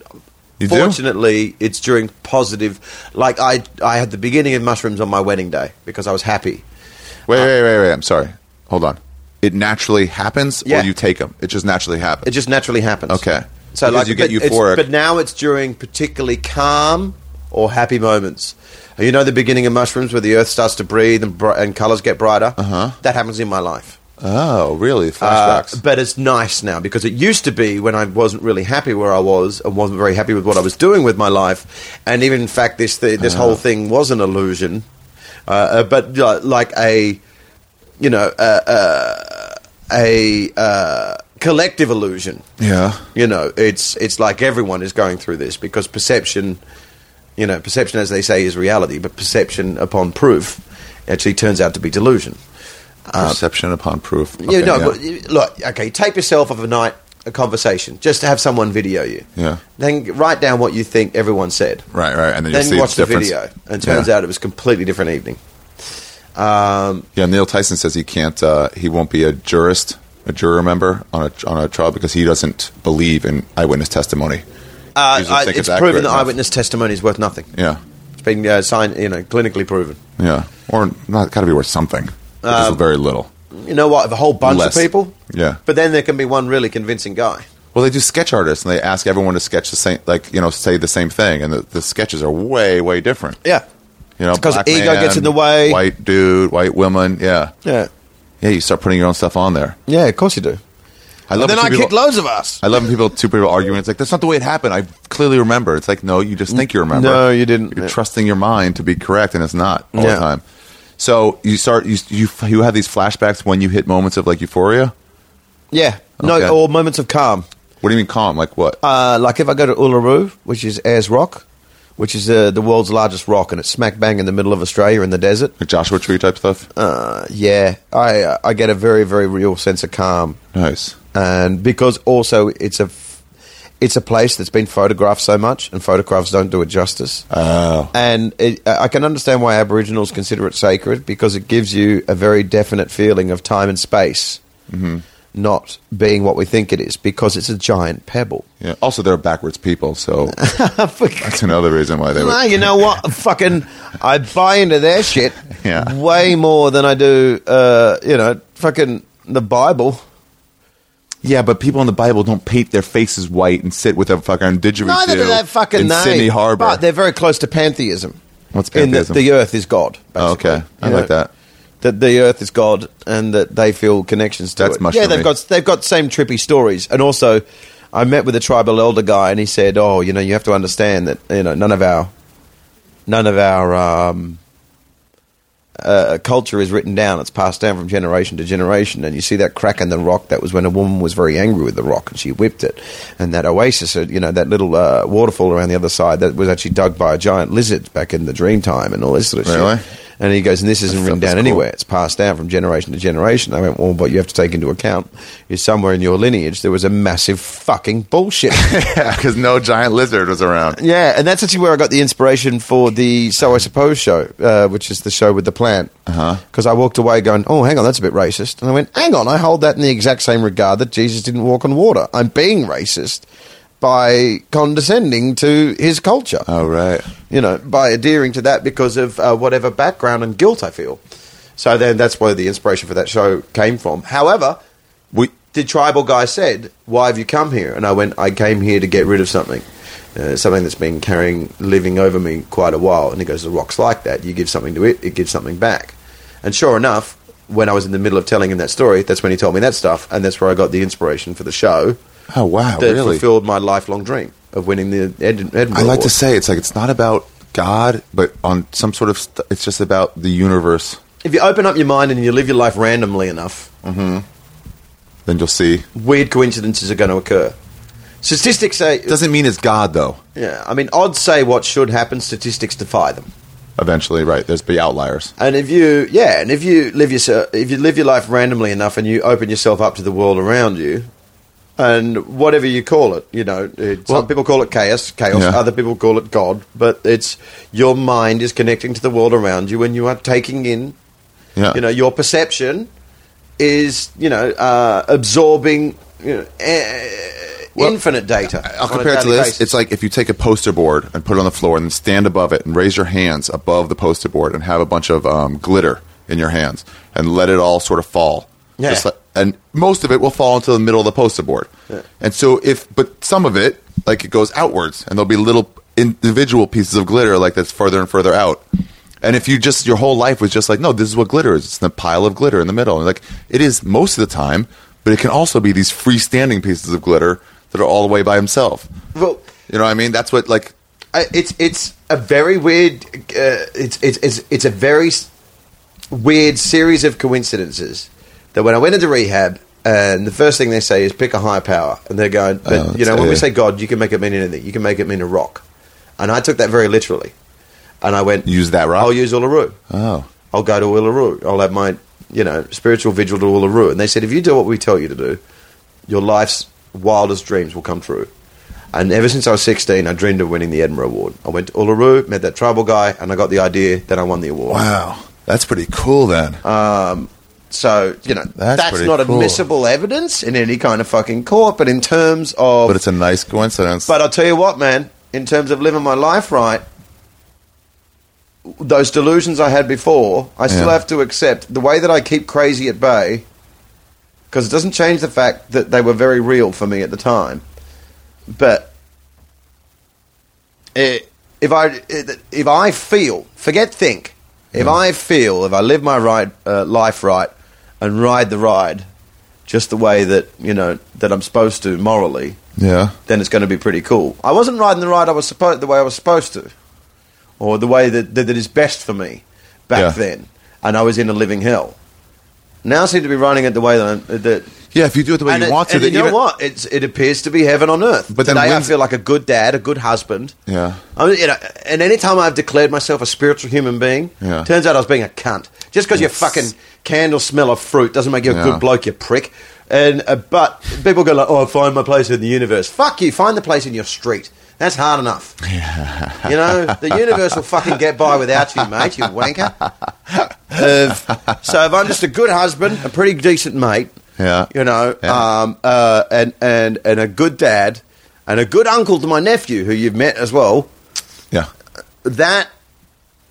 You do? fortunately, it's during positive. Like I, I had the beginning of mushrooms on my wedding day because I was happy. uh, Wait, wait, wait, wait. I'm sorry. Hold on. It naturally happens, Yeah. or you take them. It just naturally happens. It just naturally happens. Okay. So Because like you get but it's- euphoric. but now it's during particularly calm or happy moments. You know the beginning of mushrooms where the earth starts to breathe and, bri- and colors get brighter. Uh-huh. That happens in my life. oh, really? Uh, Flashbacks. but it's nice now because it used to be when I wasn't really happy where I was and wasn't very happy with what I was doing with my life, and even in fact this th- this Ah. whole thing was an illusion, uh, uh, but uh, like a you know uh, uh, a uh, collective illusion. yeah. You know, it's it's like everyone is going through this because perception, you know, perception as they say is reality, but perception upon proof actually turns out to be delusion. Perception Uh, upon proof. yeah, Okay, no, but you- look, okay, take yourself of a night a conversation, just to have someone video you. Yeah. Then g- write down what you think everyone said. Right, right, and then you'll Then see watch the the difference. video, and it turns Yeah. out it was a completely different evening. Yeah, Neil Tyson says he can't. Uh, he won't be a jurist, a juror member on a on a trial because he doesn't believe in eyewitness testimony. Uh, You just I, think it's it's proven accurate that enough. eyewitness testimony is worth nothing. Yeah, It's been uh, signed, you know, clinically proven. yeah, or not. Got to be worth something. Which Uh, is very little. You know what? Of a whole bunch Less. of people, Yeah. But then there can be one really convincing guy. Well, they do sketch artists, and they ask everyone to sketch the same, like you know, say the same thing, and the, the sketches are way, way different. Yeah. You know, It's 'cause black ego man, gets in the way. White dude, white woman. Yeah, Yeah. yeah. You start putting your own stuff on there. Yeah, of course you do. I love. then when I two people- kicked loads of us. I love when people two people arguing. It's like that's not the way it happened. I clearly remember. It's like no, you just think you remember. No, you didn't. You're trusting your mind to be correct, and it's not all Yeah. the time. So you start you you you have these flashbacks when you hit moments of like euphoria. Yeah. Okay. No, or moments of calm. What do you mean calm? Like what? Uh, like if I go to Uluru, which is Ayers Rock, which is uh, the world's largest rock, and it's smack bang in the middle of Australia in the desert. like Joshua Tree type stuff. Uh, yeah, I uh, I get a very very real sense of calm, nice. and because also it's a f- it's a place that's been photographed so much, and photographs don't do it justice. Oh, and it, I I can understand why Aboriginals consider it sacred because it gives you a very definite feeling of time and space not being what we think it is because it's a giant pebble. yeah. Also, they're backwards people, so that's another reason why they No, [laughs] would. you know [laughs] what? Fucking, I buy into their shit Yeah. way more than I do, uh, you know, fucking the Bible. Yeah, but people in the Bible don't paint their faces white and sit with a fucking didgeridoo Neither do they fucking in know. Sydney Harbor. But they're very close to pantheism. What's In that pantheism? the earth is God. Oh, basically. okay, I You like know? that. [laughs] that the Earth is God and that they feel connections to That's it. mushroomy. Yeah, they've got they've got same trippy stories, and also I met with a tribal elder guy, and he said, "Oh, you know, you have to understand that you know none of our none of our um, uh, culture is written down; it's passed down from generation to generation. And you see that crack in the rock. That was when a woman was very angry with the rock, and she whipped it. And that oasis, uh, you know, that little uh, waterfall around the other side, that was actually dug by a giant lizard back in the Dreamtime, and all this sort of Really? shit." And he goes, and this isn't written that's down cool. anywhere. It's passed down from generation to generation. I went, well, what you have to take into account is somewhere in your lineage there was a massive fucking [laughs] bullshit. Yeah, because no giant lizard was around. yeah, and that's actually where I got the inspiration for the So I Suppose show, uh, which is the show with the plant. Uh-huh. Because I walked away going, oh, hang on, that's a bit racist. And I went, hang on, I hold that in the exact same regard that Jesus didn't walk on water. I'm being racist by condescending to his culture Oh, right. you know, by adhering to that because of uh, whatever background and guilt I feel. So then that's where the inspiration for that show came from. However, We, the tribal guy said, "Why have you come here?" And I went, "I came here to get rid of something." Uh, something that's been carrying living over me quite a while, and he goes, "The rock's like that. You give something to it, it gives something back." And sure enough, when I was in the middle of telling him that story, that's when he told me that stuff, and that's where I got the inspiration for the show Oh wow, that really? fulfilled my lifelong dream of winning the Ed- Edinburgh. I like Award. to say it's like it's not about God, but on some sort of st- it's just about the universe. if you open up your mind and you live your life randomly enough, Then you'll see. weird coincidences are going to occur. Statistics say, Doesn't mean it's God though. yeah, I mean, odds say what should happen. Statistics defy them. Eventually, right? There's be outliers. And if you, yeah, and if you live yourself, if you live your life randomly enough, and you open yourself up to the world around you, and whatever you call it, you know, it, Well- some people call it chaos, chaos. Yeah. Other people call it God, but it's your mind is connecting to the world around you, and you are taking in Yeah. you know your perception is you know uh, absorbing you know, eh, Well, infinite data I'll on a compare it to daily this. basis. It's like if you take a poster board and put it on the floor and stand above it and raise your hands above the poster board and have a bunch of um, glitter in your hands and let it all sort of fall. Yeah. Just let- and most of it will fall into the middle of the poster board. And so if, but some of it, like it goes outwards and there'll be little individual pieces of glitter like that's further and further out. And if you just, your whole life was just like, no, this is what glitter is. It's the pile of glitter in the middle. And like it is most of the time, but it can also be these freestanding pieces of glitter that are all the way by himself. Well, You know what I mean? That's what like I- it's it's a very weird. Uh, it's it's it's it's a very s- weird series of coincidences that when I went into rehab. And the first thing they say is pick a higher power, and they're going. But Oh, you know, when we yeah. say God, you can make it mean anything. You can make it mean a rock, and I took that very literally. And I went, use that rock. I'll use Uluru. oh. I'll go to Uluru. I'll have my, you know, spiritual vigil to Uluru. And they said, if you do what we tell you to do, your life's wildest dreams will come true. And ever since I was 16, I dreamed of winning the Edinburgh Award. I went to Uluru, met that tribal guy, and I got the idea that I won the award. Wow. That's pretty cool then. Uh, So, you know, That's that's, pretty not cool. admissible evidence in any kind of fucking court, but in terms of. but it's a nice coincidence. But I'll tell you what, man, in terms of living my life right, those delusions I had before, I still Yeah. have to accept the way that I keep crazy at bay, because it doesn't change the fact that they were very real for me at the time. But eh, if I if I feel, forget think, if I feel, if I live my right uh, life right and ride the ride, just the way that you know that I'm supposed to morally, yeah. then it's going to be pretty cool. I wasn't riding the ride I was supposed the way I was supposed to, or the way that that, that is best for me back Yeah. then, and I was in a living hell. Now I seem to be riding it the way that I'm, that. Yeah, if you do it the way and you it- want to, and then you know even- what? It's it appears to be heaven on earth. But But then today I when's- feel like a good dad, a good husband. Yeah. I mean, you know, and any time I've declared myself a spiritual human being, Yeah. turns out I was being a cunt. Just because your fucking candle smell of fruit doesn't make you a Yeah. good bloke, you prick. And uh, but people go like, "Oh, find my place in the universe." Fuck you. Find the place in your street. That's hard [laughs] enough. You know, the universe will fucking get by without you, mate. You wanker. Uh, so if I'm just a good husband, a pretty decent mate, Yeah. you know, Yeah. um, uh, and and and a good dad, and a good uncle to my nephew, who you've met as well, Yeah. that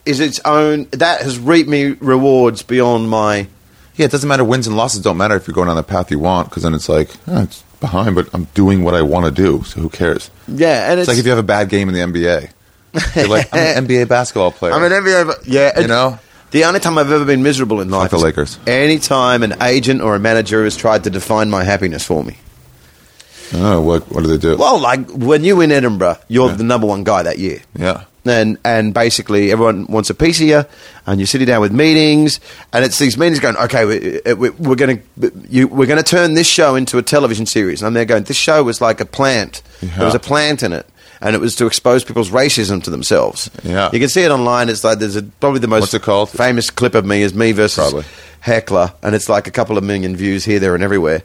is its own. That has reaped me rewards beyond my. Yeah, it doesn't matter. Wins and losses don't matter if you're going on the path you want, because then it's like, eh, it's behind, but I'm doing what I want to do, so who cares? Yeah, and it's, It's, like if you have a bad game in the NBA. You're like, [laughs] I'm an NBA basketball player. I'm an NBA. but- Yeah, You it- know? The only time I've ever been miserable in life the is Lakers. Any time an agent or a manager has tried to define my happiness for me. oh, what, what do they do? Well, like when you in Edinburgh, you're Yeah. the number one guy that year. yeah. and and basically everyone wants a piece of you, and you're sitting down with meetings, and it's these meetings going, okay, we, uh, we, we're going to you we're going to turn this show into a television series, and I'm there going, this show was like a plant, Yeah. there was a plant in it. And it was to expose people's racism to themselves. Yeah. you can see it online. It's like there's a, probably the most What's it called? famous clip of me is me versus Probably. heckler, and it's like a couple of million views here, there, and everywhere.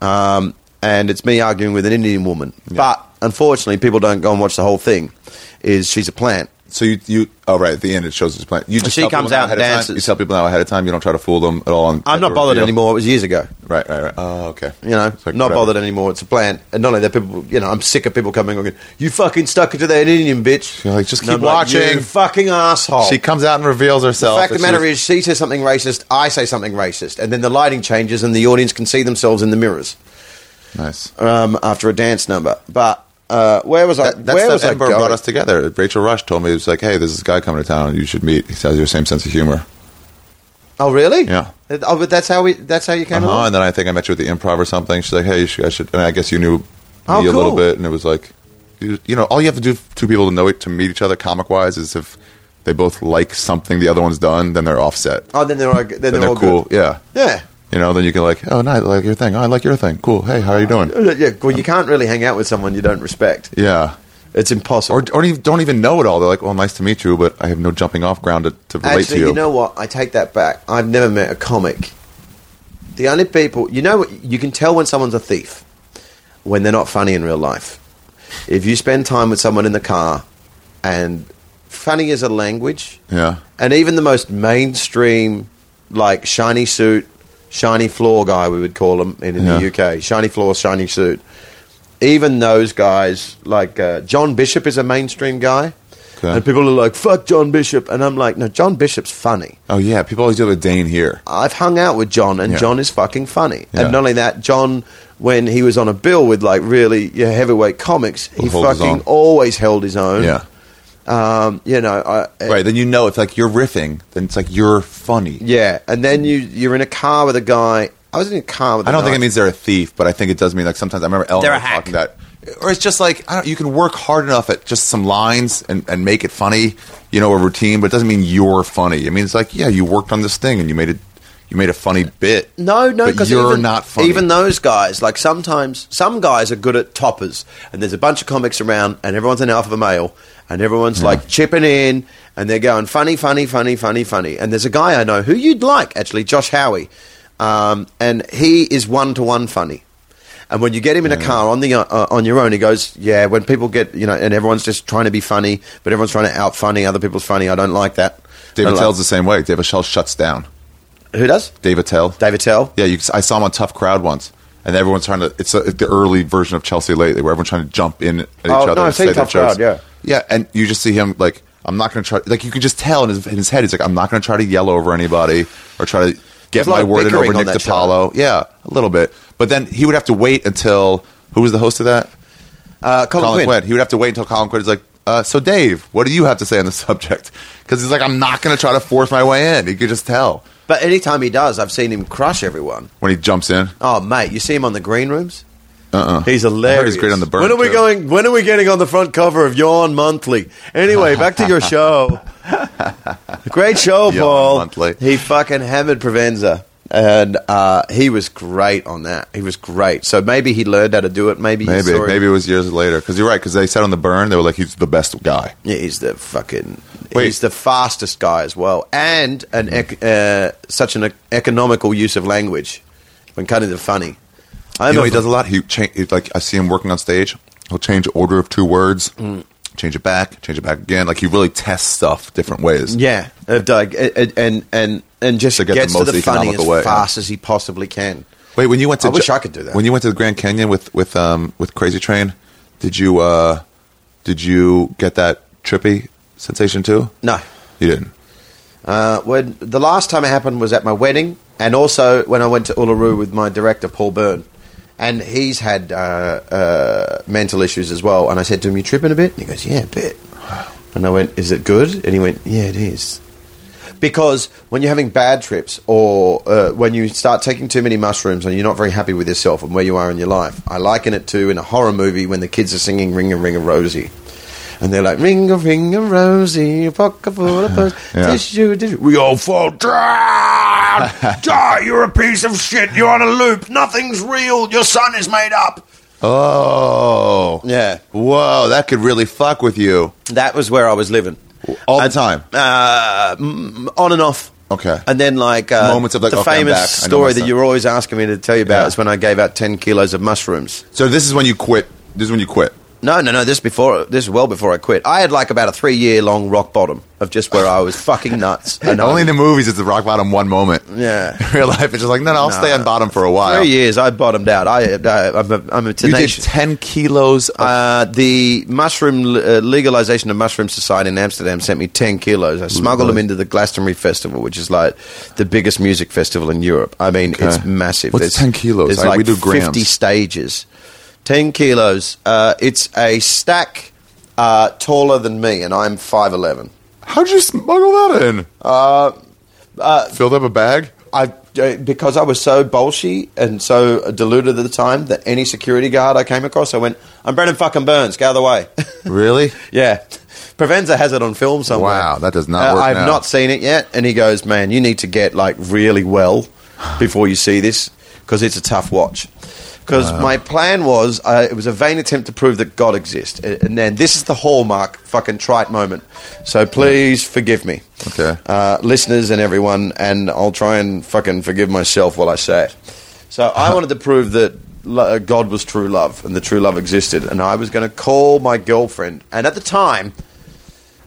Um, and it's me arguing with an Indian woman. But unfortunately, people don't go and watch the whole thing. Is she's a plant? So you, you, oh, right, at the end it shows this plan. You just She tell people comes now out ahead and of time. dances. You tell people now ahead of time. You don't try to fool them at all. on- I'm at not the bothered reveal. anymore. It was years ago. Right, right, right. Oh, okay. You know, It's like not whatever. bothered anymore. It's a plant. And not only that, people, you know, I'm sick of people coming and going, you fucking stuck into that Indian bitch. You're like, just And keep I'm like, watching. you fucking asshole. She comes out and reveals herself. the fact of that the matter she's- is, she says something racist, I say something racist, and then the lighting changes and the audience can see themselves in the mirrors. Nice. um, after a dance number. But uh, where was I? That, that's where that was I Ember going? brought us together. Rachel Rush told me it was like, hey, there's this guy coming to town. You should meet. He has your same sense of humor. Oh, really? Yeah. Oh, but that's how we. That's how you came Uh-huh. along. And then I think I met you at the improv or something. She's like, hey, you should, I should. And I guess you knew me Oh, a little cool. bit. And it was like, you, you know, all you have to do for two people to know it, to meet each other comic wise is if they both like something the other one's done, then they're offset. Oh, then they're all, then, Then they're they're all cool. Good. Yeah. Yeah. You know, then you can like, oh, no, I like your thing. Oh, I like your thing. Cool. Hey, how are you doing? Yeah, well, you can't really hang out with someone you don't respect. Yeah. It's impossible. Or, or even- don't even know it all. They're like, well, nice to meet you, but I have no jumping off ground to, to relate Actually, to you. you know what? I take that back. I've never met a comic. The only people you know, you can tell when someone's a thief when they're not funny in real life. If you spend time with someone in the car, and funny is a language, yeah. and even the most mainstream, like shiny suit, shiny floor guy, we would call them in, in Yeah. the UK, shiny floor, shiny suit. Even those guys, like uh, John Bishop, is a mainstream guy, Okay. and people are like, "Fuck John Bishop," and I'm like, "No, John Bishop's funny." Oh, yeah. People always deal with Dane here. I've hung out with John, and Yeah. John is fucking funny. Yeah. And not only that, John, when he was on a bill with like really yeah, heavyweight comics, he Hold his fucking own. always held his own. Yeah. um, you know, I, Right. Then you know it's like you're riffing. Then it's like you're funny. Yeah, and then you you're in a car with a guy. I was in a car with. I a don't think guy. it means they're a thief, but I think it does mean like sometimes I remember Eleanor They're a hack. talking that, or it's just like I don't, you can work hard enough at just some lines and, and make it funny, you know, a routine, but it doesn't mean you're funny. It means like yeah, you worked on this thing and you made it, you made a funny bit. Mm. No, no, but because you're even, not funny. Even those guys, like sometimes some guys are good at toppers, and there's a bunch of comics around, and everyone's an alpha male, and everyone's like chipping in, and they're going funny, funny, funny, funny, funny. And there's a guy I know who you'd like actually, Josh Howie, um, and he is one to one funny. And when you get him in a car on the uh, on your own, he goes, "Yeah." When people get you know, and everyone's just trying to be funny, but everyone's trying to out funny other people's funny. I don't like that. David Don't like- Tell's the same way. David Tell shuts down. who does David Tell. David Tell? Yeah, you, I saw him on Tough Crowd once, and everyone's trying to. It's a, the early version of Chelsea lately, where everyone's trying to jump in at each Oh, other. no, I've and seen say their Tough Crowd, jokes. yeah. yeah, and you just see him like, I'm not going to try. Like you can just tell in his, in his head, he's like, I'm not going to try to yell over anybody or try to There's get a lot my of word in over bickering on Nick that show. DiPaolo. Yeah, a little bit, but then he would have to wait until who was the host of that? Uh, Colin, Colin Quinn. Quinn. He would have to wait until Colin Quinn is like, uh, so Dave, what do you have to say on the [laughs] subject? Because he's like, I'm not going to try to force my way in. He could just tell But anytime he does, I've seen him crush everyone. when he jumps in. Oh, mate, you see him on the green rooms. Uh-uh. He's I heard hilarious. he's great on the burn. When are we too. going? When are we getting on the front cover of Yawn Monthly? Anyway, back to your [laughs] show. great show, Yawn Paul. Monthly. He fucking hammered Provenza, and uh, he was great on that. He was great. So maybe he learned how to do it. Maybe he Maybe saw it. maybe it was years later because you're right because they said on the burn they were like he's the best guy. Yeah, he's the fucking. Wait. Mm-hmm. He's the fastest guy as well, and an ec- uh, such an e- economical use of language when cutting the funny. I You know remember- he does a lot. He cha- he- like I see him working on stage. He'll change order of two words, Mm. change it back, change it back again. Like he really tests stuff different ways. Yeah, uh, Doug, and and and, and just To get the gets to most the funny as economical way, fast as he possibly can. Wait, when you went to I wish Ja- I could do that. When you went to the Grand Canyon with with um with Crazy Train, did you uh did you get that trippy sensation too? No, You didn't. uh, when the last time it happened was at my wedding, and also when I went to Uluru with my director Paul Byrne, and he's had uh, uh, mental issues as well. And I said to him, "You tripping a bit?" And he goes, "Yeah, a bit." And I went, "Is it good?" And he went, "Yeah, it is." because when you're having bad trips or uh, when you start taking too many mushrooms and you're not very happy with yourself and where you are in your life, I liken it to in a horror movie when the kids are singing "Ring a Ring a Rosie," and they're like "Ring a Ring a Rosie, a pocket full of purse, [laughs] Yeah. tissue, tissue." We all fall [laughs] drown. Die, you're a piece of shit. You're on a loop. Nothing's real. Your son is made up. Oh Yeah. Whoa, that could really fuck with you That was where I was living. all the time. uh, mm, on and off. Okay. And then like uh, Moments of, like, the okay, I'm famous back. I know story myself. that you were always asking me to tell you about Yeah. is when I gave out ten kilos of mushrooms. So this is when you quit. This is when you quit. No, no, no. This before this is well before I quit. I had like about a three year long rock bottom of just where I was fucking [laughs] nuts. And I- Only in the movies is the rock bottom one moment. Yeah. In real life, it's just like, no, no, I'll stay on bottom for a while. three years I bottomed out. I, I I'm a, I'm a You did tenacious. 10 kilos of Uh, the mushroom uh, legalization of mushroom society in Amsterdam sent me ten kilos. I smuggled them into the Glastonbury Festival, which is like the biggest music festival in Europe. I mean, it's massive. What's 10 kilos? There's I- like we do grams. fifty stages. Ten kilos. Uh, it's a stack uh, taller than me, and I'm five eleven. How'd you smuggle that in? Uh, uh, Filled up a bag? I uh, because I was so bolshy and so deluded at the time that any security guard I came across, I went, "I'm Brendan fucking Burns. Go the way." [laughs] Really? yeah, Provenza has it on film somewhere. Uh, Wow, that does not work I've now. not seen it yet, and he goes, "Man, you need to get like really well before you see this because it's a tough watch." Because my plan was, uh, it was a vain attempt to prove that God exists, A- and then this is the hallmark fucking trite moment. So please forgive me Okay. uh, listeners and everyone, and I'll try and fucking forgive myself while I say it. So I wanted to prove that lo- uh, God was true love and the true love existed, and I was going to call my girlfriend. And at the time,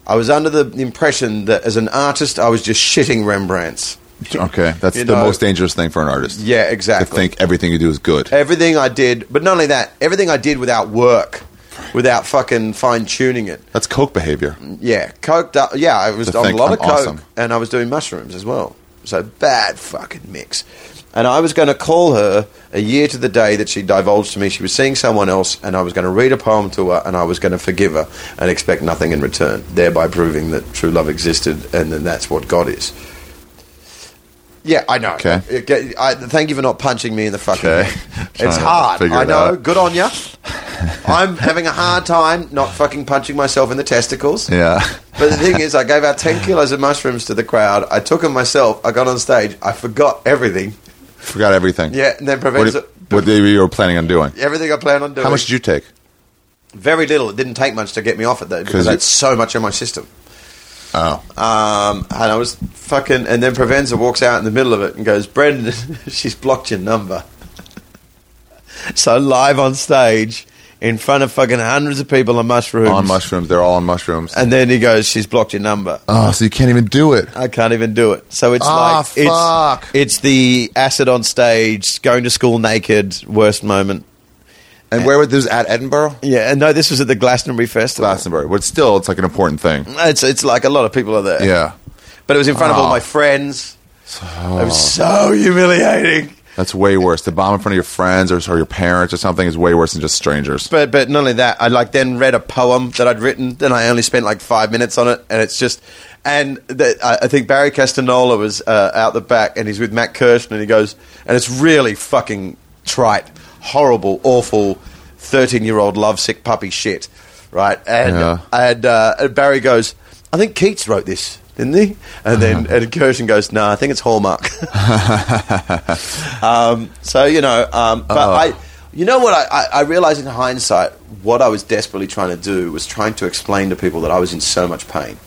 I was under the impression that as an artist, I was just shitting Rembrandts. Okay. That's You the know- most dangerous thing for an artist. Yeah, To exactly. think everything you do is good. Everything I did, but not only that, everything I did without work, without fucking fine tuning it. That's coke behavior. Yeah, coked up. Yeah, I was To on a think lot I'm of coke, awesome. and I was doing mushrooms as well. So bad fucking mix. And I was going to call her a year to the day that she divulged to me she was seeing someone else, and I was going to read a poem to her, and I was going to forgive her and expect nothing in return, thereby proving that true love existed, and then that's what God is. Yeah, I know. Okay. It get- I, thank you for not punching me in the fucking. Okay. head. [laughs] Trying It's to hard. figure I it know. out. Good on [laughs] you. I'm having a hard time not fucking punching myself in the testicles. Yeah. [laughs] But the thing is, I gave out 10 kilos of mushrooms to the crowd. I took them myself. I got on stage. I forgot everything. Forgot everything. Yeah, and then What, prevents did- what did you were planning on doing? everything I planned on doing. How much did you take? Very little. It didn't take much to get me off it, though, because you- that's so much in my system. Oh. Um, and I was fucking. And then Provenza walks out in the middle of it and goes, Brendan, [laughs] she's blocked your number. [laughs] so live on stage in front of fucking hundreds of people on mushrooms. On mushrooms. They're all on mushrooms. And then he goes, she's blocked your number. oh, so you can't even do it. I can't even do it. So it's Ah, like fuck. it's it's the acid on stage, going to school naked, worst moment. And where was this at Edinburgh? Yeah, and no, this was at the Glastonbury Festival. Glastonbury. But still, it's like an important thing. It's it's like a lot of people are there. Yeah. but it was in front of all Oh. my friends. It was so humiliating. That's way worse. The bomb in front of your friends or, or your parents or something is way worse than just strangers. But but not only that, I like then read a poem that I'd written. Then I only spent like five minutes on it, and it's just. And the, I I think Barry Castanola was uh, out the back, and he's with Matt Kirshner, and he goes, and it's really fucking trite, horrible, awful, thirteen-year-old lovesick puppy shit, right? And Yeah. and, uh, and Barry goes, I think Keats wrote this, didn't he? And then Uh-huh. and Kirshner goes, No, I think it's [laughs] Hallmark. Um, so you know, um, but Oh. I, you know what I, I, I realized in hindsight, what I was desperately trying to do was trying to explain to people that I was in so much pain,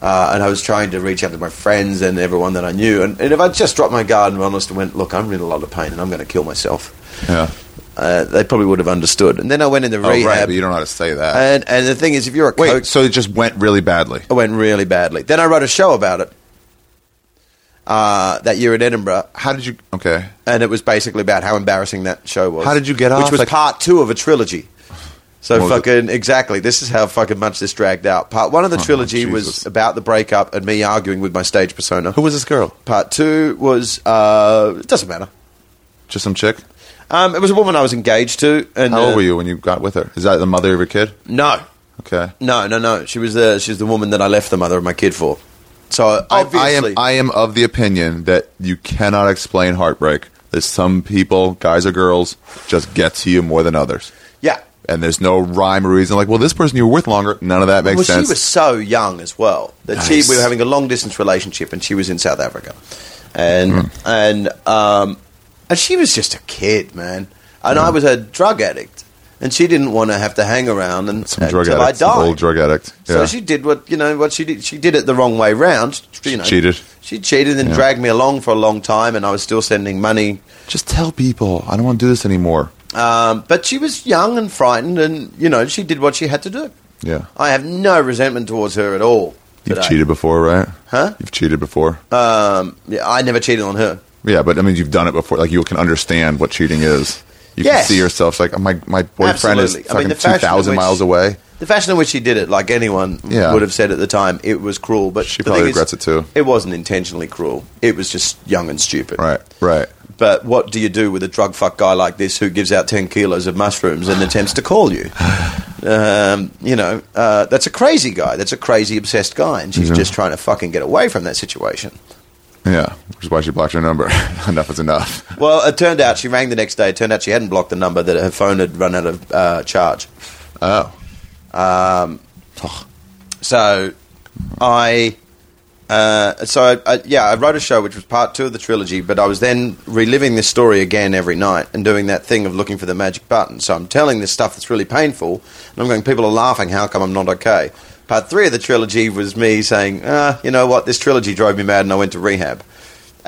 uh, and I was trying to reach out to my friends and everyone that I knew. And, and if I just dropped my guard and were honest and went, "Look, I'm in a lot of pain, and I'm going to kill myself," Yeah. uh, they probably would have understood. And then I went into Oh, right. rehab, Uh, But you don't know how to say that. and and the thing is, if you're a Wait, coach, so it just went really badly. it went really badly. Then I wrote a show about it uh, that year in Edinburgh. How did you? Okay. and it was basically about how embarrassing that show was. How did you get off? Which was Like- part two of a trilogy. So What was fucking exactly. This is how fucking much this dragged out. Part one of the Oh, trilogy Jesus. was about the breakup and me arguing with my stage persona. Who was this girl? Part two was uh, it doesn't matter. Just some chick. Um, it was a woman I was engaged to. And How uh, old were you when you got with her? Is that the mother of your kid? No, Okay. no, no, no. She was the she's the woman that I left the mother of my kid for. So I- obviously, I, am. I am of the opinion that you cannot explain heartbreak. There's some people, guys or girls, just get to you more than others, yeah. and there's no rhyme or reason. Like, well, this person you were with longer. None of that makes well, sense. she was so young as well that Nice. she we were having a long distance relationship, and she was in South Africa, and Hmm. and um, and she was just a kid, man, and Hmm. I was a drug addict, and she didn't want to have to hang around and some drug until I addict, died. some old drug addict. So Yeah. she did what you know what she did. She did it the wrong way round. You know, cheated. She cheated and Yeah. dragged me along for a long time, and I was still sending money just tell people I don't want to do this anymore. Um, but she was young and frightened, and you know she did what she had to do. Yeah. I have no resentment towards her at all. You've today. cheated before, right? Huh? You've cheated before. Um, yeah, I never cheated on her. yeah, but I mean, you've done it before. Like you can understand what cheating is. You Yes. can see yourself it's like my my Absolutely. boyfriend I mean, is fucking the two fashion thousand in which- miles away. The fashion in which she did it, like anyone Yeah. would have said at the time, it was cruel. But She the probably thing is, regrets it too. It wasn't intentionally cruel. It was just young and stupid. Right. Right. But what do you do with a drug fuck guy like this who gives out ten kilos of mushrooms and attempts to call you? Um, you know, uh, that's a crazy guy. That's a crazy obsessed guy, and she's Yeah. just trying to fucking get away from that situation. Yeah, which is why she blocked her number. [laughs] enough is enough. Well, it turned out she rang the next day. It turned out she hadn't blocked the number that her phone had run out of uh, charge. Um, Oh, So I, uh, so I, I, yeah, I wrote a show which was part two of the trilogy, but I was then reliving this story again every night and doing that thing of looking for the magic button. So I'm telling this stuff that's really painful, and I'm going, people are laughing. How come I'm not okay? Part three of the trilogy was me saying, ah, you know what, this trilogy drove me mad, and I went to rehab.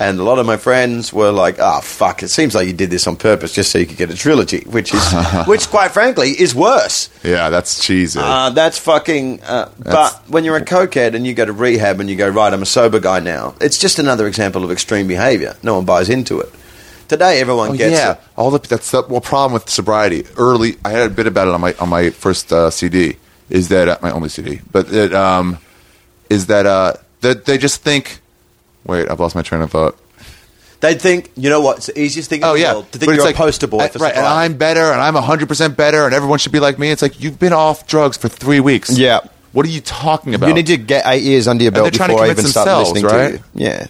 And a lot of my friends were like, "Ah, fuck! It seems like you did this on purpose, just so you could get a trilogy," which is, which, quite frankly, is worse. yeah, that's cheesy. Uh, that's fucking. Uh, That's- but when you're a cokehead and you go to rehab and you go, right, I'm a sober guy now, it's just another example of extreme behavior. No one buys into it. Today, everyone Oh, gets yeah, it. all the that's the well problem with sobriety. Early, I had a bit about it on my on my first uh, CD. Is that uh, my only CD? But it, um, is that uh, that they just think? Wait, I've lost my train of thought. They think, you know what? It's the easiest thing in Oh the yeah, world to But think it's you're like- a poster boy I- for right, and sobriety. I'm better, and I'm 100 percent better, and everyone should be like me. It's like you've been off drugs for three weeks. Yeah. what are you talking about? You need to get eight years under your they're belt trying to before I even convince start themselves, listening right? to you. Yeah.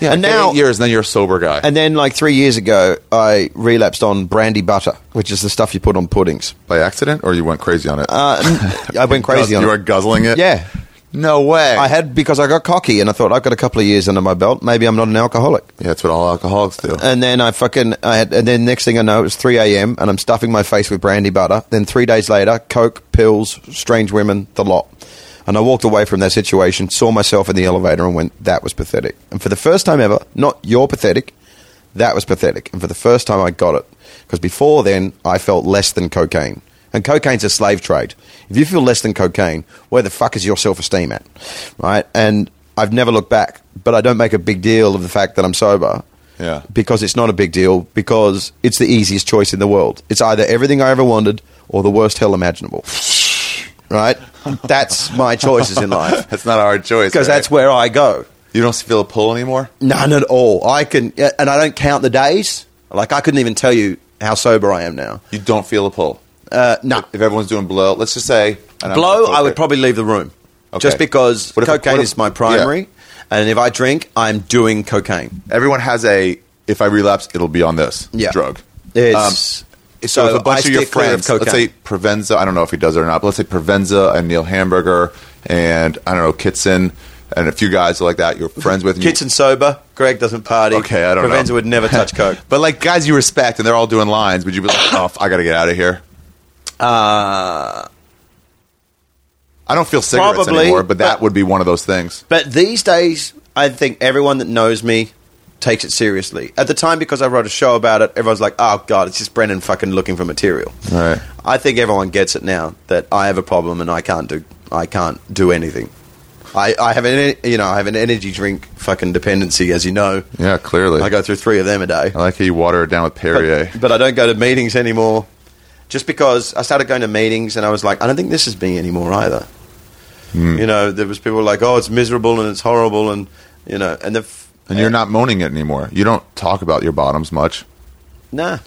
yeah, and get now- eight years, and then you're a sober guy. And then, like three years ago, I relapsed on brandy butter, which is the stuff you put on puddings. by accident, or you went crazy on it. Uh, [laughs] I went crazy you on were it. guzzling it. Yeah. no way. I had because I got cocky and I thought I've got a couple of years under my belt. Maybe I'm not an alcoholic. yeah, that's what all alcoholics do. and then I fucking I had, and then next thing I know, it was three a.m. and I'm stuffing my face with brandy butter. Then three days later, coke, pills, strange women, the lot. And I walked away from that situation, saw myself in the elevator, and went, "That was pathetic." And for the first time ever, not you're pathetic, that was pathetic. And for the first time, I got it because before then, I felt less than cocaine. And cocaine's a slave trade. If you feel less than cocaine, where the fuck is your self esteem at, right? And I've never looked back, but I don't make a big deal of the fact that I'm sober Yeah. because it's not a big deal because it's the easiest choice in the world. It's either everything I ever wanted or the worst hell [laughs] imaginable. Right? That's my choices in life [laughs] That's not a hard choice because right? that's where I go. you don't feel a pull anymore. None at all. I can and I don't count the days. Like I couldn't even tell you how sober I am now. You don't feel a pull. Uh, no. If everyone's doing blow, let's just say and I'm Blow, not I would appropriate. probably leave the room. Okay. Just because What if- cocaine what if- is my primary yeah. and if I drink, I'm doing cocaine. Everyone has a. If I relapse, it'll be on this Yeah. drug. It's So, if a bunch Um, I of your steer clear friends, let's cocaine. say Provenza, I don't know if he does it or not, but let's say Provenza and Neil Hamburger and I don't know Kitson and a few guys like that, you're [laughs] friends with. and you- Kids and sober. Greg doesn't party. Okay, I don't know. Provenza would never [laughs] touch coke. but like guys you respect and they're all doing lines, would you be [coughs] like, oh, I got to get out of here? Uh, I don't feel cigarettes probably, anymore, but that but- would be one of those things. But these days, I think everyone that knows me takes it seriously. At the time, because I wrote a show about it, everyone's like, "Oh God, it's just Brennan fucking looking for material." Right. I think everyone gets it now that I have a problem and I can't do I can't do anything. I, I have an en- you know I have an energy drink fucking dependency, as you know. Yeah, clearly. I go through three of them a day. I like how you water it down with Perrier. But, but I don't go to meetings anymore. Just because I started going to meetings and I was like, I don't think this is me anymore either. Hmm. You know, there was people like, oh, it's miserable and it's horrible and you know, and the f- and you're not moaning it anymore. You don't talk about your bottoms much. nah.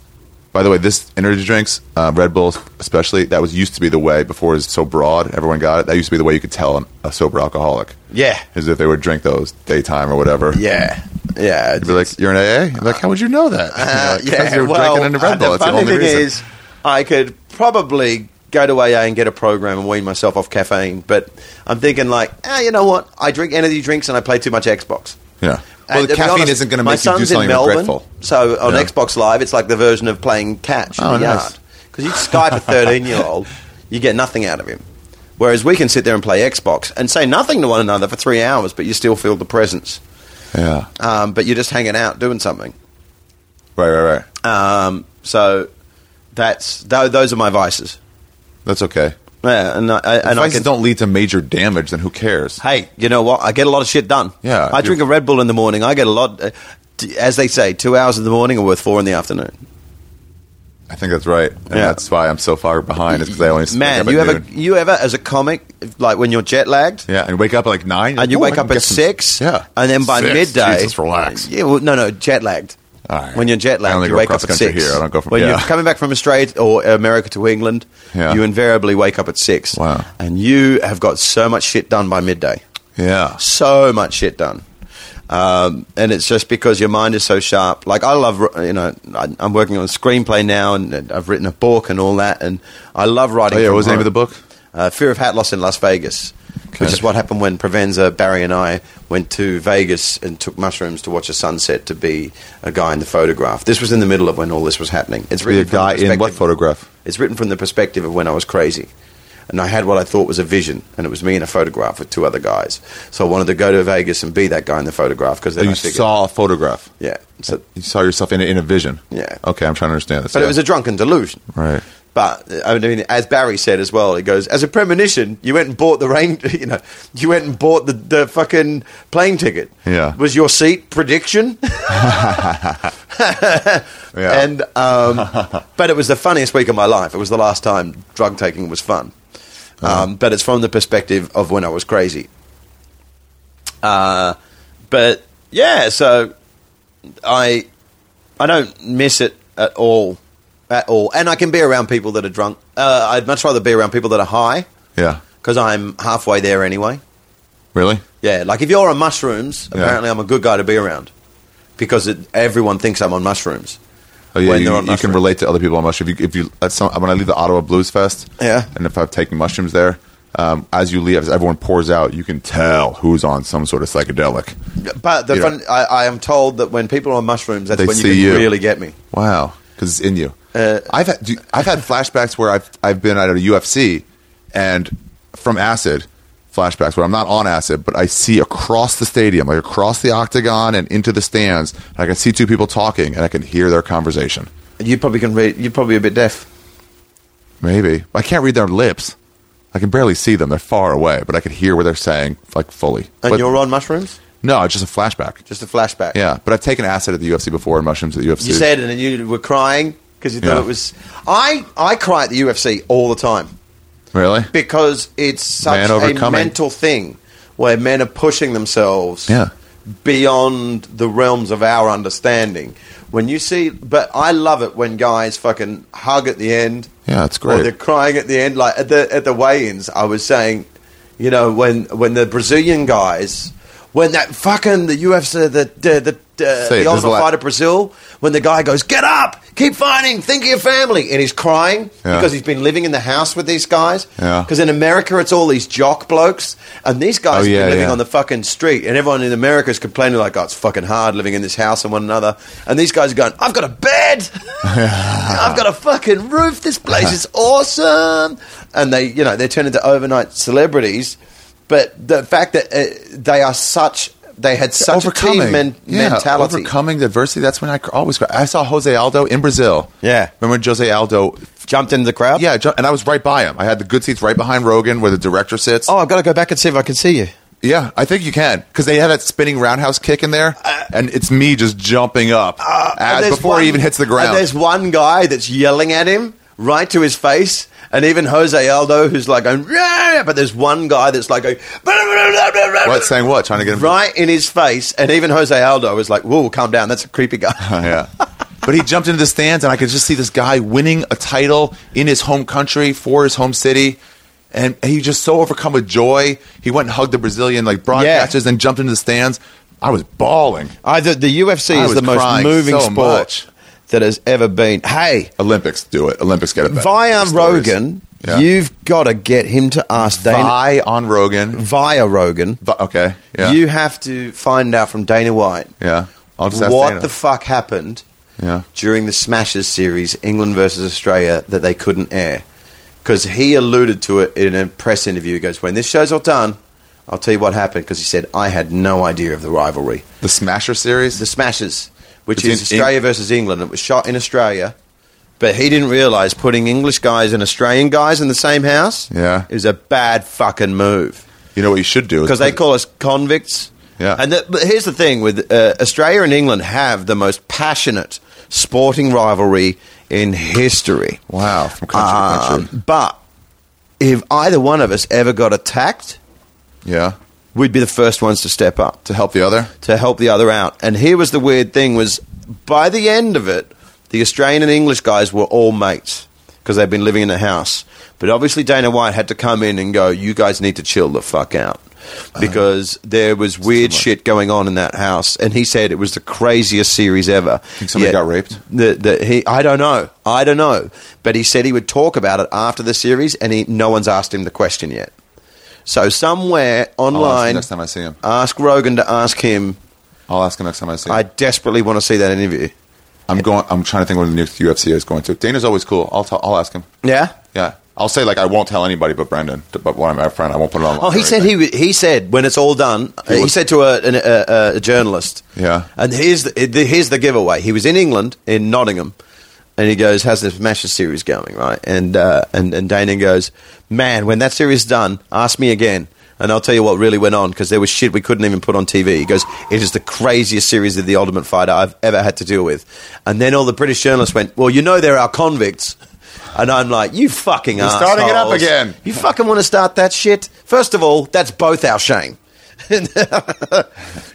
By the way, this energy drinks, uh, Red Bull especially, that was used to be the way before it was so broad. Everyone got it. That used to be the way you could tell an, a sober alcoholic Yeah, is if they would drink those daytime or whatever. yeah, yeah. You'd be like, you're an AA? You'd be like, how would you know that? [laughs] Uh, You're like, 'Cause you're well, drinking into uh, Red Bull. The That's the funny only thing reason. is, I could probably go to AA and get a program and wean myself off caffeine, but I'm thinking like, ah, you know what? I drink energy drinks and I play too much Xbox. yeah. And Well, uh, the to be caffeine honest, isn't going to my make you do son's in something Melbourne, regretful. So on Yeah. Xbox Live, it's like the version of playing catch in Oh, the nice. yard. Because you Skype a 13 year old, you get nothing out of him. Whereas we can sit there and play Xbox and say nothing to one another for three hours, but you still feel the presence. Yeah. Um, but you're just hanging out doing something. Right, right, right. Um, so That's tho- those are my vices. That's okay. Yeah, and I, I- If and I vices can, don't lead to major damage, then who cares? hey, you know what? I get a lot of shit done. Yeah, I drink a you're- Red Bull in the morning. I get a lot. Uh, t- as they say, two hours in the morning are worth four in the afternoon. I think that's right. And Yeah. That's why I'm so far behind. Is because I only wake Man, up at you ever noon. you ever as a comic like when you're jet lagged? yeah, and wake up at like nine, And you "Ooh, I wake can up at get some-" six, yeah, and then by Six. midday, Jesus, relax. Yeah, well, no, no, jet lagged. All right. When you're jet I lagged, only you go wake up cross at country six. here. I don't go from- when you're yeah. coming back from Australia or America to England, Yeah. you invariably wake up at six. Wow. And you have got so much shit done by midday, Yeah, so much shit done. Um, and it's just because your mind is so sharp. Like I love, you know, I, I'm working on a screenplay now, and, and I've written a book and all that, and I love writing. Oh, yeah, from what was the name of home. the book? Uh, Fear of Hat Loss in Las Vegas, Okay. which is what happened when Provenza, Barry, and I went to Vegas and took mushrooms to watch a sunset to be a guy in the photograph. This was in the middle of when all this was happening. It's be written a from the guy in what perspective- photograph? It's written from the perspective of when I was crazy. And I had what I thought was a vision, and it was me in a photograph with two other guys. So I wanted to go to Vegas and be that guy in the photograph because Oh, then I you figured, saw a photograph. yeah. So, You saw yourself in a, in a vision. Yeah. Okay, I'm trying to understand this. but yeah. it was a drunken delusion. right. But uh, I mean, as Barry said as well, he goes as a premonition. You went and bought the rain. [laughs] You know, you went and bought the, the fucking plane ticket. Yeah. was your seat prediction? [laughs] Yeah. And [laughs] um, but it was the funniest week of my life. It was the last time drug taking was fun. Uh-huh. Um, but it's from the perspective of when I was crazy. Uh, but yeah, so I I don't miss it at all, at all. And I can be around people that are drunk. Uh, I'd much rather be around people that are high Yeah. because I'm halfway there anyway. Really? Yeah, like if you're on mushrooms, Yeah. apparently I'm a good guy to be around because it, everyone thinks I'm on mushrooms. Oh, yeah, When you, they're on you can mushrooms. relate to other people on mushrooms. If you, if you at some, when I leave the Ottawa Blues Fest, Yeah. and if I'm taking mushrooms there, um, as you leave, as everyone pours out, you can tell who's on some sort of psychedelic. But the You fun, know. I, I am told that when people are on mushrooms, that's They when you see can you. really get me. Wow, because it's in you. Uh, I've had do, I've had flashbacks where I've I've been at a UFC, and from acid flashbacks where I'm not on acid, but I see across the stadium, like across the octagon and into the stands, and I can see two people talking, and I can hear their conversation. You probably can read. You're probably a bit deaf. Maybe I can't read their lips. I can barely see them; they're far away, but I can hear what they're saying, like fully. And But- you're on mushrooms. No, it's just a flashback. Just a flashback. Yeah, but I've taken acid at the UFC before and mushrooms at the UFC. You said, and then you were crying because you thought Yeah. it was. I I cry at the UFC all the time really? because it's such Man a overcoming. mental thing where men are pushing themselves. Yeah. Beyond the realms of our understanding, when you see, but I love it when guys fucking hug at the end. Yeah, it's Or they're great. crying at the end, like at the at the weigh-ins. I was saying, you know, when when the Brazilian guys, when that fucking the UFC, the the the, uh, Say it, the there's a Ultimate lot- Fighter Brazil, when the guy goes, get up, keep fighting, think of your family, and he's crying Yeah. because he's been living in the house with these guys. Yeah. Because in America, it's all these jock blokes, and these guys Oh, have yeah, been living yeah. on the fucking street, and everyone in America is complaining like, oh, it's fucking hard living in this house and one another, and these guys are going, I've got a [laughs] bed. I've got a fucking roof. This place [laughs] is awesome. And they, you know, they turn into overnight celebrities. But the fact that uh, they are such, they had such a team men- yeah, mentality. overcoming the adversity. That's when I cr- always cry. I saw Jose Aldo in Brazil. Yeah. remember when Jose Aldo? Jumped into the crowd. Yeah, ju- and I was right by him. I had the good seats right behind Rogan, where the director sits. Oh, I've got to go back and see if I can see you. Yeah, I think you can because they had that spinning roundhouse kick in there, and it's me just jumping up Uh, And as, there's before one- he even hits the ground. And there's one guy that's yelling at him right to his face. And even Jose Aldo, who's like going, "Yeah," but there's one guy that's like going, what saying what? Trying to get him right in his face. And even Jose Aldo is like, whoa, calm down. That's a creepy [laughs] guy. Oh, yeah. But he jumped into the stands, and I could just see this guy winning a title in his home country for his home city. And he was just so overcome with joy. He went and hugged the Brazilian like broadcasters, and jumped into the stands. I was bawling. I, the, the UFC I is was the most crying moving so sport much. that has ever been. Hey, Olympics do it. Olympics get it. back. via The stories. Rogan, Yeah. you've got to get him to ask Dana. Vi on Rogan. via Rogan, Vi- okay. Yeah. you have to find out from Dana White yeah. I'll just ask what Dana. the fuck happened Yeah. during the Smashes series, England versus Australia, that they couldn't air. Because he alluded to it in a press interview. He goes, When this show's all done, I'll tell you what happened. Because he said, I had no idea of the rivalry. the Smasher series. The Smashes, which It's is in- Australia versus England. It was shot in Australia, But he didn't realize putting English guys and Australian guys in the same house Yeah. is a bad fucking move. You know what you should do? is because they put- call us convicts. Yeah. And the, but here's the thing with uh, Australia and England have the most passionate sporting rivalry in history. Wow, from country to Um, country. But if either one of us ever got attacked, Yeah. we'd be the first ones to step up To help the other? to help the other out. And here was the weird thing was by the end of it, the Australian and English guys were all mates because they'd been living in a house. But obviously Dana White had to come in and go, "You guys need to chill the fuck out." Uh-huh. Because there was weird shit going on in that house, and he said it was the craziest series ever. Think somebody got raped? The, the, he, I don't know, I don't know. But he said he would talk about it after the series, and he, no one's asked him the question yet. So somewhere I'll ask him online, next time I see him. ask Rogan to ask him. I'll ask him next time I see him. I desperately want to see that interview. I'm going. I'm trying to think when the next UFC is going to. Dana's always cool. I'll tell, I'll ask him. Yeah. Yeah, I'll say like I won't tell anybody but Brendan. But when I'm at a friend, I won't put it on. Oh, he said he wa- he said when it's all done, uh, he was- said to a, an, a, a- a journalist. Yeah. And here's the, the- here's the giveaway. He was in England in Nottingham, and he goes, "How's this Masher series going?" Right, and uh, and and Dana goes, "Man, when that series is done, ask me again." And I'll tell you what really went on because there was shit we couldn't even put on TV. He goes, "It is the craziest series of the Ultimate Fighter I've ever had to deal with." And then all the British journalists went, "Well, you know there are convicts," and I'm like, "You fucking are starting it up again. You fucking want to start that shit? First of all, that's both our shame. [laughs]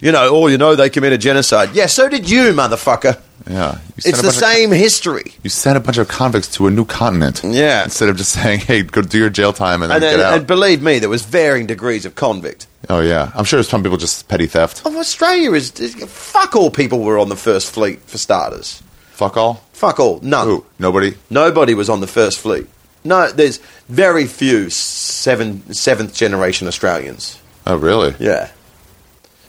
you know, or you know they committed genocide. Yeah, so did you, motherfucker. Yeah, you sent It's a the bunch of- same history. You sent a bunch of convicts to a new continent. Yeah. Instead of just [laughs] saying, "Hey, go do your jail time and then And, get and, out." and believe me, there was varying degrees of convict. oh yeah, I'm sure some people just petty theft. Oh, Australia is fuck all. People were on the first fleet for starters. Fuck all. Fuck all. None. Who? Nobody. Nobody was on the first fleet. No, there's very few seven, seventh generation Australians. Oh really? Yeah.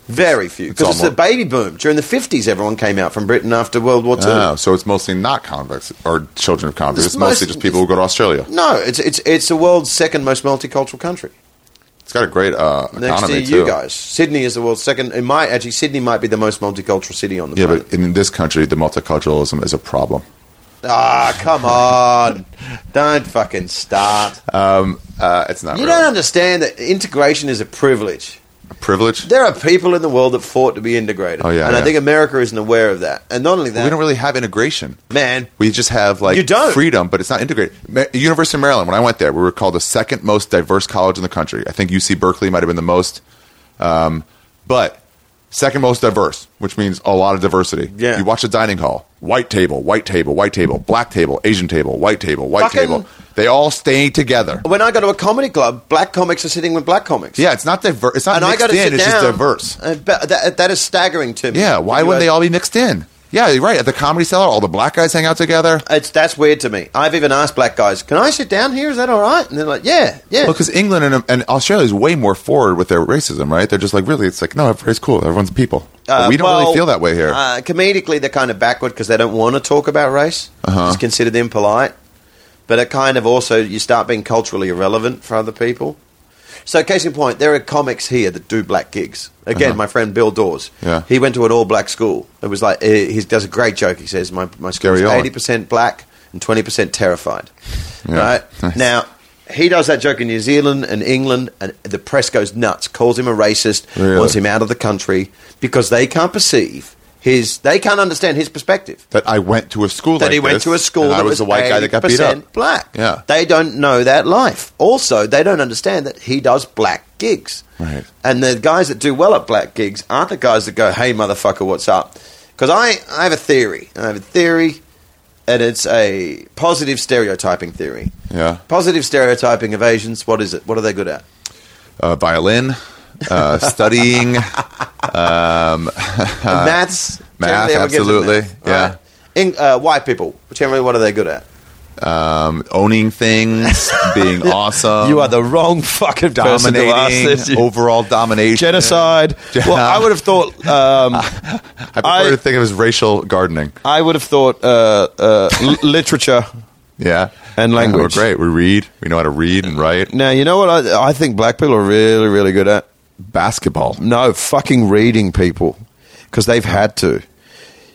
Very few. all Because it's more- the baby boom. During the 50s, everyone came out from Britain after World War II. Oh, so it's mostly not convicts or children of convicts. It's, It's mostly most- just people who go to Australia. No, it's, it's, it's the world's second most multicultural country. It's got a great uh, Next economy to too. you guys. Sydney is the world's second. It might, actually, Sydney might be the most multicultural city on the Yeah, planet. but in this country, the multiculturalism is a problem. ah, come on. Don't fucking start. Uh, it's not. you really. don't understand that integration is a privilege. privilege. There are people in the world that fought to be integrated. Oh, yeah, and I yeah. think America isn't aware of that. And not only that, We don't really have integration. man, We just have like You don't. freedom, but it's not integrated. Ma- University of Maryland. When I went there, we were called the second most diverse college in the country. I think UC Berkeley might have been the most, um, but second most diverse, which means a lot of diversity. Yeah. You watch a dining hall: white table, white table, white table, black table, Asian table, white table, white Fucking- table. They all stay together. when I go to a comedy club, black comics are sitting with black comics. Yeah, it's not diverse. It's not and I mixed got to in. sit It's down. just diverse. Uh, but that, that is staggering to me. Yeah, why You wouldn't know, they all be mixed in? Yeah, you're right. At the comedy cellar, all the black guys hang out together. It's that's weird to me. I've even asked black guys, "Can I sit down here? Is that all right?" And they're like, "Yeah, yeah." Well, because England and, and Australia is way more forward with their racism, right? They're just like, really, it's like, no, everybody's cool. Everyone's people. But Uh, we don't well, really feel that way here. Uh, comedically, they're kind of backward because they don't want to talk about race. Uh-huh. It's considered impolite. But it kind of also you start being culturally irrelevant for other people. So, case in point, there are comics here that do black gigs. Again, Uh-huh. my friend Bill Dawes. Yeah. He went to an all black school. It was like he he does a great joke. He says, "My my school Gary is Owen. eighty percent black and twenty percent terrified." Yeah. Right [laughs] Nice. now, he does that joke in New Zealand and England, and the press goes nuts, calls him a racist, Really? wants him out of the country because they can't perceive his, they can't understand his perspective. that I went to a school That like he went this, to a school and I that was the white guy that got beat up. 80% Black. Yeah. They don't know that life. Also, they don't understand that he does black gigs. Right. And the guys that do well at black gigs aren't the guys that go, "Hey, motherfucker, what's up?" Because I, I have a theory. I have a theory, and it's a positive stereotyping theory. Yeah. Positive stereotyping of Asians. What is it? What are they good at? Uh, violin, uh, [laughs] studying. maths. math, Generally, everyone gets it absolutely, math, yeah. right? In, uh, white people. Generally, what are they good at? owning things, being awesome. wrong fucking [laughs] dominating overall domination. genocide. Well, I would have thought. Um, [laughs] I prefer I- to think of it as racial gardening. I would have thought uh, uh, literature. Yeah, And Yeah, language. we're great. We read. We know how to read and write. Now you know what I, I think black people are really really good at. Basketball. No, fucking reading people because they've had to.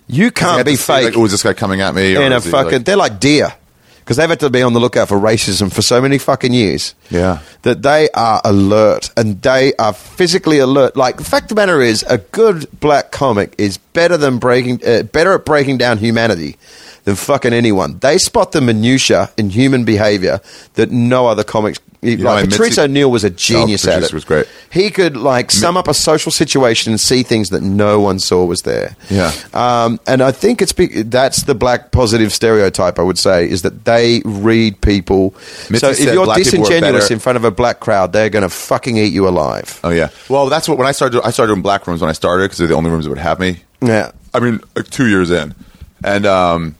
You You can't had to be see, fake Like, oh, is this guy coming at me? or in a is he, fucking. like- they're like deer because they've had to be on the lookout for racism for so many fucking years. Yeah. that they are alert and they are physically alert. Like the fact of the matter is, a good black comic is better than breaking, uh, better at breaking down humanity than fucking anyone. They spot the minutia in human behavior that no other comics. know, like and Patrice Mitzi- O'Neill was a genius at Oh, Patrice it. was great. He could like sum up a social situation and see things that no one saw was there. Yeah. Um, and I think it's be- that's the black positive stereotype. I would say is that they read people. Mitzi so if said you're black people were disingenuous better- in front of a black crowd, they're going to fucking eat you alive. Oh yeah. Well, that's what when I started. I started in black rooms when I started because they're the only rooms that would have me. Yeah. I mean, like two years in, and um,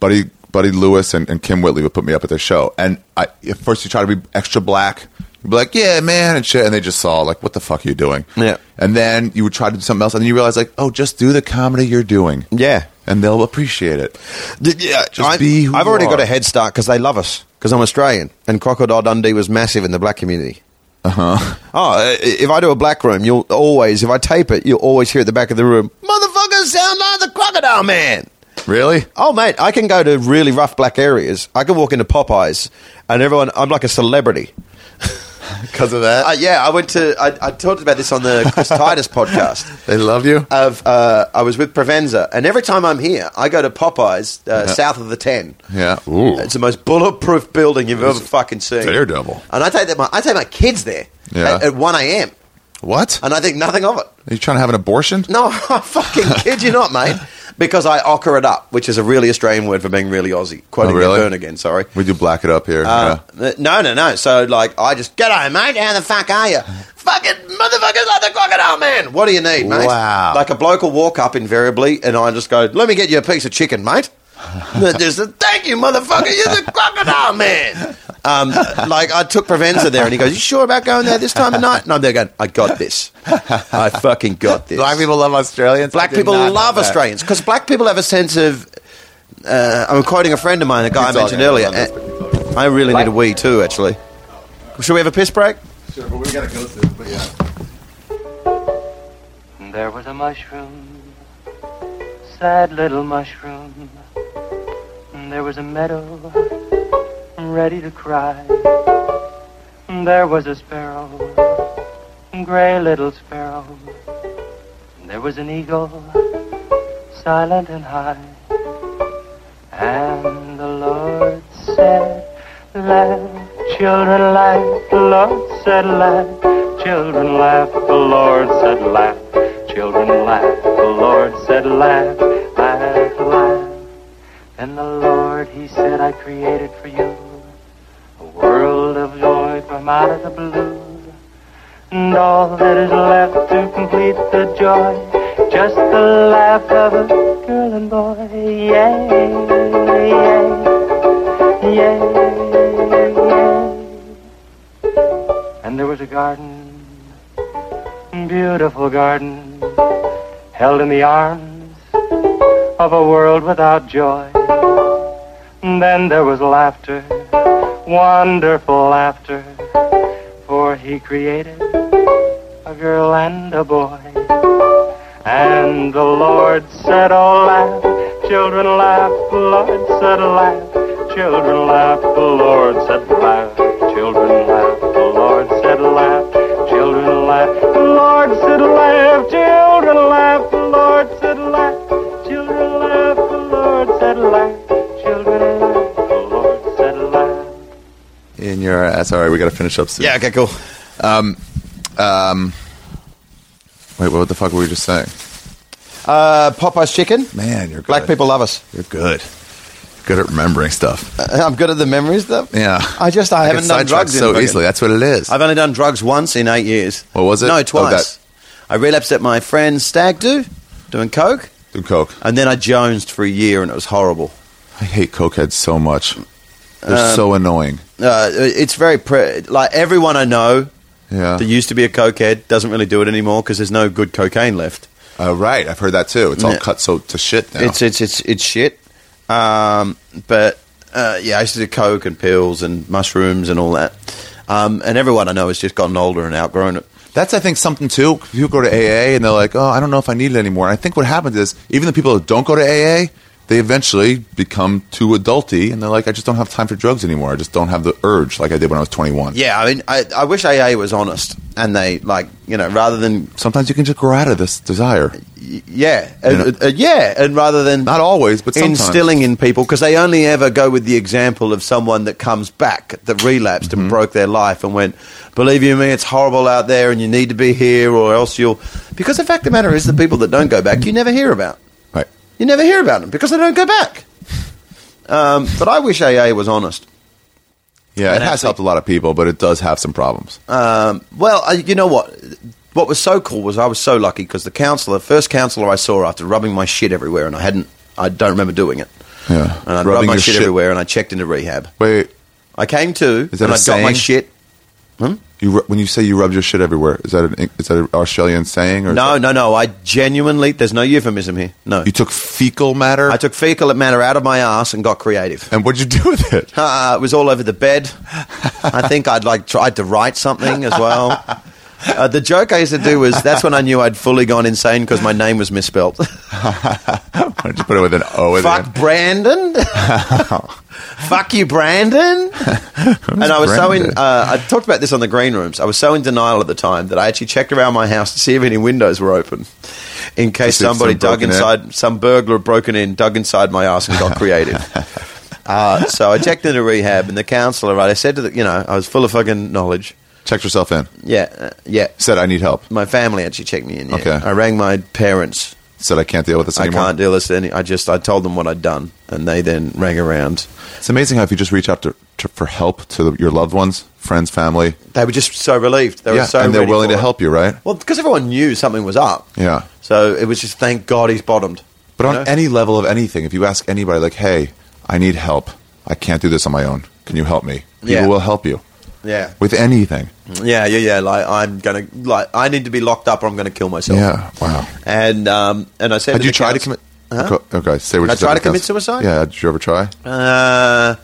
buddy, buddy Lewis and, and Kim Whitley would put me up at their show, and I at first you try to be extra black, you'd be like, yeah, man, and shit, and they just saw like, what the fuck are you doing? Yeah. and then you would try to do something else, and then you realize like, oh, just do the comedy you're doing, Yeah. and they'll appreciate it. D- yeah Just I, be who I've you already are. got a head start because they love us because I'm Australian and Crocodile Dundee was massive in the black community. Uh-huh. Uh huh. Oh, i- if I do a black room, you'll always if I tape it, you'll always hear at the back of the room, motherfuckers sound like the Crocodile Man. Really? Oh mate, I can go to really rough black areas. I can walk into Popeyes, and everyone, I'm like a [laughs] celebrity. Because of that, Uh, yeah, I went to. I, I talked about this on the [laughs] Chris Titus podcast. they love you. Of uh, I was with Prevenza, and every time I'm here, I go to Popeyes uh, Yeah. south of the ten. yeah. Ooh. It's the most bulletproof building you've ever fucking seen. Daredevil. And I take that. My, I take my kids there Yeah. at, at one a.m. What? Are and I think nothing of it. you trying to have an abortion? No, [laughs] I fucking kid you not, mate. Because I ocker it up, which is a really Australian word for being really Aussie. Quoting Oh, really? Burn again, sorry. We do black it up here. Uh, yeah. th- No, no, no. So, like, I just, g'day, mate. How the fuck are you? Fucking motherfuckers like the crocodile man. What do you need, mate? Wow. Like, a bloke will walk up invariably, and I just go, let me get you a piece of chicken, [laughs] mate. There's a thank you, motherfucker. You're the crocodile man. Um, like I took Provenza there, and he goes, "You sure about going there this time of night?" And I'm there going, "I got this. I fucking got this." Black people love Australians. Black I did people not know love that. Australians because black people have a sense of. Uh, I'm quoting a friend of mine, a guy I talking, mentioned I earlier. love this, Uh, I really need a wee too, actually. Should we have a piss break? Sure, but we gotta go through. But yeah. There was a mushroom, sad little mushroom. There was a meadow, ready to cry. There was a sparrow, gray little sparrow. There was an eagle, silent and high. And the Lord said, Laugh, children, laugh. The Lord said, Laugh, children, laugh. The Lord said, Laugh, children, laugh. The Lord said, Laugh, laugh, laugh. And the Lord, He said, I created for you a world of joy from out of the blue. And all that is left to complete the joy, just the laugh of a girl and boy. Yay, yay, yay, yay. And there was a garden, beautiful garden, held in the arms of a world without joy. And then there was laughter, wonderful laughter, for he created a girl and a oh boy. And the Lord said, Oh, laugh, children, laugh. The Lord said, laugh, children, laugh. The Lord said, laugh, children, laugh. The Lord said, laugh, children, laugh. The Lord said, laugh, children, laugh. The Lord said, laugh, children, laugh. The Lord said, laugh, children, laugh. The Lord said, laugh. In your ass. All right, we gotta finish up soon. Yeah. Okay. Cool. Wait, what the fuck were we just saying? Uh, Popeye's chicken. Man, you're good. Black people love us. [laughs] You're good. Good at remembering stuff. Uh, I'm good at the memories though. Yeah. I just I, get haven't done sidetracked drugs in so fucking- easily. That's what it is. I've only done drugs once in eight years. What was it? No, Oh, twice. I relapsed at my friend's stag do, doing coke, do coke. and then I jonesed for a year, and it was horrible. I hate cokeheads so much. They're Um, so annoying. Uh, it's very pre- like everyone I know Yeah. that used to be a cokehead doesn't really do it anymore because there's no good cocaine left. Uh, right, I've heard that too. It's all Yeah. cut so to shit now. It's it's it's it's shit. Um, but uh, yeah, I used to do coke and pills and mushrooms and all that. Um, and everyone I know has just gotten older and outgrown it. That's, I think, something too. People go to AA and they're like, oh, I don't know if I need it anymore. And I think what happens is, even the people that don't go to AA, they eventually become too adulty and they're like, I just don't have time for drugs anymore. I just don't have the urge like I did when I was 21. Yeah, I mean, I, I wish AA was honest and they like you know rather than Sometimes you can just grow out of this desire. y- yeah, uh, You know. uh, yeah, and rather than Not always, but sometimes. instilling in people because they only ever go with the example of someone that comes back that relapsed Mm-hmm. and broke their life and went, believe you me, it's horrible out there and you need to be here or else you'll. Because the fact of the matter is, the people that don't go back, you never hear about. Right. You never hear about them because they don't go back. Um, but I wish AA was honest. Yeah, it And has actually- helped a lot of people, but it does have some problems. Um, well, I, you know what? What was so cool was I was so lucky because the counselor, first counselor I saw after rubbing my shit everywhere, and I hadn't, I don't remember doing it. Yeah. And I Rubbing rubbed my your shit, shit- everywhere, and I checked into rehab. Wait, I came to, Is that and a I got my saying? shit. you ru- when you say you rubbed your shit everywhere, is that an is that an Australian saying or is No, that- no, no. I genuinely, there's no euphemism here. No. You took fecal matter. I took fecal matter out of my ass and got creative. and what'd you do with [laughs] it? Uh, it was all over the bed. I think I'd like tried to write something as [laughs] well. Uh, the joke I used to do was that's when I knew I'd fully gone insane because my name was [laughs] misspelt. Why don't you put it with an O at the Fuck end? [laughs] Brandon. Fuck you, Brandon. and I was so in. Brandon? Uh, I talked about this on the green rooms. I was so in denial at the time that I actually checked around my house to see if any windows were open, in case see if somebody some dug broken in. inside. Some burglar had broken in, dug inside my ass, and [laughs] got creative. uh, so I checked into rehab, and the counselor. Right, I said to the, you know, I was full of fucking knowledge. Checked yourself in. Yeah, uh, yeah. Said I need help. My family actually checked me in. Yeah. Okay. I rang my parents. Said I can't deal with this I anymore. can't deal with this. Any, I just I told them what I'd done, and they then rang around. It's amazing how if you just reach out to, to, for help to your loved ones, friends, family, They were just so relieved. They yeah, were so and they're ready willing for to it. help you, right? Well, because everyone knew something was up. Yeah. So it was just thank God he's bottomed. But on You know? any level of anything, if you ask anybody, like, "Hey, I need help. I can't do this on my own. Can you help me?" People Yeah. will help you yeah, Mm, with anything. yeah, yeah, yeah. Like I'm gonna like I need to be locked up or I'm gonna kill myself. Yeah. Wow. And um and I said, Had to you the tried to counsel- commit? Okay, okay, say what Did I you said try to the commit counsel- suicide? Yeah, did you ever try? Uh,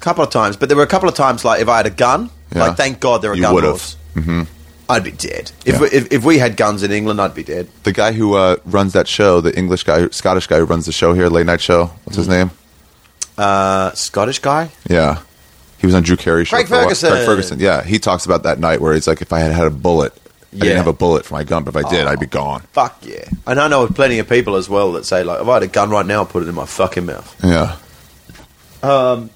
couple of times, but there were a couple of times like if I had a gun, Yeah. like thank God there are You gun would've. laws. Mm-hmm. I'd be dead. If, Yeah. we, if if we had guns in England, I'd be dead. The guy who uh, runs that show, the English guy, Scottish guy who runs the show here, late night show. What's Mm. his name? Uh, Scottish guy. Yeah, he was on Drew Carey show. Craig for a while. Ferguson. Craig Ferguson. Yeah, he talks about that night where he's like, if I had had a bullet, I Yeah. didn't have a bullet for my gun, but if I did, I'd be gone. Fuck yeah. And I know of plenty of people as well that say like, if I had a gun right now, I'd put it in my fucking mouth. [laughs] Yeah. Um. Um,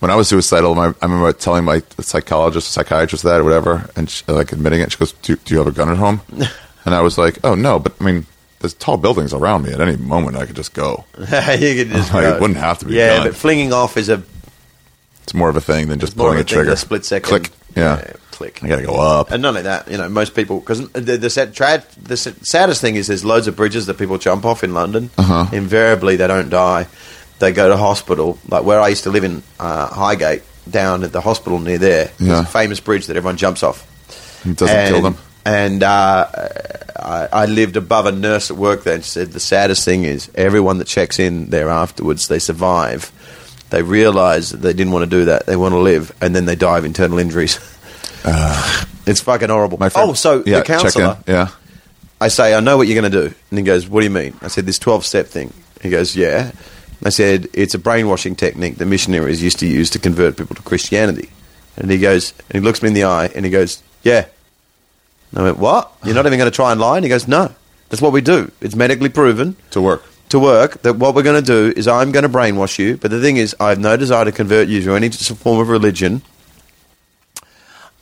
When I was suicidal, my, I remember telling my psychologist, psychiatrist that or whatever, and she, like admitting it. She goes, do, "Do you have a gun at [laughs] home?" and I was like, "Oh no," but I mean, there's tall buildings around me. At any moment, I could just go. you could just Like, Oh, it go. wouldn't have to be Yeah, done. but flinging off is a It's more of a thing than just more pulling of a a thing, trigger. a split second. Click. Yeah. click. I gotta go up. And none of that, you know, most people because the, the, sad, tra- the s- saddest thing is there's loads of bridges that people jump off in London. Uh-huh. Invariably, they don't die. They go to hospital, like where I used to live in uh, Highgate, down at the hospital near there. Yeah. There's a famous bridge that everyone jumps off. It doesn't and, kill them. And uh, I, I lived above a nurse at work there, and she said the saddest thing is everyone that checks in there afterwards, they survive. They realise that they didn't want to do that. They want to live, and then they die of internal injuries. [laughs] it's fucking horrible. Uh, My friend, oh, so yeah, the check in. counsellor, Yeah. I say, I know what you're going to do. And he goes, What do you mean? I said, This 12 step thing. He goes, Yeah. I said, It's a brainwashing technique that missionaries used to use to convert people to Christianity. And he goes, And he looks me in the eye and he goes, Yeah. And I went, What? You're not even going to try and lie? And he goes, No. That's what we do. It's medically proven To work. to work that what we're going to do is I'm going to brainwash you. But the thing is, I have no desire to convert you to any s- form of religion.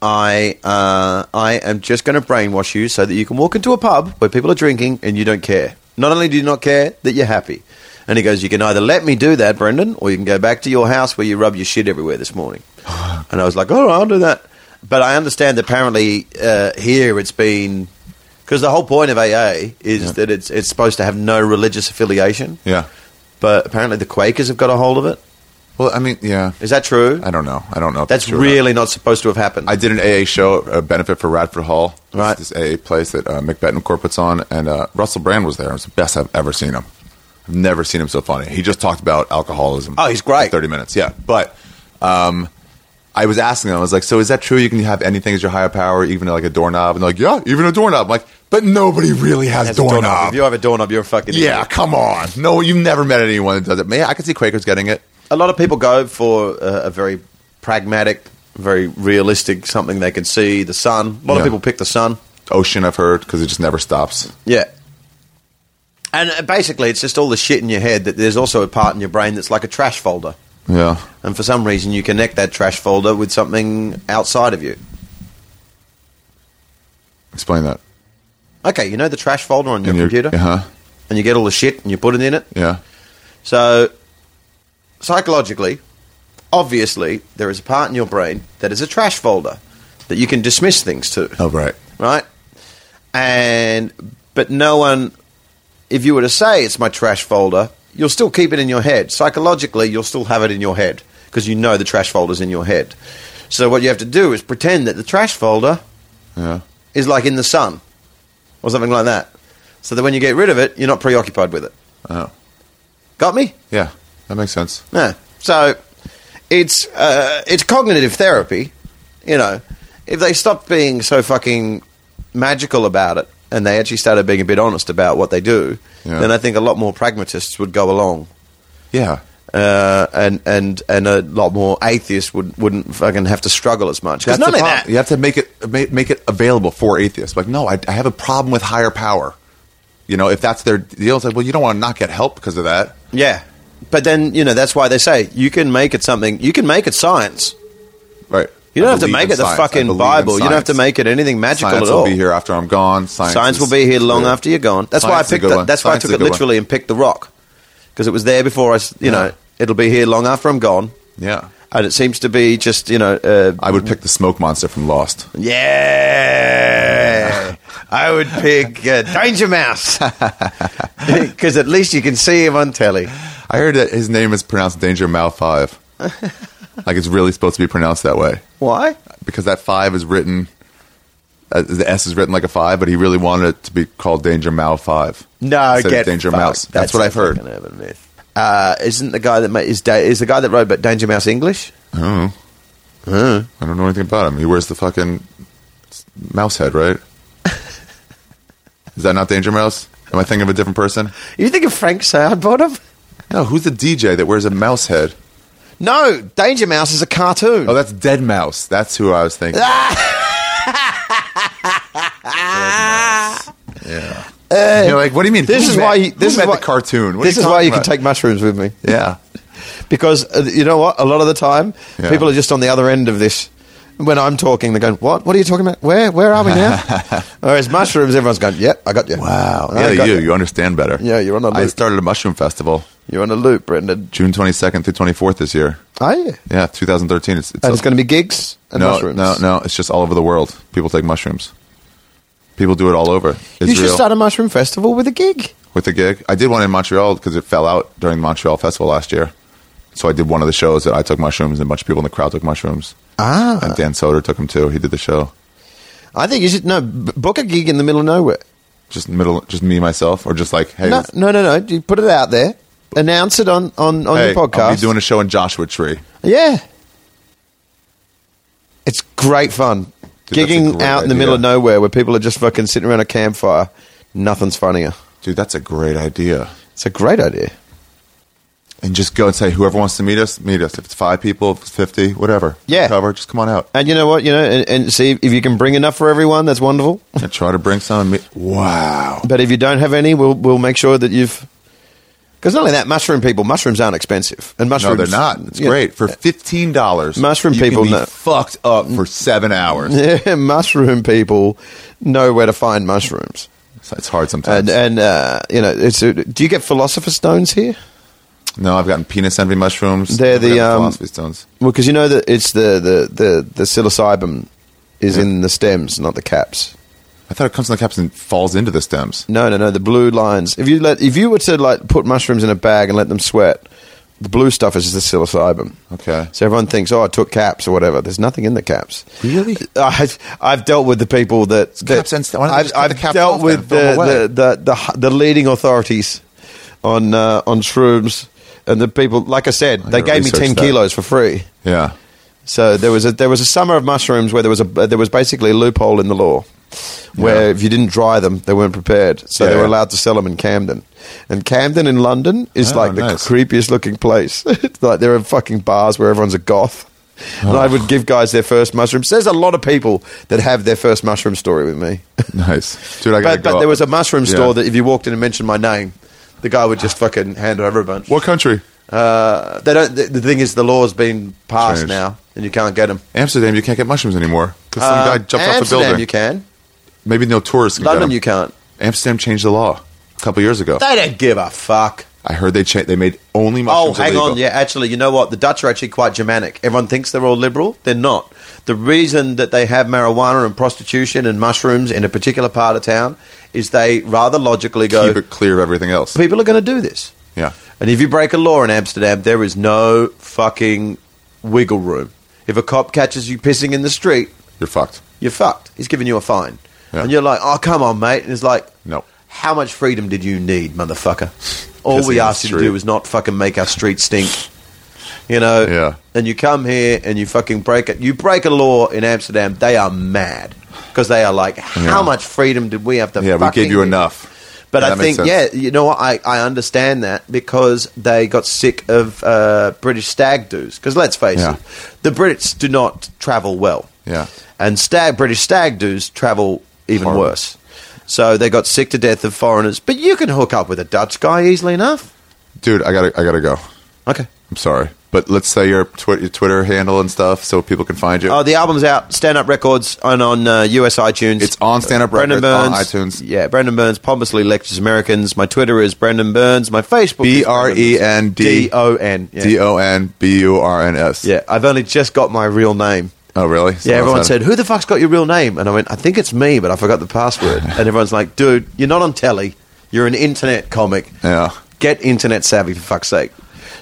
I uh, I am just going to brainwash you so that you can walk into a pub where people are drinking and you don't care. Not only do you not care that you're happy, and he goes, you can either let me do that, Brendan, or you can go back to your house where you rub your shit everywhere this [sighs] morning. And I was like, all right, I'll do that. But I understand apparently uh, here it's been because the whole point of AA is Yeah. that it's it's supposed to have no religious affiliation. Yeah. But apparently the Quakers have got a hold of it. Well, I mean, yeah. Is that true? I don't know. I don't know. if That's it's true or not. really not supposed to have happened. I did an AA show, a benefit for Radford Hall. It's Right. This AA place that uh, Mick Betancourt puts on, and uh, Russell Brand was there. It was the best I've ever seen him. I've never seen him so funny. He just talked about alcoholism. Oh, he's great. For Thirty minutes, yeah. But um, I was asking them, I was like, so is that true? You can have anything as your higher power, even like a doorknob? And they're like, yeah, even a doorknob. I'm like, but nobody really has, As a doorknob. If you have a doorknob, you're a fucking yeah, idiot. come on. No, you've never met anyone that does it. Man, I could see Quakers getting it. A lot of people go for uh, a very pragmatic, very realistic something they can see. The sun. A lot Yeah. of people pick the sun. Ocean, I've heard, because it just never stops. Yeah. And uh, basically, it's just all the shit in your head that there's also a part in your brain that's like a trash folder. Yeah. And for some reason, you connect that trash folder with something outside of you. Explain that. Okay, you know the trash folder on your In computer? Uh-huh. And you get all the shit and you put it in it? Yeah. So, psychologically, obviously, there is a part in your brain that is a trash folder that you can dismiss things to. Oh, right. right? And but no one, if you were to say it's my trash folder, you'll still keep it in your head. Psychologically, you'll still have it in your head because you know the trash folder's in your head. So what you have to do is pretend that the trash folder Yeah. is like in the sun or something like that, so that when you get rid of it, you're not preoccupied with it. Oh. Got me? Yeah. That makes sense. Yeah. So it's uh, it's cognitive therapy, you know. If they stopped being so fucking magical about it and they actually started being a bit honest about what they do, Yeah. then I think a lot more pragmatists would go along. Yeah. Uh, and and and a lot more atheists would wouldn't fucking have to struggle as much. 'Cause That's not the only problem. that- You have to make it make, make it available for atheists. Like, no, I, I have a problem with higher power. You know, if that's their deal, it's like, well, you don't want to not get help because of that. yeah. But then you know that's why they say you can make it something. You can make it science. Right. You don't I have to believe make in it the science. I fucking believe in Bible. You don't have science. to make it anything magical Science at will all. be here after I'm gone. Science, Science is will be here long real. after you're gone. That's why Science is a I picked good that. one. That's why I Science is took it a good one. literally and picked the rock because it was there before I. s- You know, it'll be here long after I'm gone, Yeah. and it seems to be just you know. Uh, I would pick the smoke monster from Lost. yeah, I would pick uh, Danger [laughs] Mouse because at least you can see him on telly. I heard that his name is pronounced Danger [laughs] Mal Five. like it's really supposed to be pronounced that way Why? because that five is written. Uh, the S is written like a five, but he really wanted it to be called Danger Mal Five. No, instead of get Danger fucked. Mouse. That's, what a I've heard. fucking urban myth. Uh, isn't the guy that ma- is da- is the guy that wrote about Danger Mouse English? Oh. I don't know anything about him. He wears the fucking s- mouse [laughs] head, right? Is that not Danger Mouse? Am I thinking of a different person? You think of Frank Soundbottom? No, who's the DJ that wears a mouse head? No, Danger Mouse is a cartoon. Oh, that's Dead Mouse. That's who I [laughs] was thinking. Yeah. You're like, what do you mean? This Who is met- why. You, who this is met why the cartoon. What are this is why you talking can take mushrooms with me about? Yeah. because uh, you know what? A lot of the time, Yeah. people are just on the other end of this. When I'm talking, they're going, "What? What are you talking about? Where? Where are we [laughs] now?" Whereas mushrooms, everyone's going, "Yep, I got you." Wow. I Yeah, got you. You understand better. Yeah, you're on a I loop. started a mushroom festival You're on a loop, Brendan. June 22nd through 24th this year. Are you? Yeah, 2013. It's, it's And a- it's going to be gigs and no, mushrooms. No, no, it's just all over the world. People take mushrooms. People do it all over. Israel You should start a mushroom festival with a gig. with the gig. I did one in Montreal because it fell out during the Montreal festival last year. So I did one of the shows that I took mushrooms and a bunch of people in the crowd took mushrooms. Ah. And Dan Soder took them too. He did the show. I think you should no b- book a gig in the middle of nowhere. Just middle, just me myself, or just like, hey, No, no, no, no. You put it out there. Announce it on on on hey, your podcast. I'll be doing a show in Joshua Tree. Yeah. It's great fun. Dude, that's a Gigging great out in the middle of idea. nowhere where people are just fucking sitting around a campfire. Nothing's funnier. Dude, that's a great idea. It's a great idea. And just go and say, whoever wants to meet us, meet us. If it's five people, if it's fifty, whatever. Yeah. cover. Just come on out. And you know what? You know, and, and see if you can bring enough for everyone. That's [laughs] wonderful. And try to bring some. and Meet. Wow. But if you don't have any, we'll we'll make sure that you've. Because not only that, mushroom people, mushrooms aren't expensive, and No, mushrooms they're not. It's yeah. great for fifteen dollars. Mushroom you people can be know- Mm. fucked up for seven hours. [laughs] Yeah, mushroom people know where to find mushrooms, So It's hard and sometimes. and uh, you know, it's. uh do you get philosopher stones here? no, I've gotten penis envy mushrooms. They're I've the, gotten um, philosophy stones. Well, because you know that it's the the the, the psilocybin is in the stems, not the caps. I thought it comes in the caps and falls into the stems. No, no, no. The blue lines. If you let, if you were to like put mushrooms in a bag and let them sweat, the blue stuff is the psilocybin. Okay. So everyone thinks, oh, I took caps or whatever. There's nothing in the caps. Really? I've, I've dealt with the people that, that caps and- why don't they I've, just cut I've the caps dealt off with then and throw 'em away? the, the, the, the the leading authorities on uh, on shrooms and the people. Like I said, they gotta gave me research ten that. kilos for free. Yeah. So there was a there was a summer of mushrooms where there was a there was basically a loophole in the law where Yeah. if you didn't dry them they weren't prepared so they Yeah. were allowed to sell them in Camden and Camden in London is Oh, like the nice. creepiest looking place [laughs] It's like there are fucking bars where everyone's a goth and Oh. I would give guys their first mushrooms there's a lot of people that have their first mushroom story with me Nice, dude. I gotta but, go but there up. was a mushroom Yeah. store that if you walked in and mentioned my name the guy would just fucking hand over a bunch What country? uh, they don't. The, the thing is, the law's been passed Changed. now, and you can't get them. Amsterdam. You can't get mushrooms anymore because some guy jumped off a Uh, Um, Amsterdam, building. you can. Maybe no tourists. Can get London, 'em. you can't. Amsterdam changed the law a couple years ago. They don't give a fuck. I heard they cha- they made only Oh, mushrooms. hang illegal. on. Yeah, actually, you know what? The Dutch are actually quite Germanic. Everyone thinks they're all liberal. They're not. The reason that they have marijuana and prostitution and mushrooms in a particular part of town is they rather logically go, Keep it clear of everything else. people are going to do this. Yeah. And if you break a law in Amsterdam, there is no fucking wiggle room. If a cop catches you pissing in the street, You're fucked. you're fucked. He's giving you a fine. Yeah. And you're like, oh, come on, mate. And it's like, No. How much freedom did you need, [laughs] motherfucker? All Pissing in we the asked you to street. do is not fucking make our streets stink. You know? Yeah. And you come here and you fucking break it. You break a law in Amsterdam, they are mad. Because they are like, how Yeah. much freedom did we have to Yeah, we fucking gave you give?" enough. But That I makes think, yeah, sense. you know what? I, I understand that because they got sick of uh, British stag doos. Because let's face Yeah. it, the Brits do not travel well. Yeah. And stag British stag doos travel even Horrible. worse. So they got sick to death of foreigners. But you can hook up with a Dutch guy easily enough. dude. I gotta I gotta go. Okay. I'm sorry, but let's say your, twi- your Twitter handle and stuff so people can find you. Oh, the album's out. Stand Up Records and on uh, US iTunes. It's on Stand Up Brendan Records, on Burns, iTunes. Yeah, Brendan Burns pompously lectures Americans. My Twitter is Brendan Burns. My Facebook B R E N D D O N. D O N B U R N S. Yeah, I've only just got my real name. Oh, really? yeah, Someone everyone said, "Who the fuck's got your real name?" And I went, "I think it's me, but I forgot the [laughs] password." and everyone's like, "Dude, you're not on telly. You're an internet comic. Yeah. Get internet savvy for fuck's sake."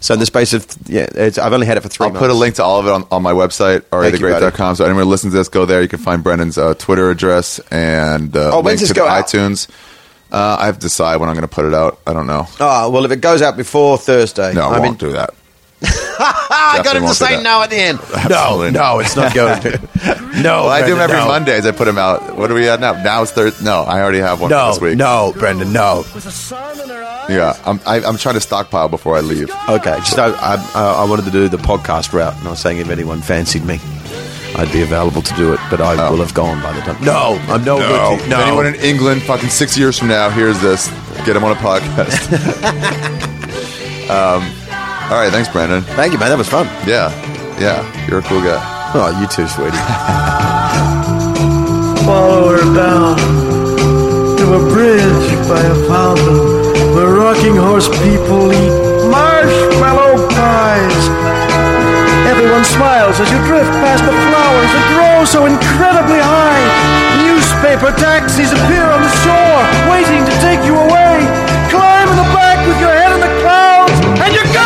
So in the space of yeah, it's, I've only had it for 3 I'll months. put a link to all of it on, on my website, Thank you, ariathegreat.com. So anyone who listens to this, go there. You can find Brendan's uh, Twitter address and uh, Oh, link when's to this the go out? iTunes. Uh, I have to decide when I'm going to put it out. I don't know. Oh, well, if it goes out before Thursday, No, I I'm won't in- do that. Ah, I got Definitely him to won't do say that. no at the end. Absolutely no, no, it's not going to. No, Well, I do them Brendan, every no. Mondays. I put them out. What are we at now? Now it's Thursday. No, I already have one for No, this week. no, Brendan, no. Yeah, I'm, I, I'm trying to stockpile before I leave. [laughs] Okay, just I, I, I wanted to do the podcast route, and I was saying if anyone fancied me, I'd be available to do it, but I will have gone by the time. No, I'm no, good. To you. If anyone in England, fucking six years from now, hears this, get him on a podcast. [laughs] um, all right, thanks, Brandon. Thank you, man. That was fun. Yeah, yeah, you're a cool guy. Oh, you too, sweetie. follow her down to a bridge by a fountain where rocking horse people eat marshmallow pies. Everyone smiles as you drift past the flowers that grow so incredibly high. Newspaper taxis appear on the shore, waiting to take you away. Climb in the back with your head in the clouds, and you go!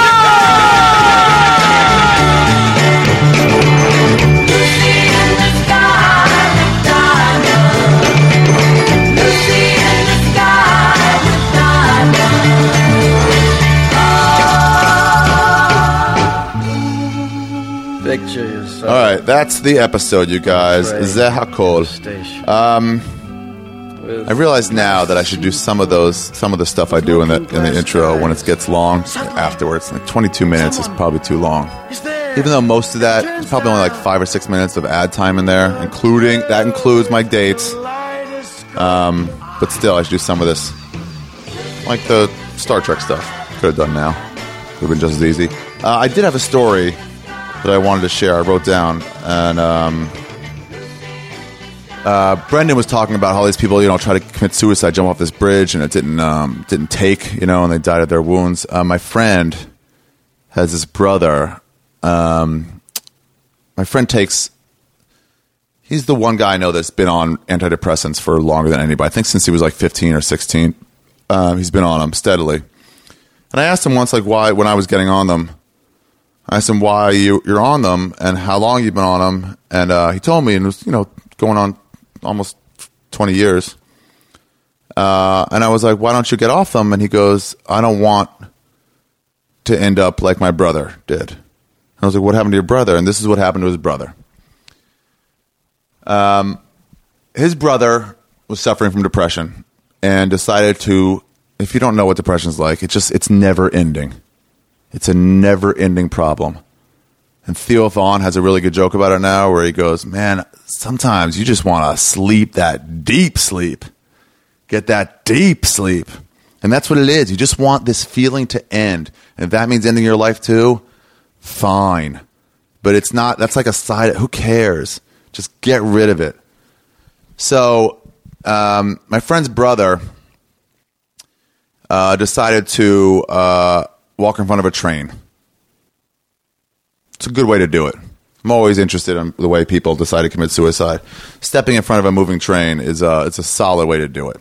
Picture yourself. All right, that's the episode, you guys. Great. Zehakol. Station. I realize now that I should do some of those, some of the stuff I do in the in the intro when it gets long. Afterwards, like 22 minutes is probably too long. Even though most of that is probably only like five or six minutes of ad time in there, including that includes my dates. Um, but still, I should do some of this, like the Star Trek stuff. Could have done now. Would have been just as easy. Uh, I did have a story that I wanted to share. I wrote down, and um, uh, Brendan was talking about how these people, you know, try to commit suicide, jump off this bridge, and it didn't um, didn't take, you know, and they died of their wounds. Uh, my friend has his brother. Um, my friend takes He's the one guy I know that's been on antidepressants for longer than anybody. I think since he was like 15 or 16, um, he's been on them steadily. And I asked him once, like, why when I was getting on them, I asked him why you, you're on them and how long you've been on them, and uh, he told me, and it was you know going on almost 20 years. Uh, and I was like, why don't you get off them? And he goes, I don't want to end up like my brother did. I was like, "What happened to your brother?" And this is what happened to his brother. Um, his brother was suffering from depression and decided to if you don't know what depression is like it's just it's never ending it's a never ending problem and theo vaughn has a really good joke about it now where he goes man sometimes you just want to sleep that deep sleep get that deep sleep and that's what it is you just want this feeling to end and if that means ending your life too fine but it's not that's like a side who cares just get rid of it so, um, my friend's brother uh, decided to uh, walk in front of a train. It's a good way to do it. I'm always interested in the way people decide to commit suicide. Stepping in front of a moving train is a, it's a solid way to do it.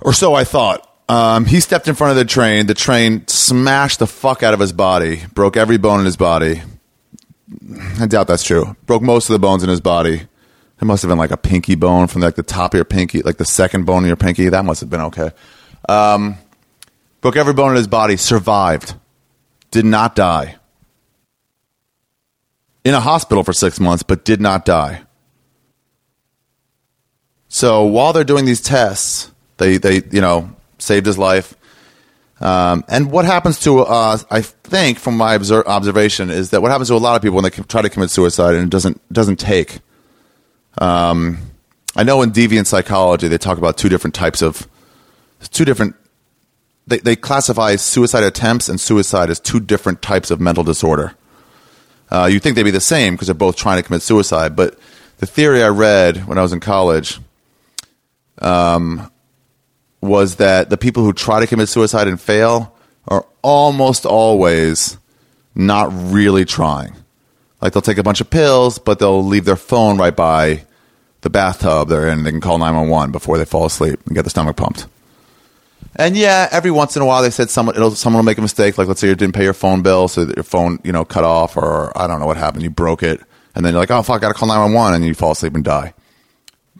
Or so I thought. Um, he stepped in front of the train. The train smashed the fuck out of his body, broke every bone in his body. I doubt that's true. Broke most of the bones in his body. It must have been like a pinky bone from like the top of your pinky, like the second bone in your pinky. That must have been okay. Um, broke every bone in his body, survived, did not die. In a hospital for six months, but did not die. So while they're doing these tests, they, they you know, saved his life. Um, and what happens to, uh, I think, from my obser- observation, is that what happens to a lot of people when they c- try to commit suicide and it doesn't doesn't take. um, I know in deviant psychology they talk about two different types of two different they, they classify suicide attempts and suicide as two different types of mental disorder. Uh, you'd think they'd be the same because they're both trying to commit suicide, but the theory I read when I was in college um, was that the people who try to commit suicide and fail are almost always not really trying. Like they'll take a bunch of pills, but they'll leave their phone right by the bathtub they're in. They can call 911 before they fall asleep and get their stomach pumped. And yeah, every once in a while they said someone it'll, someone will make a mistake. Like let's say you didn't pay your phone bill, so that your phone you know cut off, or I don't know what happened, you broke it, and then you're like, oh fuck, I gotta call 911, and you fall asleep and die.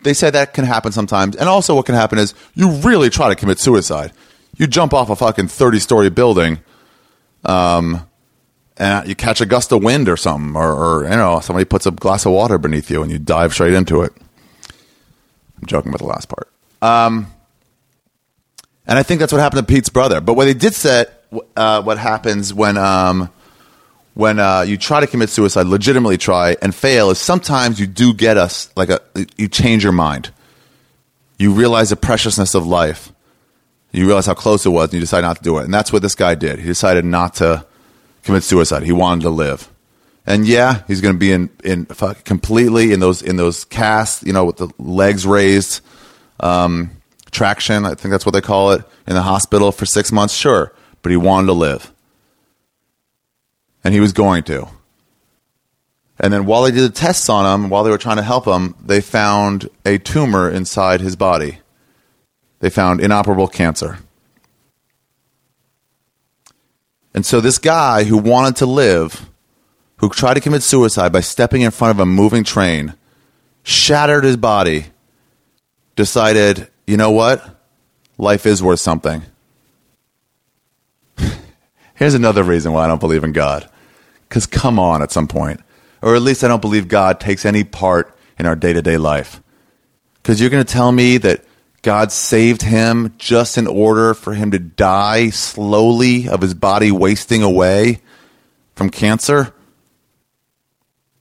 They said that can happen sometimes, and also what can happen is you really try to commit suicide. You jump off a fucking 30 story building um, and you catch a gust of wind or something, or, or you know, somebody puts a glass of water beneath you and you dive straight into it. I'm joking about the last part. Um, and I think that's what happened to Pete's brother. But what they did set, uh, what happens when um, when uh, you try to commit suicide, legitimately try and fail, is sometimes you do get us like a you change your mind. You realize the preciousness of life. You realize how close it was, and you decide not to do it. And that's what this guy did. He decided not to commit suicide. He wanted to live. And yeah, he's going to be in in fuck, completely in those in those casts, you know, with the legs raised, um, traction. I think that's what they call it in the hospital for six months. Sure, but he wanted to live, and he was going to. And then while they did the tests on him, while they were trying to help him, they found a tumor inside his body. They found inoperable cancer. And so this guy who wanted to live, who tried to commit suicide by stepping in front of a moving train, shattered his body, decided, you know what? Life is worth something. Here's another reason why I don't believe in God. Because come on, at some point. Or at least I don't believe God takes any part in our day to day life. Because you're going to tell me that God saved him just in order for him to die slowly of his body wasting away from cancer?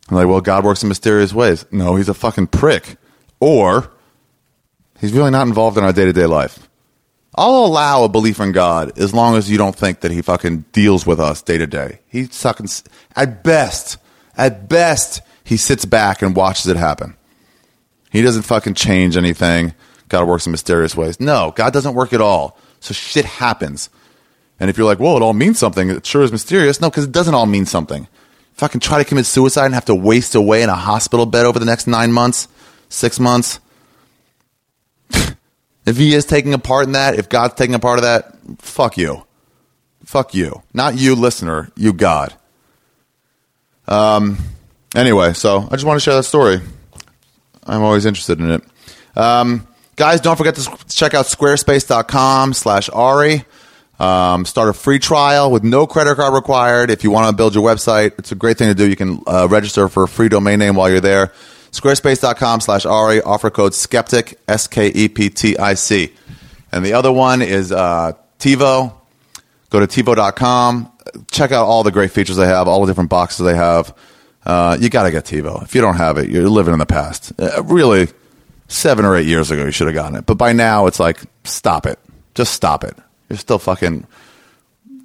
I'm like, well, God works in mysterious ways. No, he's a fucking prick. Or he's really not involved in our day to day life. I'll allow a belief in God as long as you don't think that he fucking deals with us day to day. He fucking, s- at best, at best, he sits back and watches it happen. He doesn't fucking change anything. God works in mysterious ways. No, God doesn't work at all. So shit happens. And if you're like, well, it all means something, it sure is mysterious. No, because it doesn't all mean something. If I can try to commit suicide and have to waste away in a hospital bed over the next nine months, six months, if he is taking a part in that, if God's taking a part of that, fuck you. Fuck you. Not you, listener, you, God. Um, anyway, so I just want to share that story. I'm always interested in it. Um, guys, don't forget to s- check out squarespace.com slash Ari. Um, start a free trial with no credit card required. If you want to build your website, it's a great thing to do. You can uh, register for a free domain name while you're there. Squarespace.com slash Ari. Offer code Skeptic, S K E P T I C. And the other one is uh, TiVo. Go to TiVo.com. Check out all the great features they have, all the different boxes they have. Uh, you got to get TiVo. If you don't have it, you're living in the past. Uh, really, seven or eight years ago, you should have gotten it. But by now, it's like, stop it. Just stop it. You're still fucking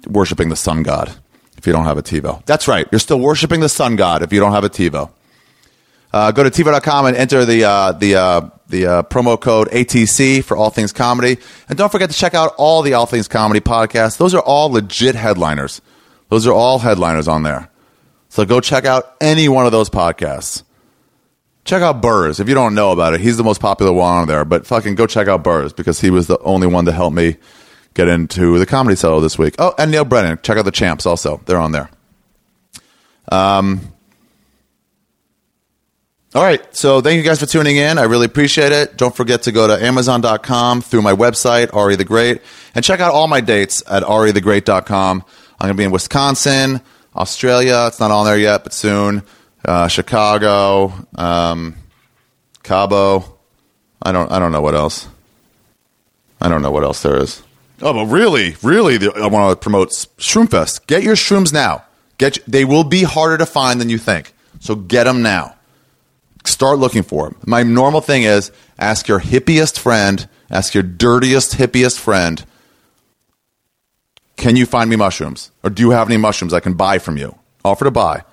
worshiping the sun god if you don't have a TiVo. That's right. You're still worshiping the sun god if you don't have a TiVo. Uh, go to TiVo.com and enter the uh, the uh, the uh, promo code ATC for All Things Comedy, and don't forget to check out all the All Things Comedy podcasts. Those are all legit headliners. Those are all headliners on there. So go check out any one of those podcasts. Check out Burrs if you don't know about it. He's the most popular one on there, but fucking go check out Burrs because he was the only one to help me get into the comedy cellar this week. Oh, and Neil Brennan. Check out the Champs also. They're on there. All right. So thank you guys for tuning in. I really appreciate it. Don't forget to go to Amazon.com through my website, Ari the Great, and check out all my dates at AriTheGreat.com. I'm going to be in Wisconsin, Australia. It's not on there yet, but soon. Uh, Chicago, um, Cabo. I don't. I don't know what else. I don't know what else there is. Oh, but really, really, the- I want to promote S- Shroomfest. Get your shrooms now. Get. They will be harder to find than you think. So get them now start looking for them. My normal thing is ask your hippiest friend, ask your dirtiest, hippiest friend, can you find me mushrooms? Or do you have any mushrooms I can buy from you? Offer to buy.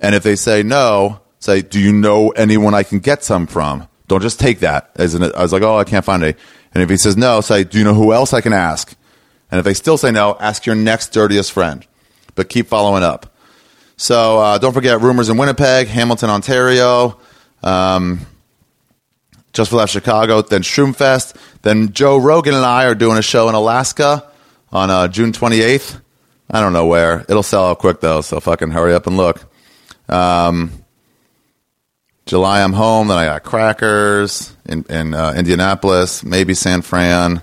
And if they say no, say, do you know anyone I can get some from? Don't just take that as an, I was like, oh, I can't find any. And if he says no, say, do you know who else I can ask? And if they still say no, ask your next dirtiest friend, but keep following up. So uh, don't forget rumors in Winnipeg, Hamilton, Ontario, um, just for that Chicago, then Shroomfest, then Joe Rogan and I are doing a show in Alaska on uh, June 28th. I don't know where. It'll sell out quick though, so fucking hurry up and look. Um, July I'm home. Then I got Crackers in in uh, Indianapolis, maybe San Fran,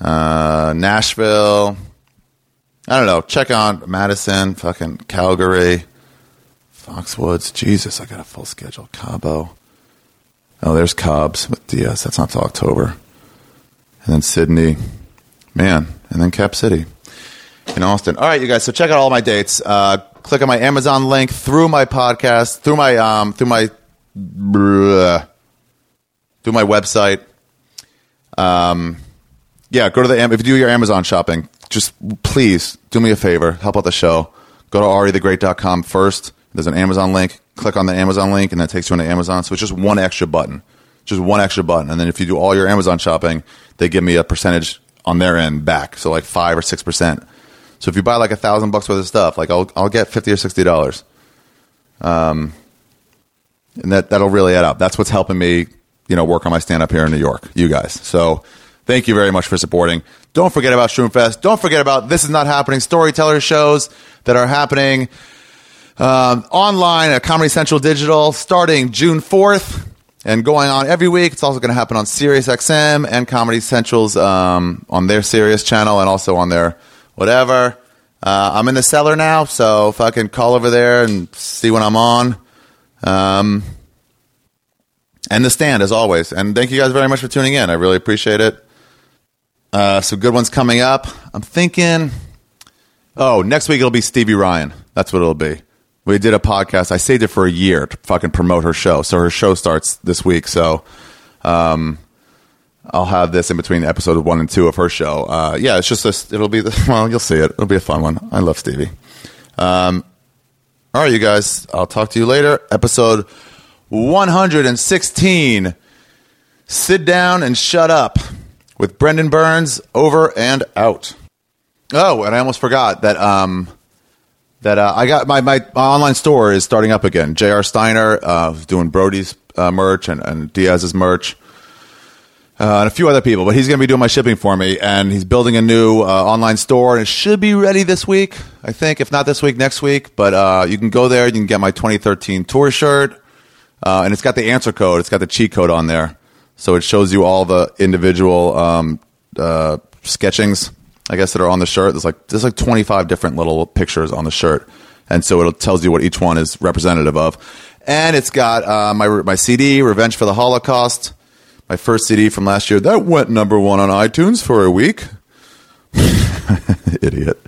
uh, Nashville. I don't know. Check on Madison, fucking Calgary, Foxwoods. Jesus, I got a full schedule. Cabo. Oh, there's Cobbs with Diaz. That's not till October. And then Sydney. Man. And then Cap City in Austin. All right, you guys. So check out all my dates. Uh, click on my Amazon link through my podcast, through my, um, through my, bleh, through my website. Um, yeah, go to the Am- if you do your Amazon shopping, just please do me a favor, help out the show. Go to arithegreat.com first. There's an Amazon link. Click on the Amazon link, and that takes you into Amazon. So it's just one extra button, just one extra button. And then if you do all your Amazon shopping, they give me a percentage on their end back, so like five or six percent. So if you buy like a thousand bucks worth of stuff, like I'll I'll get fifty or sixty dollars and that that'll really add up. That's what's helping me, you know, work on my stand up here in New York. You guys, so thank you very much for supporting. Don't forget about Shroomfest. Don't forget about this is not happening storyteller shows that are happening um, online at Comedy Central Digital starting June fourth and going on every week. It's also going to happen on SiriusXM and Comedy Central's um, on their Sirius channel and also on their whatever. Uh, I'm in the cellar now, so fucking call over there and see when I'm on. Um, and the stand, as always. And thank you guys very much for tuning in. I really appreciate it. Uh, some good ones coming up. I'm thinking, oh, next week it'll be Stevie Ryan. That's what it'll be. We did a podcast. I saved it for a year to fucking promote her show. So her show starts this week. So um, I'll have this in between episode one and two of her show. Uh, yeah, it's just this. It'll be, the, [laughs] well, you'll see it. It'll be a fun one. I love Stevie. All right, you guys. I'll talk to you later. Episode 116. Sit down and shut up with Brendan Burns over and out. Oh, and I almost forgot that um that uh, I got my, my my online store is starting up again. J.R. Steiner uh, who's doing Brody's uh, merch and, and Diaz's merch uh, and a few other people, but he's going to be doing my shipping for me. And he's building a new uh, online store, and it should be ready this week, I think. If not this week, next week. But uh, you can go there. You can get my 2013 tour shirt, uh, and it's got the answer code. It's got the cheat code on there, so it shows you all the individual um, uh, sketchings I guess that are on the shirt. There's like there's like 25 different little pictures on the shirt, and so it tells you what each one is representative of. And it's got uh, my my CD, Revenge for the Holocaust, my first CD from last year that went number one on iTunes for a week. [laughs] Idiot.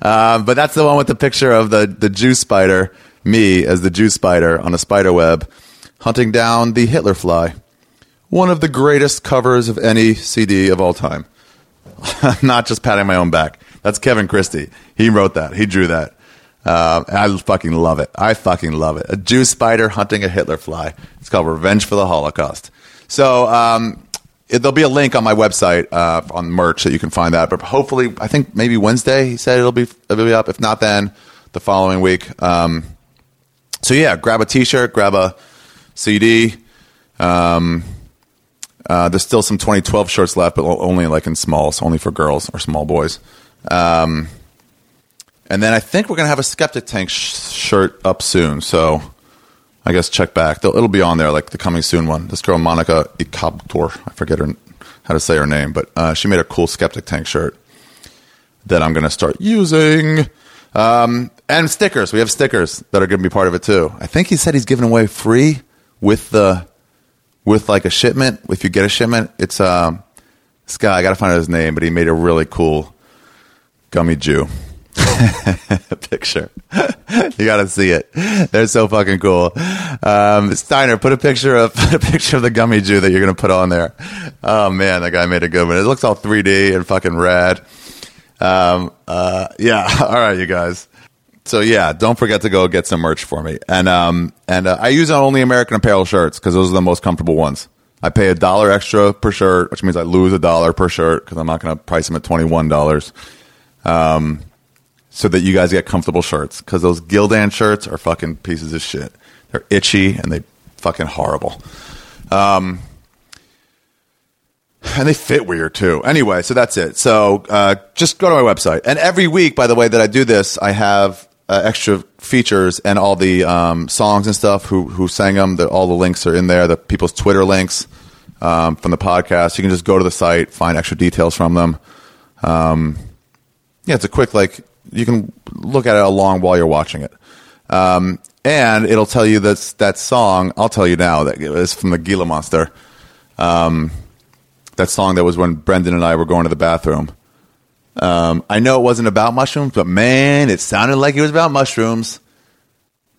Uh, but that's the one with the picture of the the Jew spider, me as the Jew spider on a spider web, hunting down the Hitler fly. One of the greatest covers of any CD of all time. [laughs] I'm not just patting my own back. That's Kevin Christie. He wrote that. He drew that. Um, and I fucking love it. I fucking love it. A Jew spider hunting a Hitler fly. It's called Revenge for the Holocaust. So um, it, there'll be a link on my website uh, on merch that you can find that. But hopefully, I think maybe Wednesday. He said it'll be it'll be up. If not, then the following week. Um, so yeah, grab a T-shirt, grab a CD. Um, uh, there's still some 2012 shirts left, but only like in smalls, only for girls or small boys. Um, and then I think we're gonna have a Skeptic Tank sh- shirt up soon. So I guess check back. They'll, it'll be on there, like the coming soon one. This girl Monica Ikabtor, I forget her how to say her name, but uh, she made a cool Skeptic Tank shirt that I'm gonna start using. Um, and stickers. We have stickers that are gonna be part of it too. I think he said he's giving away free with the with like a shipment. If you get a shipment, it's um, this guy. I gotta find out his name, but he made a really cool gummy Jew picture. [laughs] you gotta see it. They're so fucking cool. Um, Steiner, put a picture of [laughs] put a picture of the gummy Jew that you're gonna put on there. Oh man, that guy made a good one. It looks all 3D and fucking rad. Um, uh, yeah. [laughs] All right, you guys. So yeah, don't forget to go get some merch for me. And um and uh, I use only American Apparel shirts because those are the most comfortable ones. I pay a dollar extra per shirt, which means I lose a dollar per shirt because I'm not going to price them at twenty one dollars. Um, so that you guys get comfortable shirts because those Gildan shirts are fucking pieces of shit. They're itchy and they fucking horrible. Um, and they fit weird too. Anyway, so that's it. So uh, just go to my website. And every week, by the way, that I do this, I have uh, extra features and all the um, songs and stuff. Who who sang them? The, all the links are in there. The people's Twitter links um, from the podcast. You can just go to the site, find extra details from them. Um, yeah, it's a quick like you can look at it along while you're watching it. Um, and it'll tell you that's that song. I'll tell you now that it's from the Gila Monster. Um, that song that was when Brendan and I were going to the bathroom. Um, I know it wasn't about mushrooms, but man, it sounded like it was about mushrooms.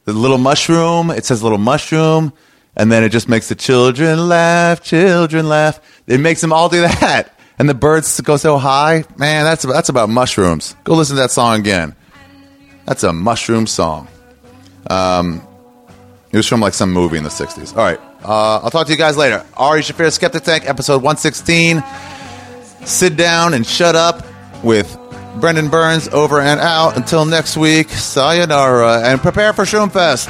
The little mushroom, it says little mushroom, and then it just makes the children laugh, children laugh. It makes them all do that. And the birds go so high. Man, that's, that's about mushrooms. Go listen to that song again. That's a mushroom song. Um, it was from like some movie in the 60s. All right. Uh, I'll talk to you guys later. Ari Shafir, Skeptic Tank, episode 116. Sit down and shut up with Brendan Burns over and out. Until next week, sayonara and prepare for Shroomfest.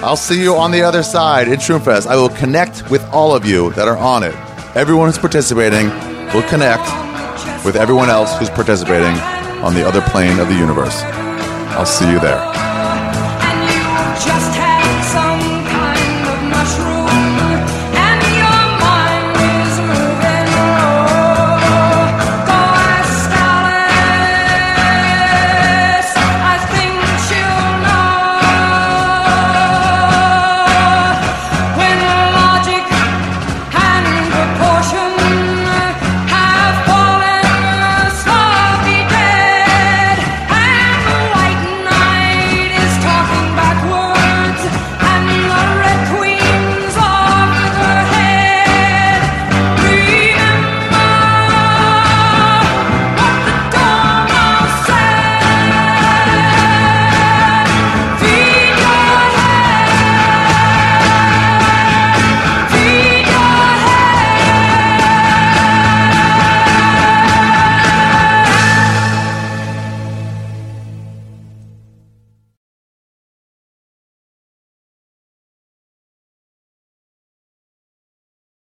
I'll see you on the other side in Shroomfest. I will connect with all of you that are on it. Everyone who's participating will connect with everyone else who's participating on the other plane of the universe. I'll see you there. Just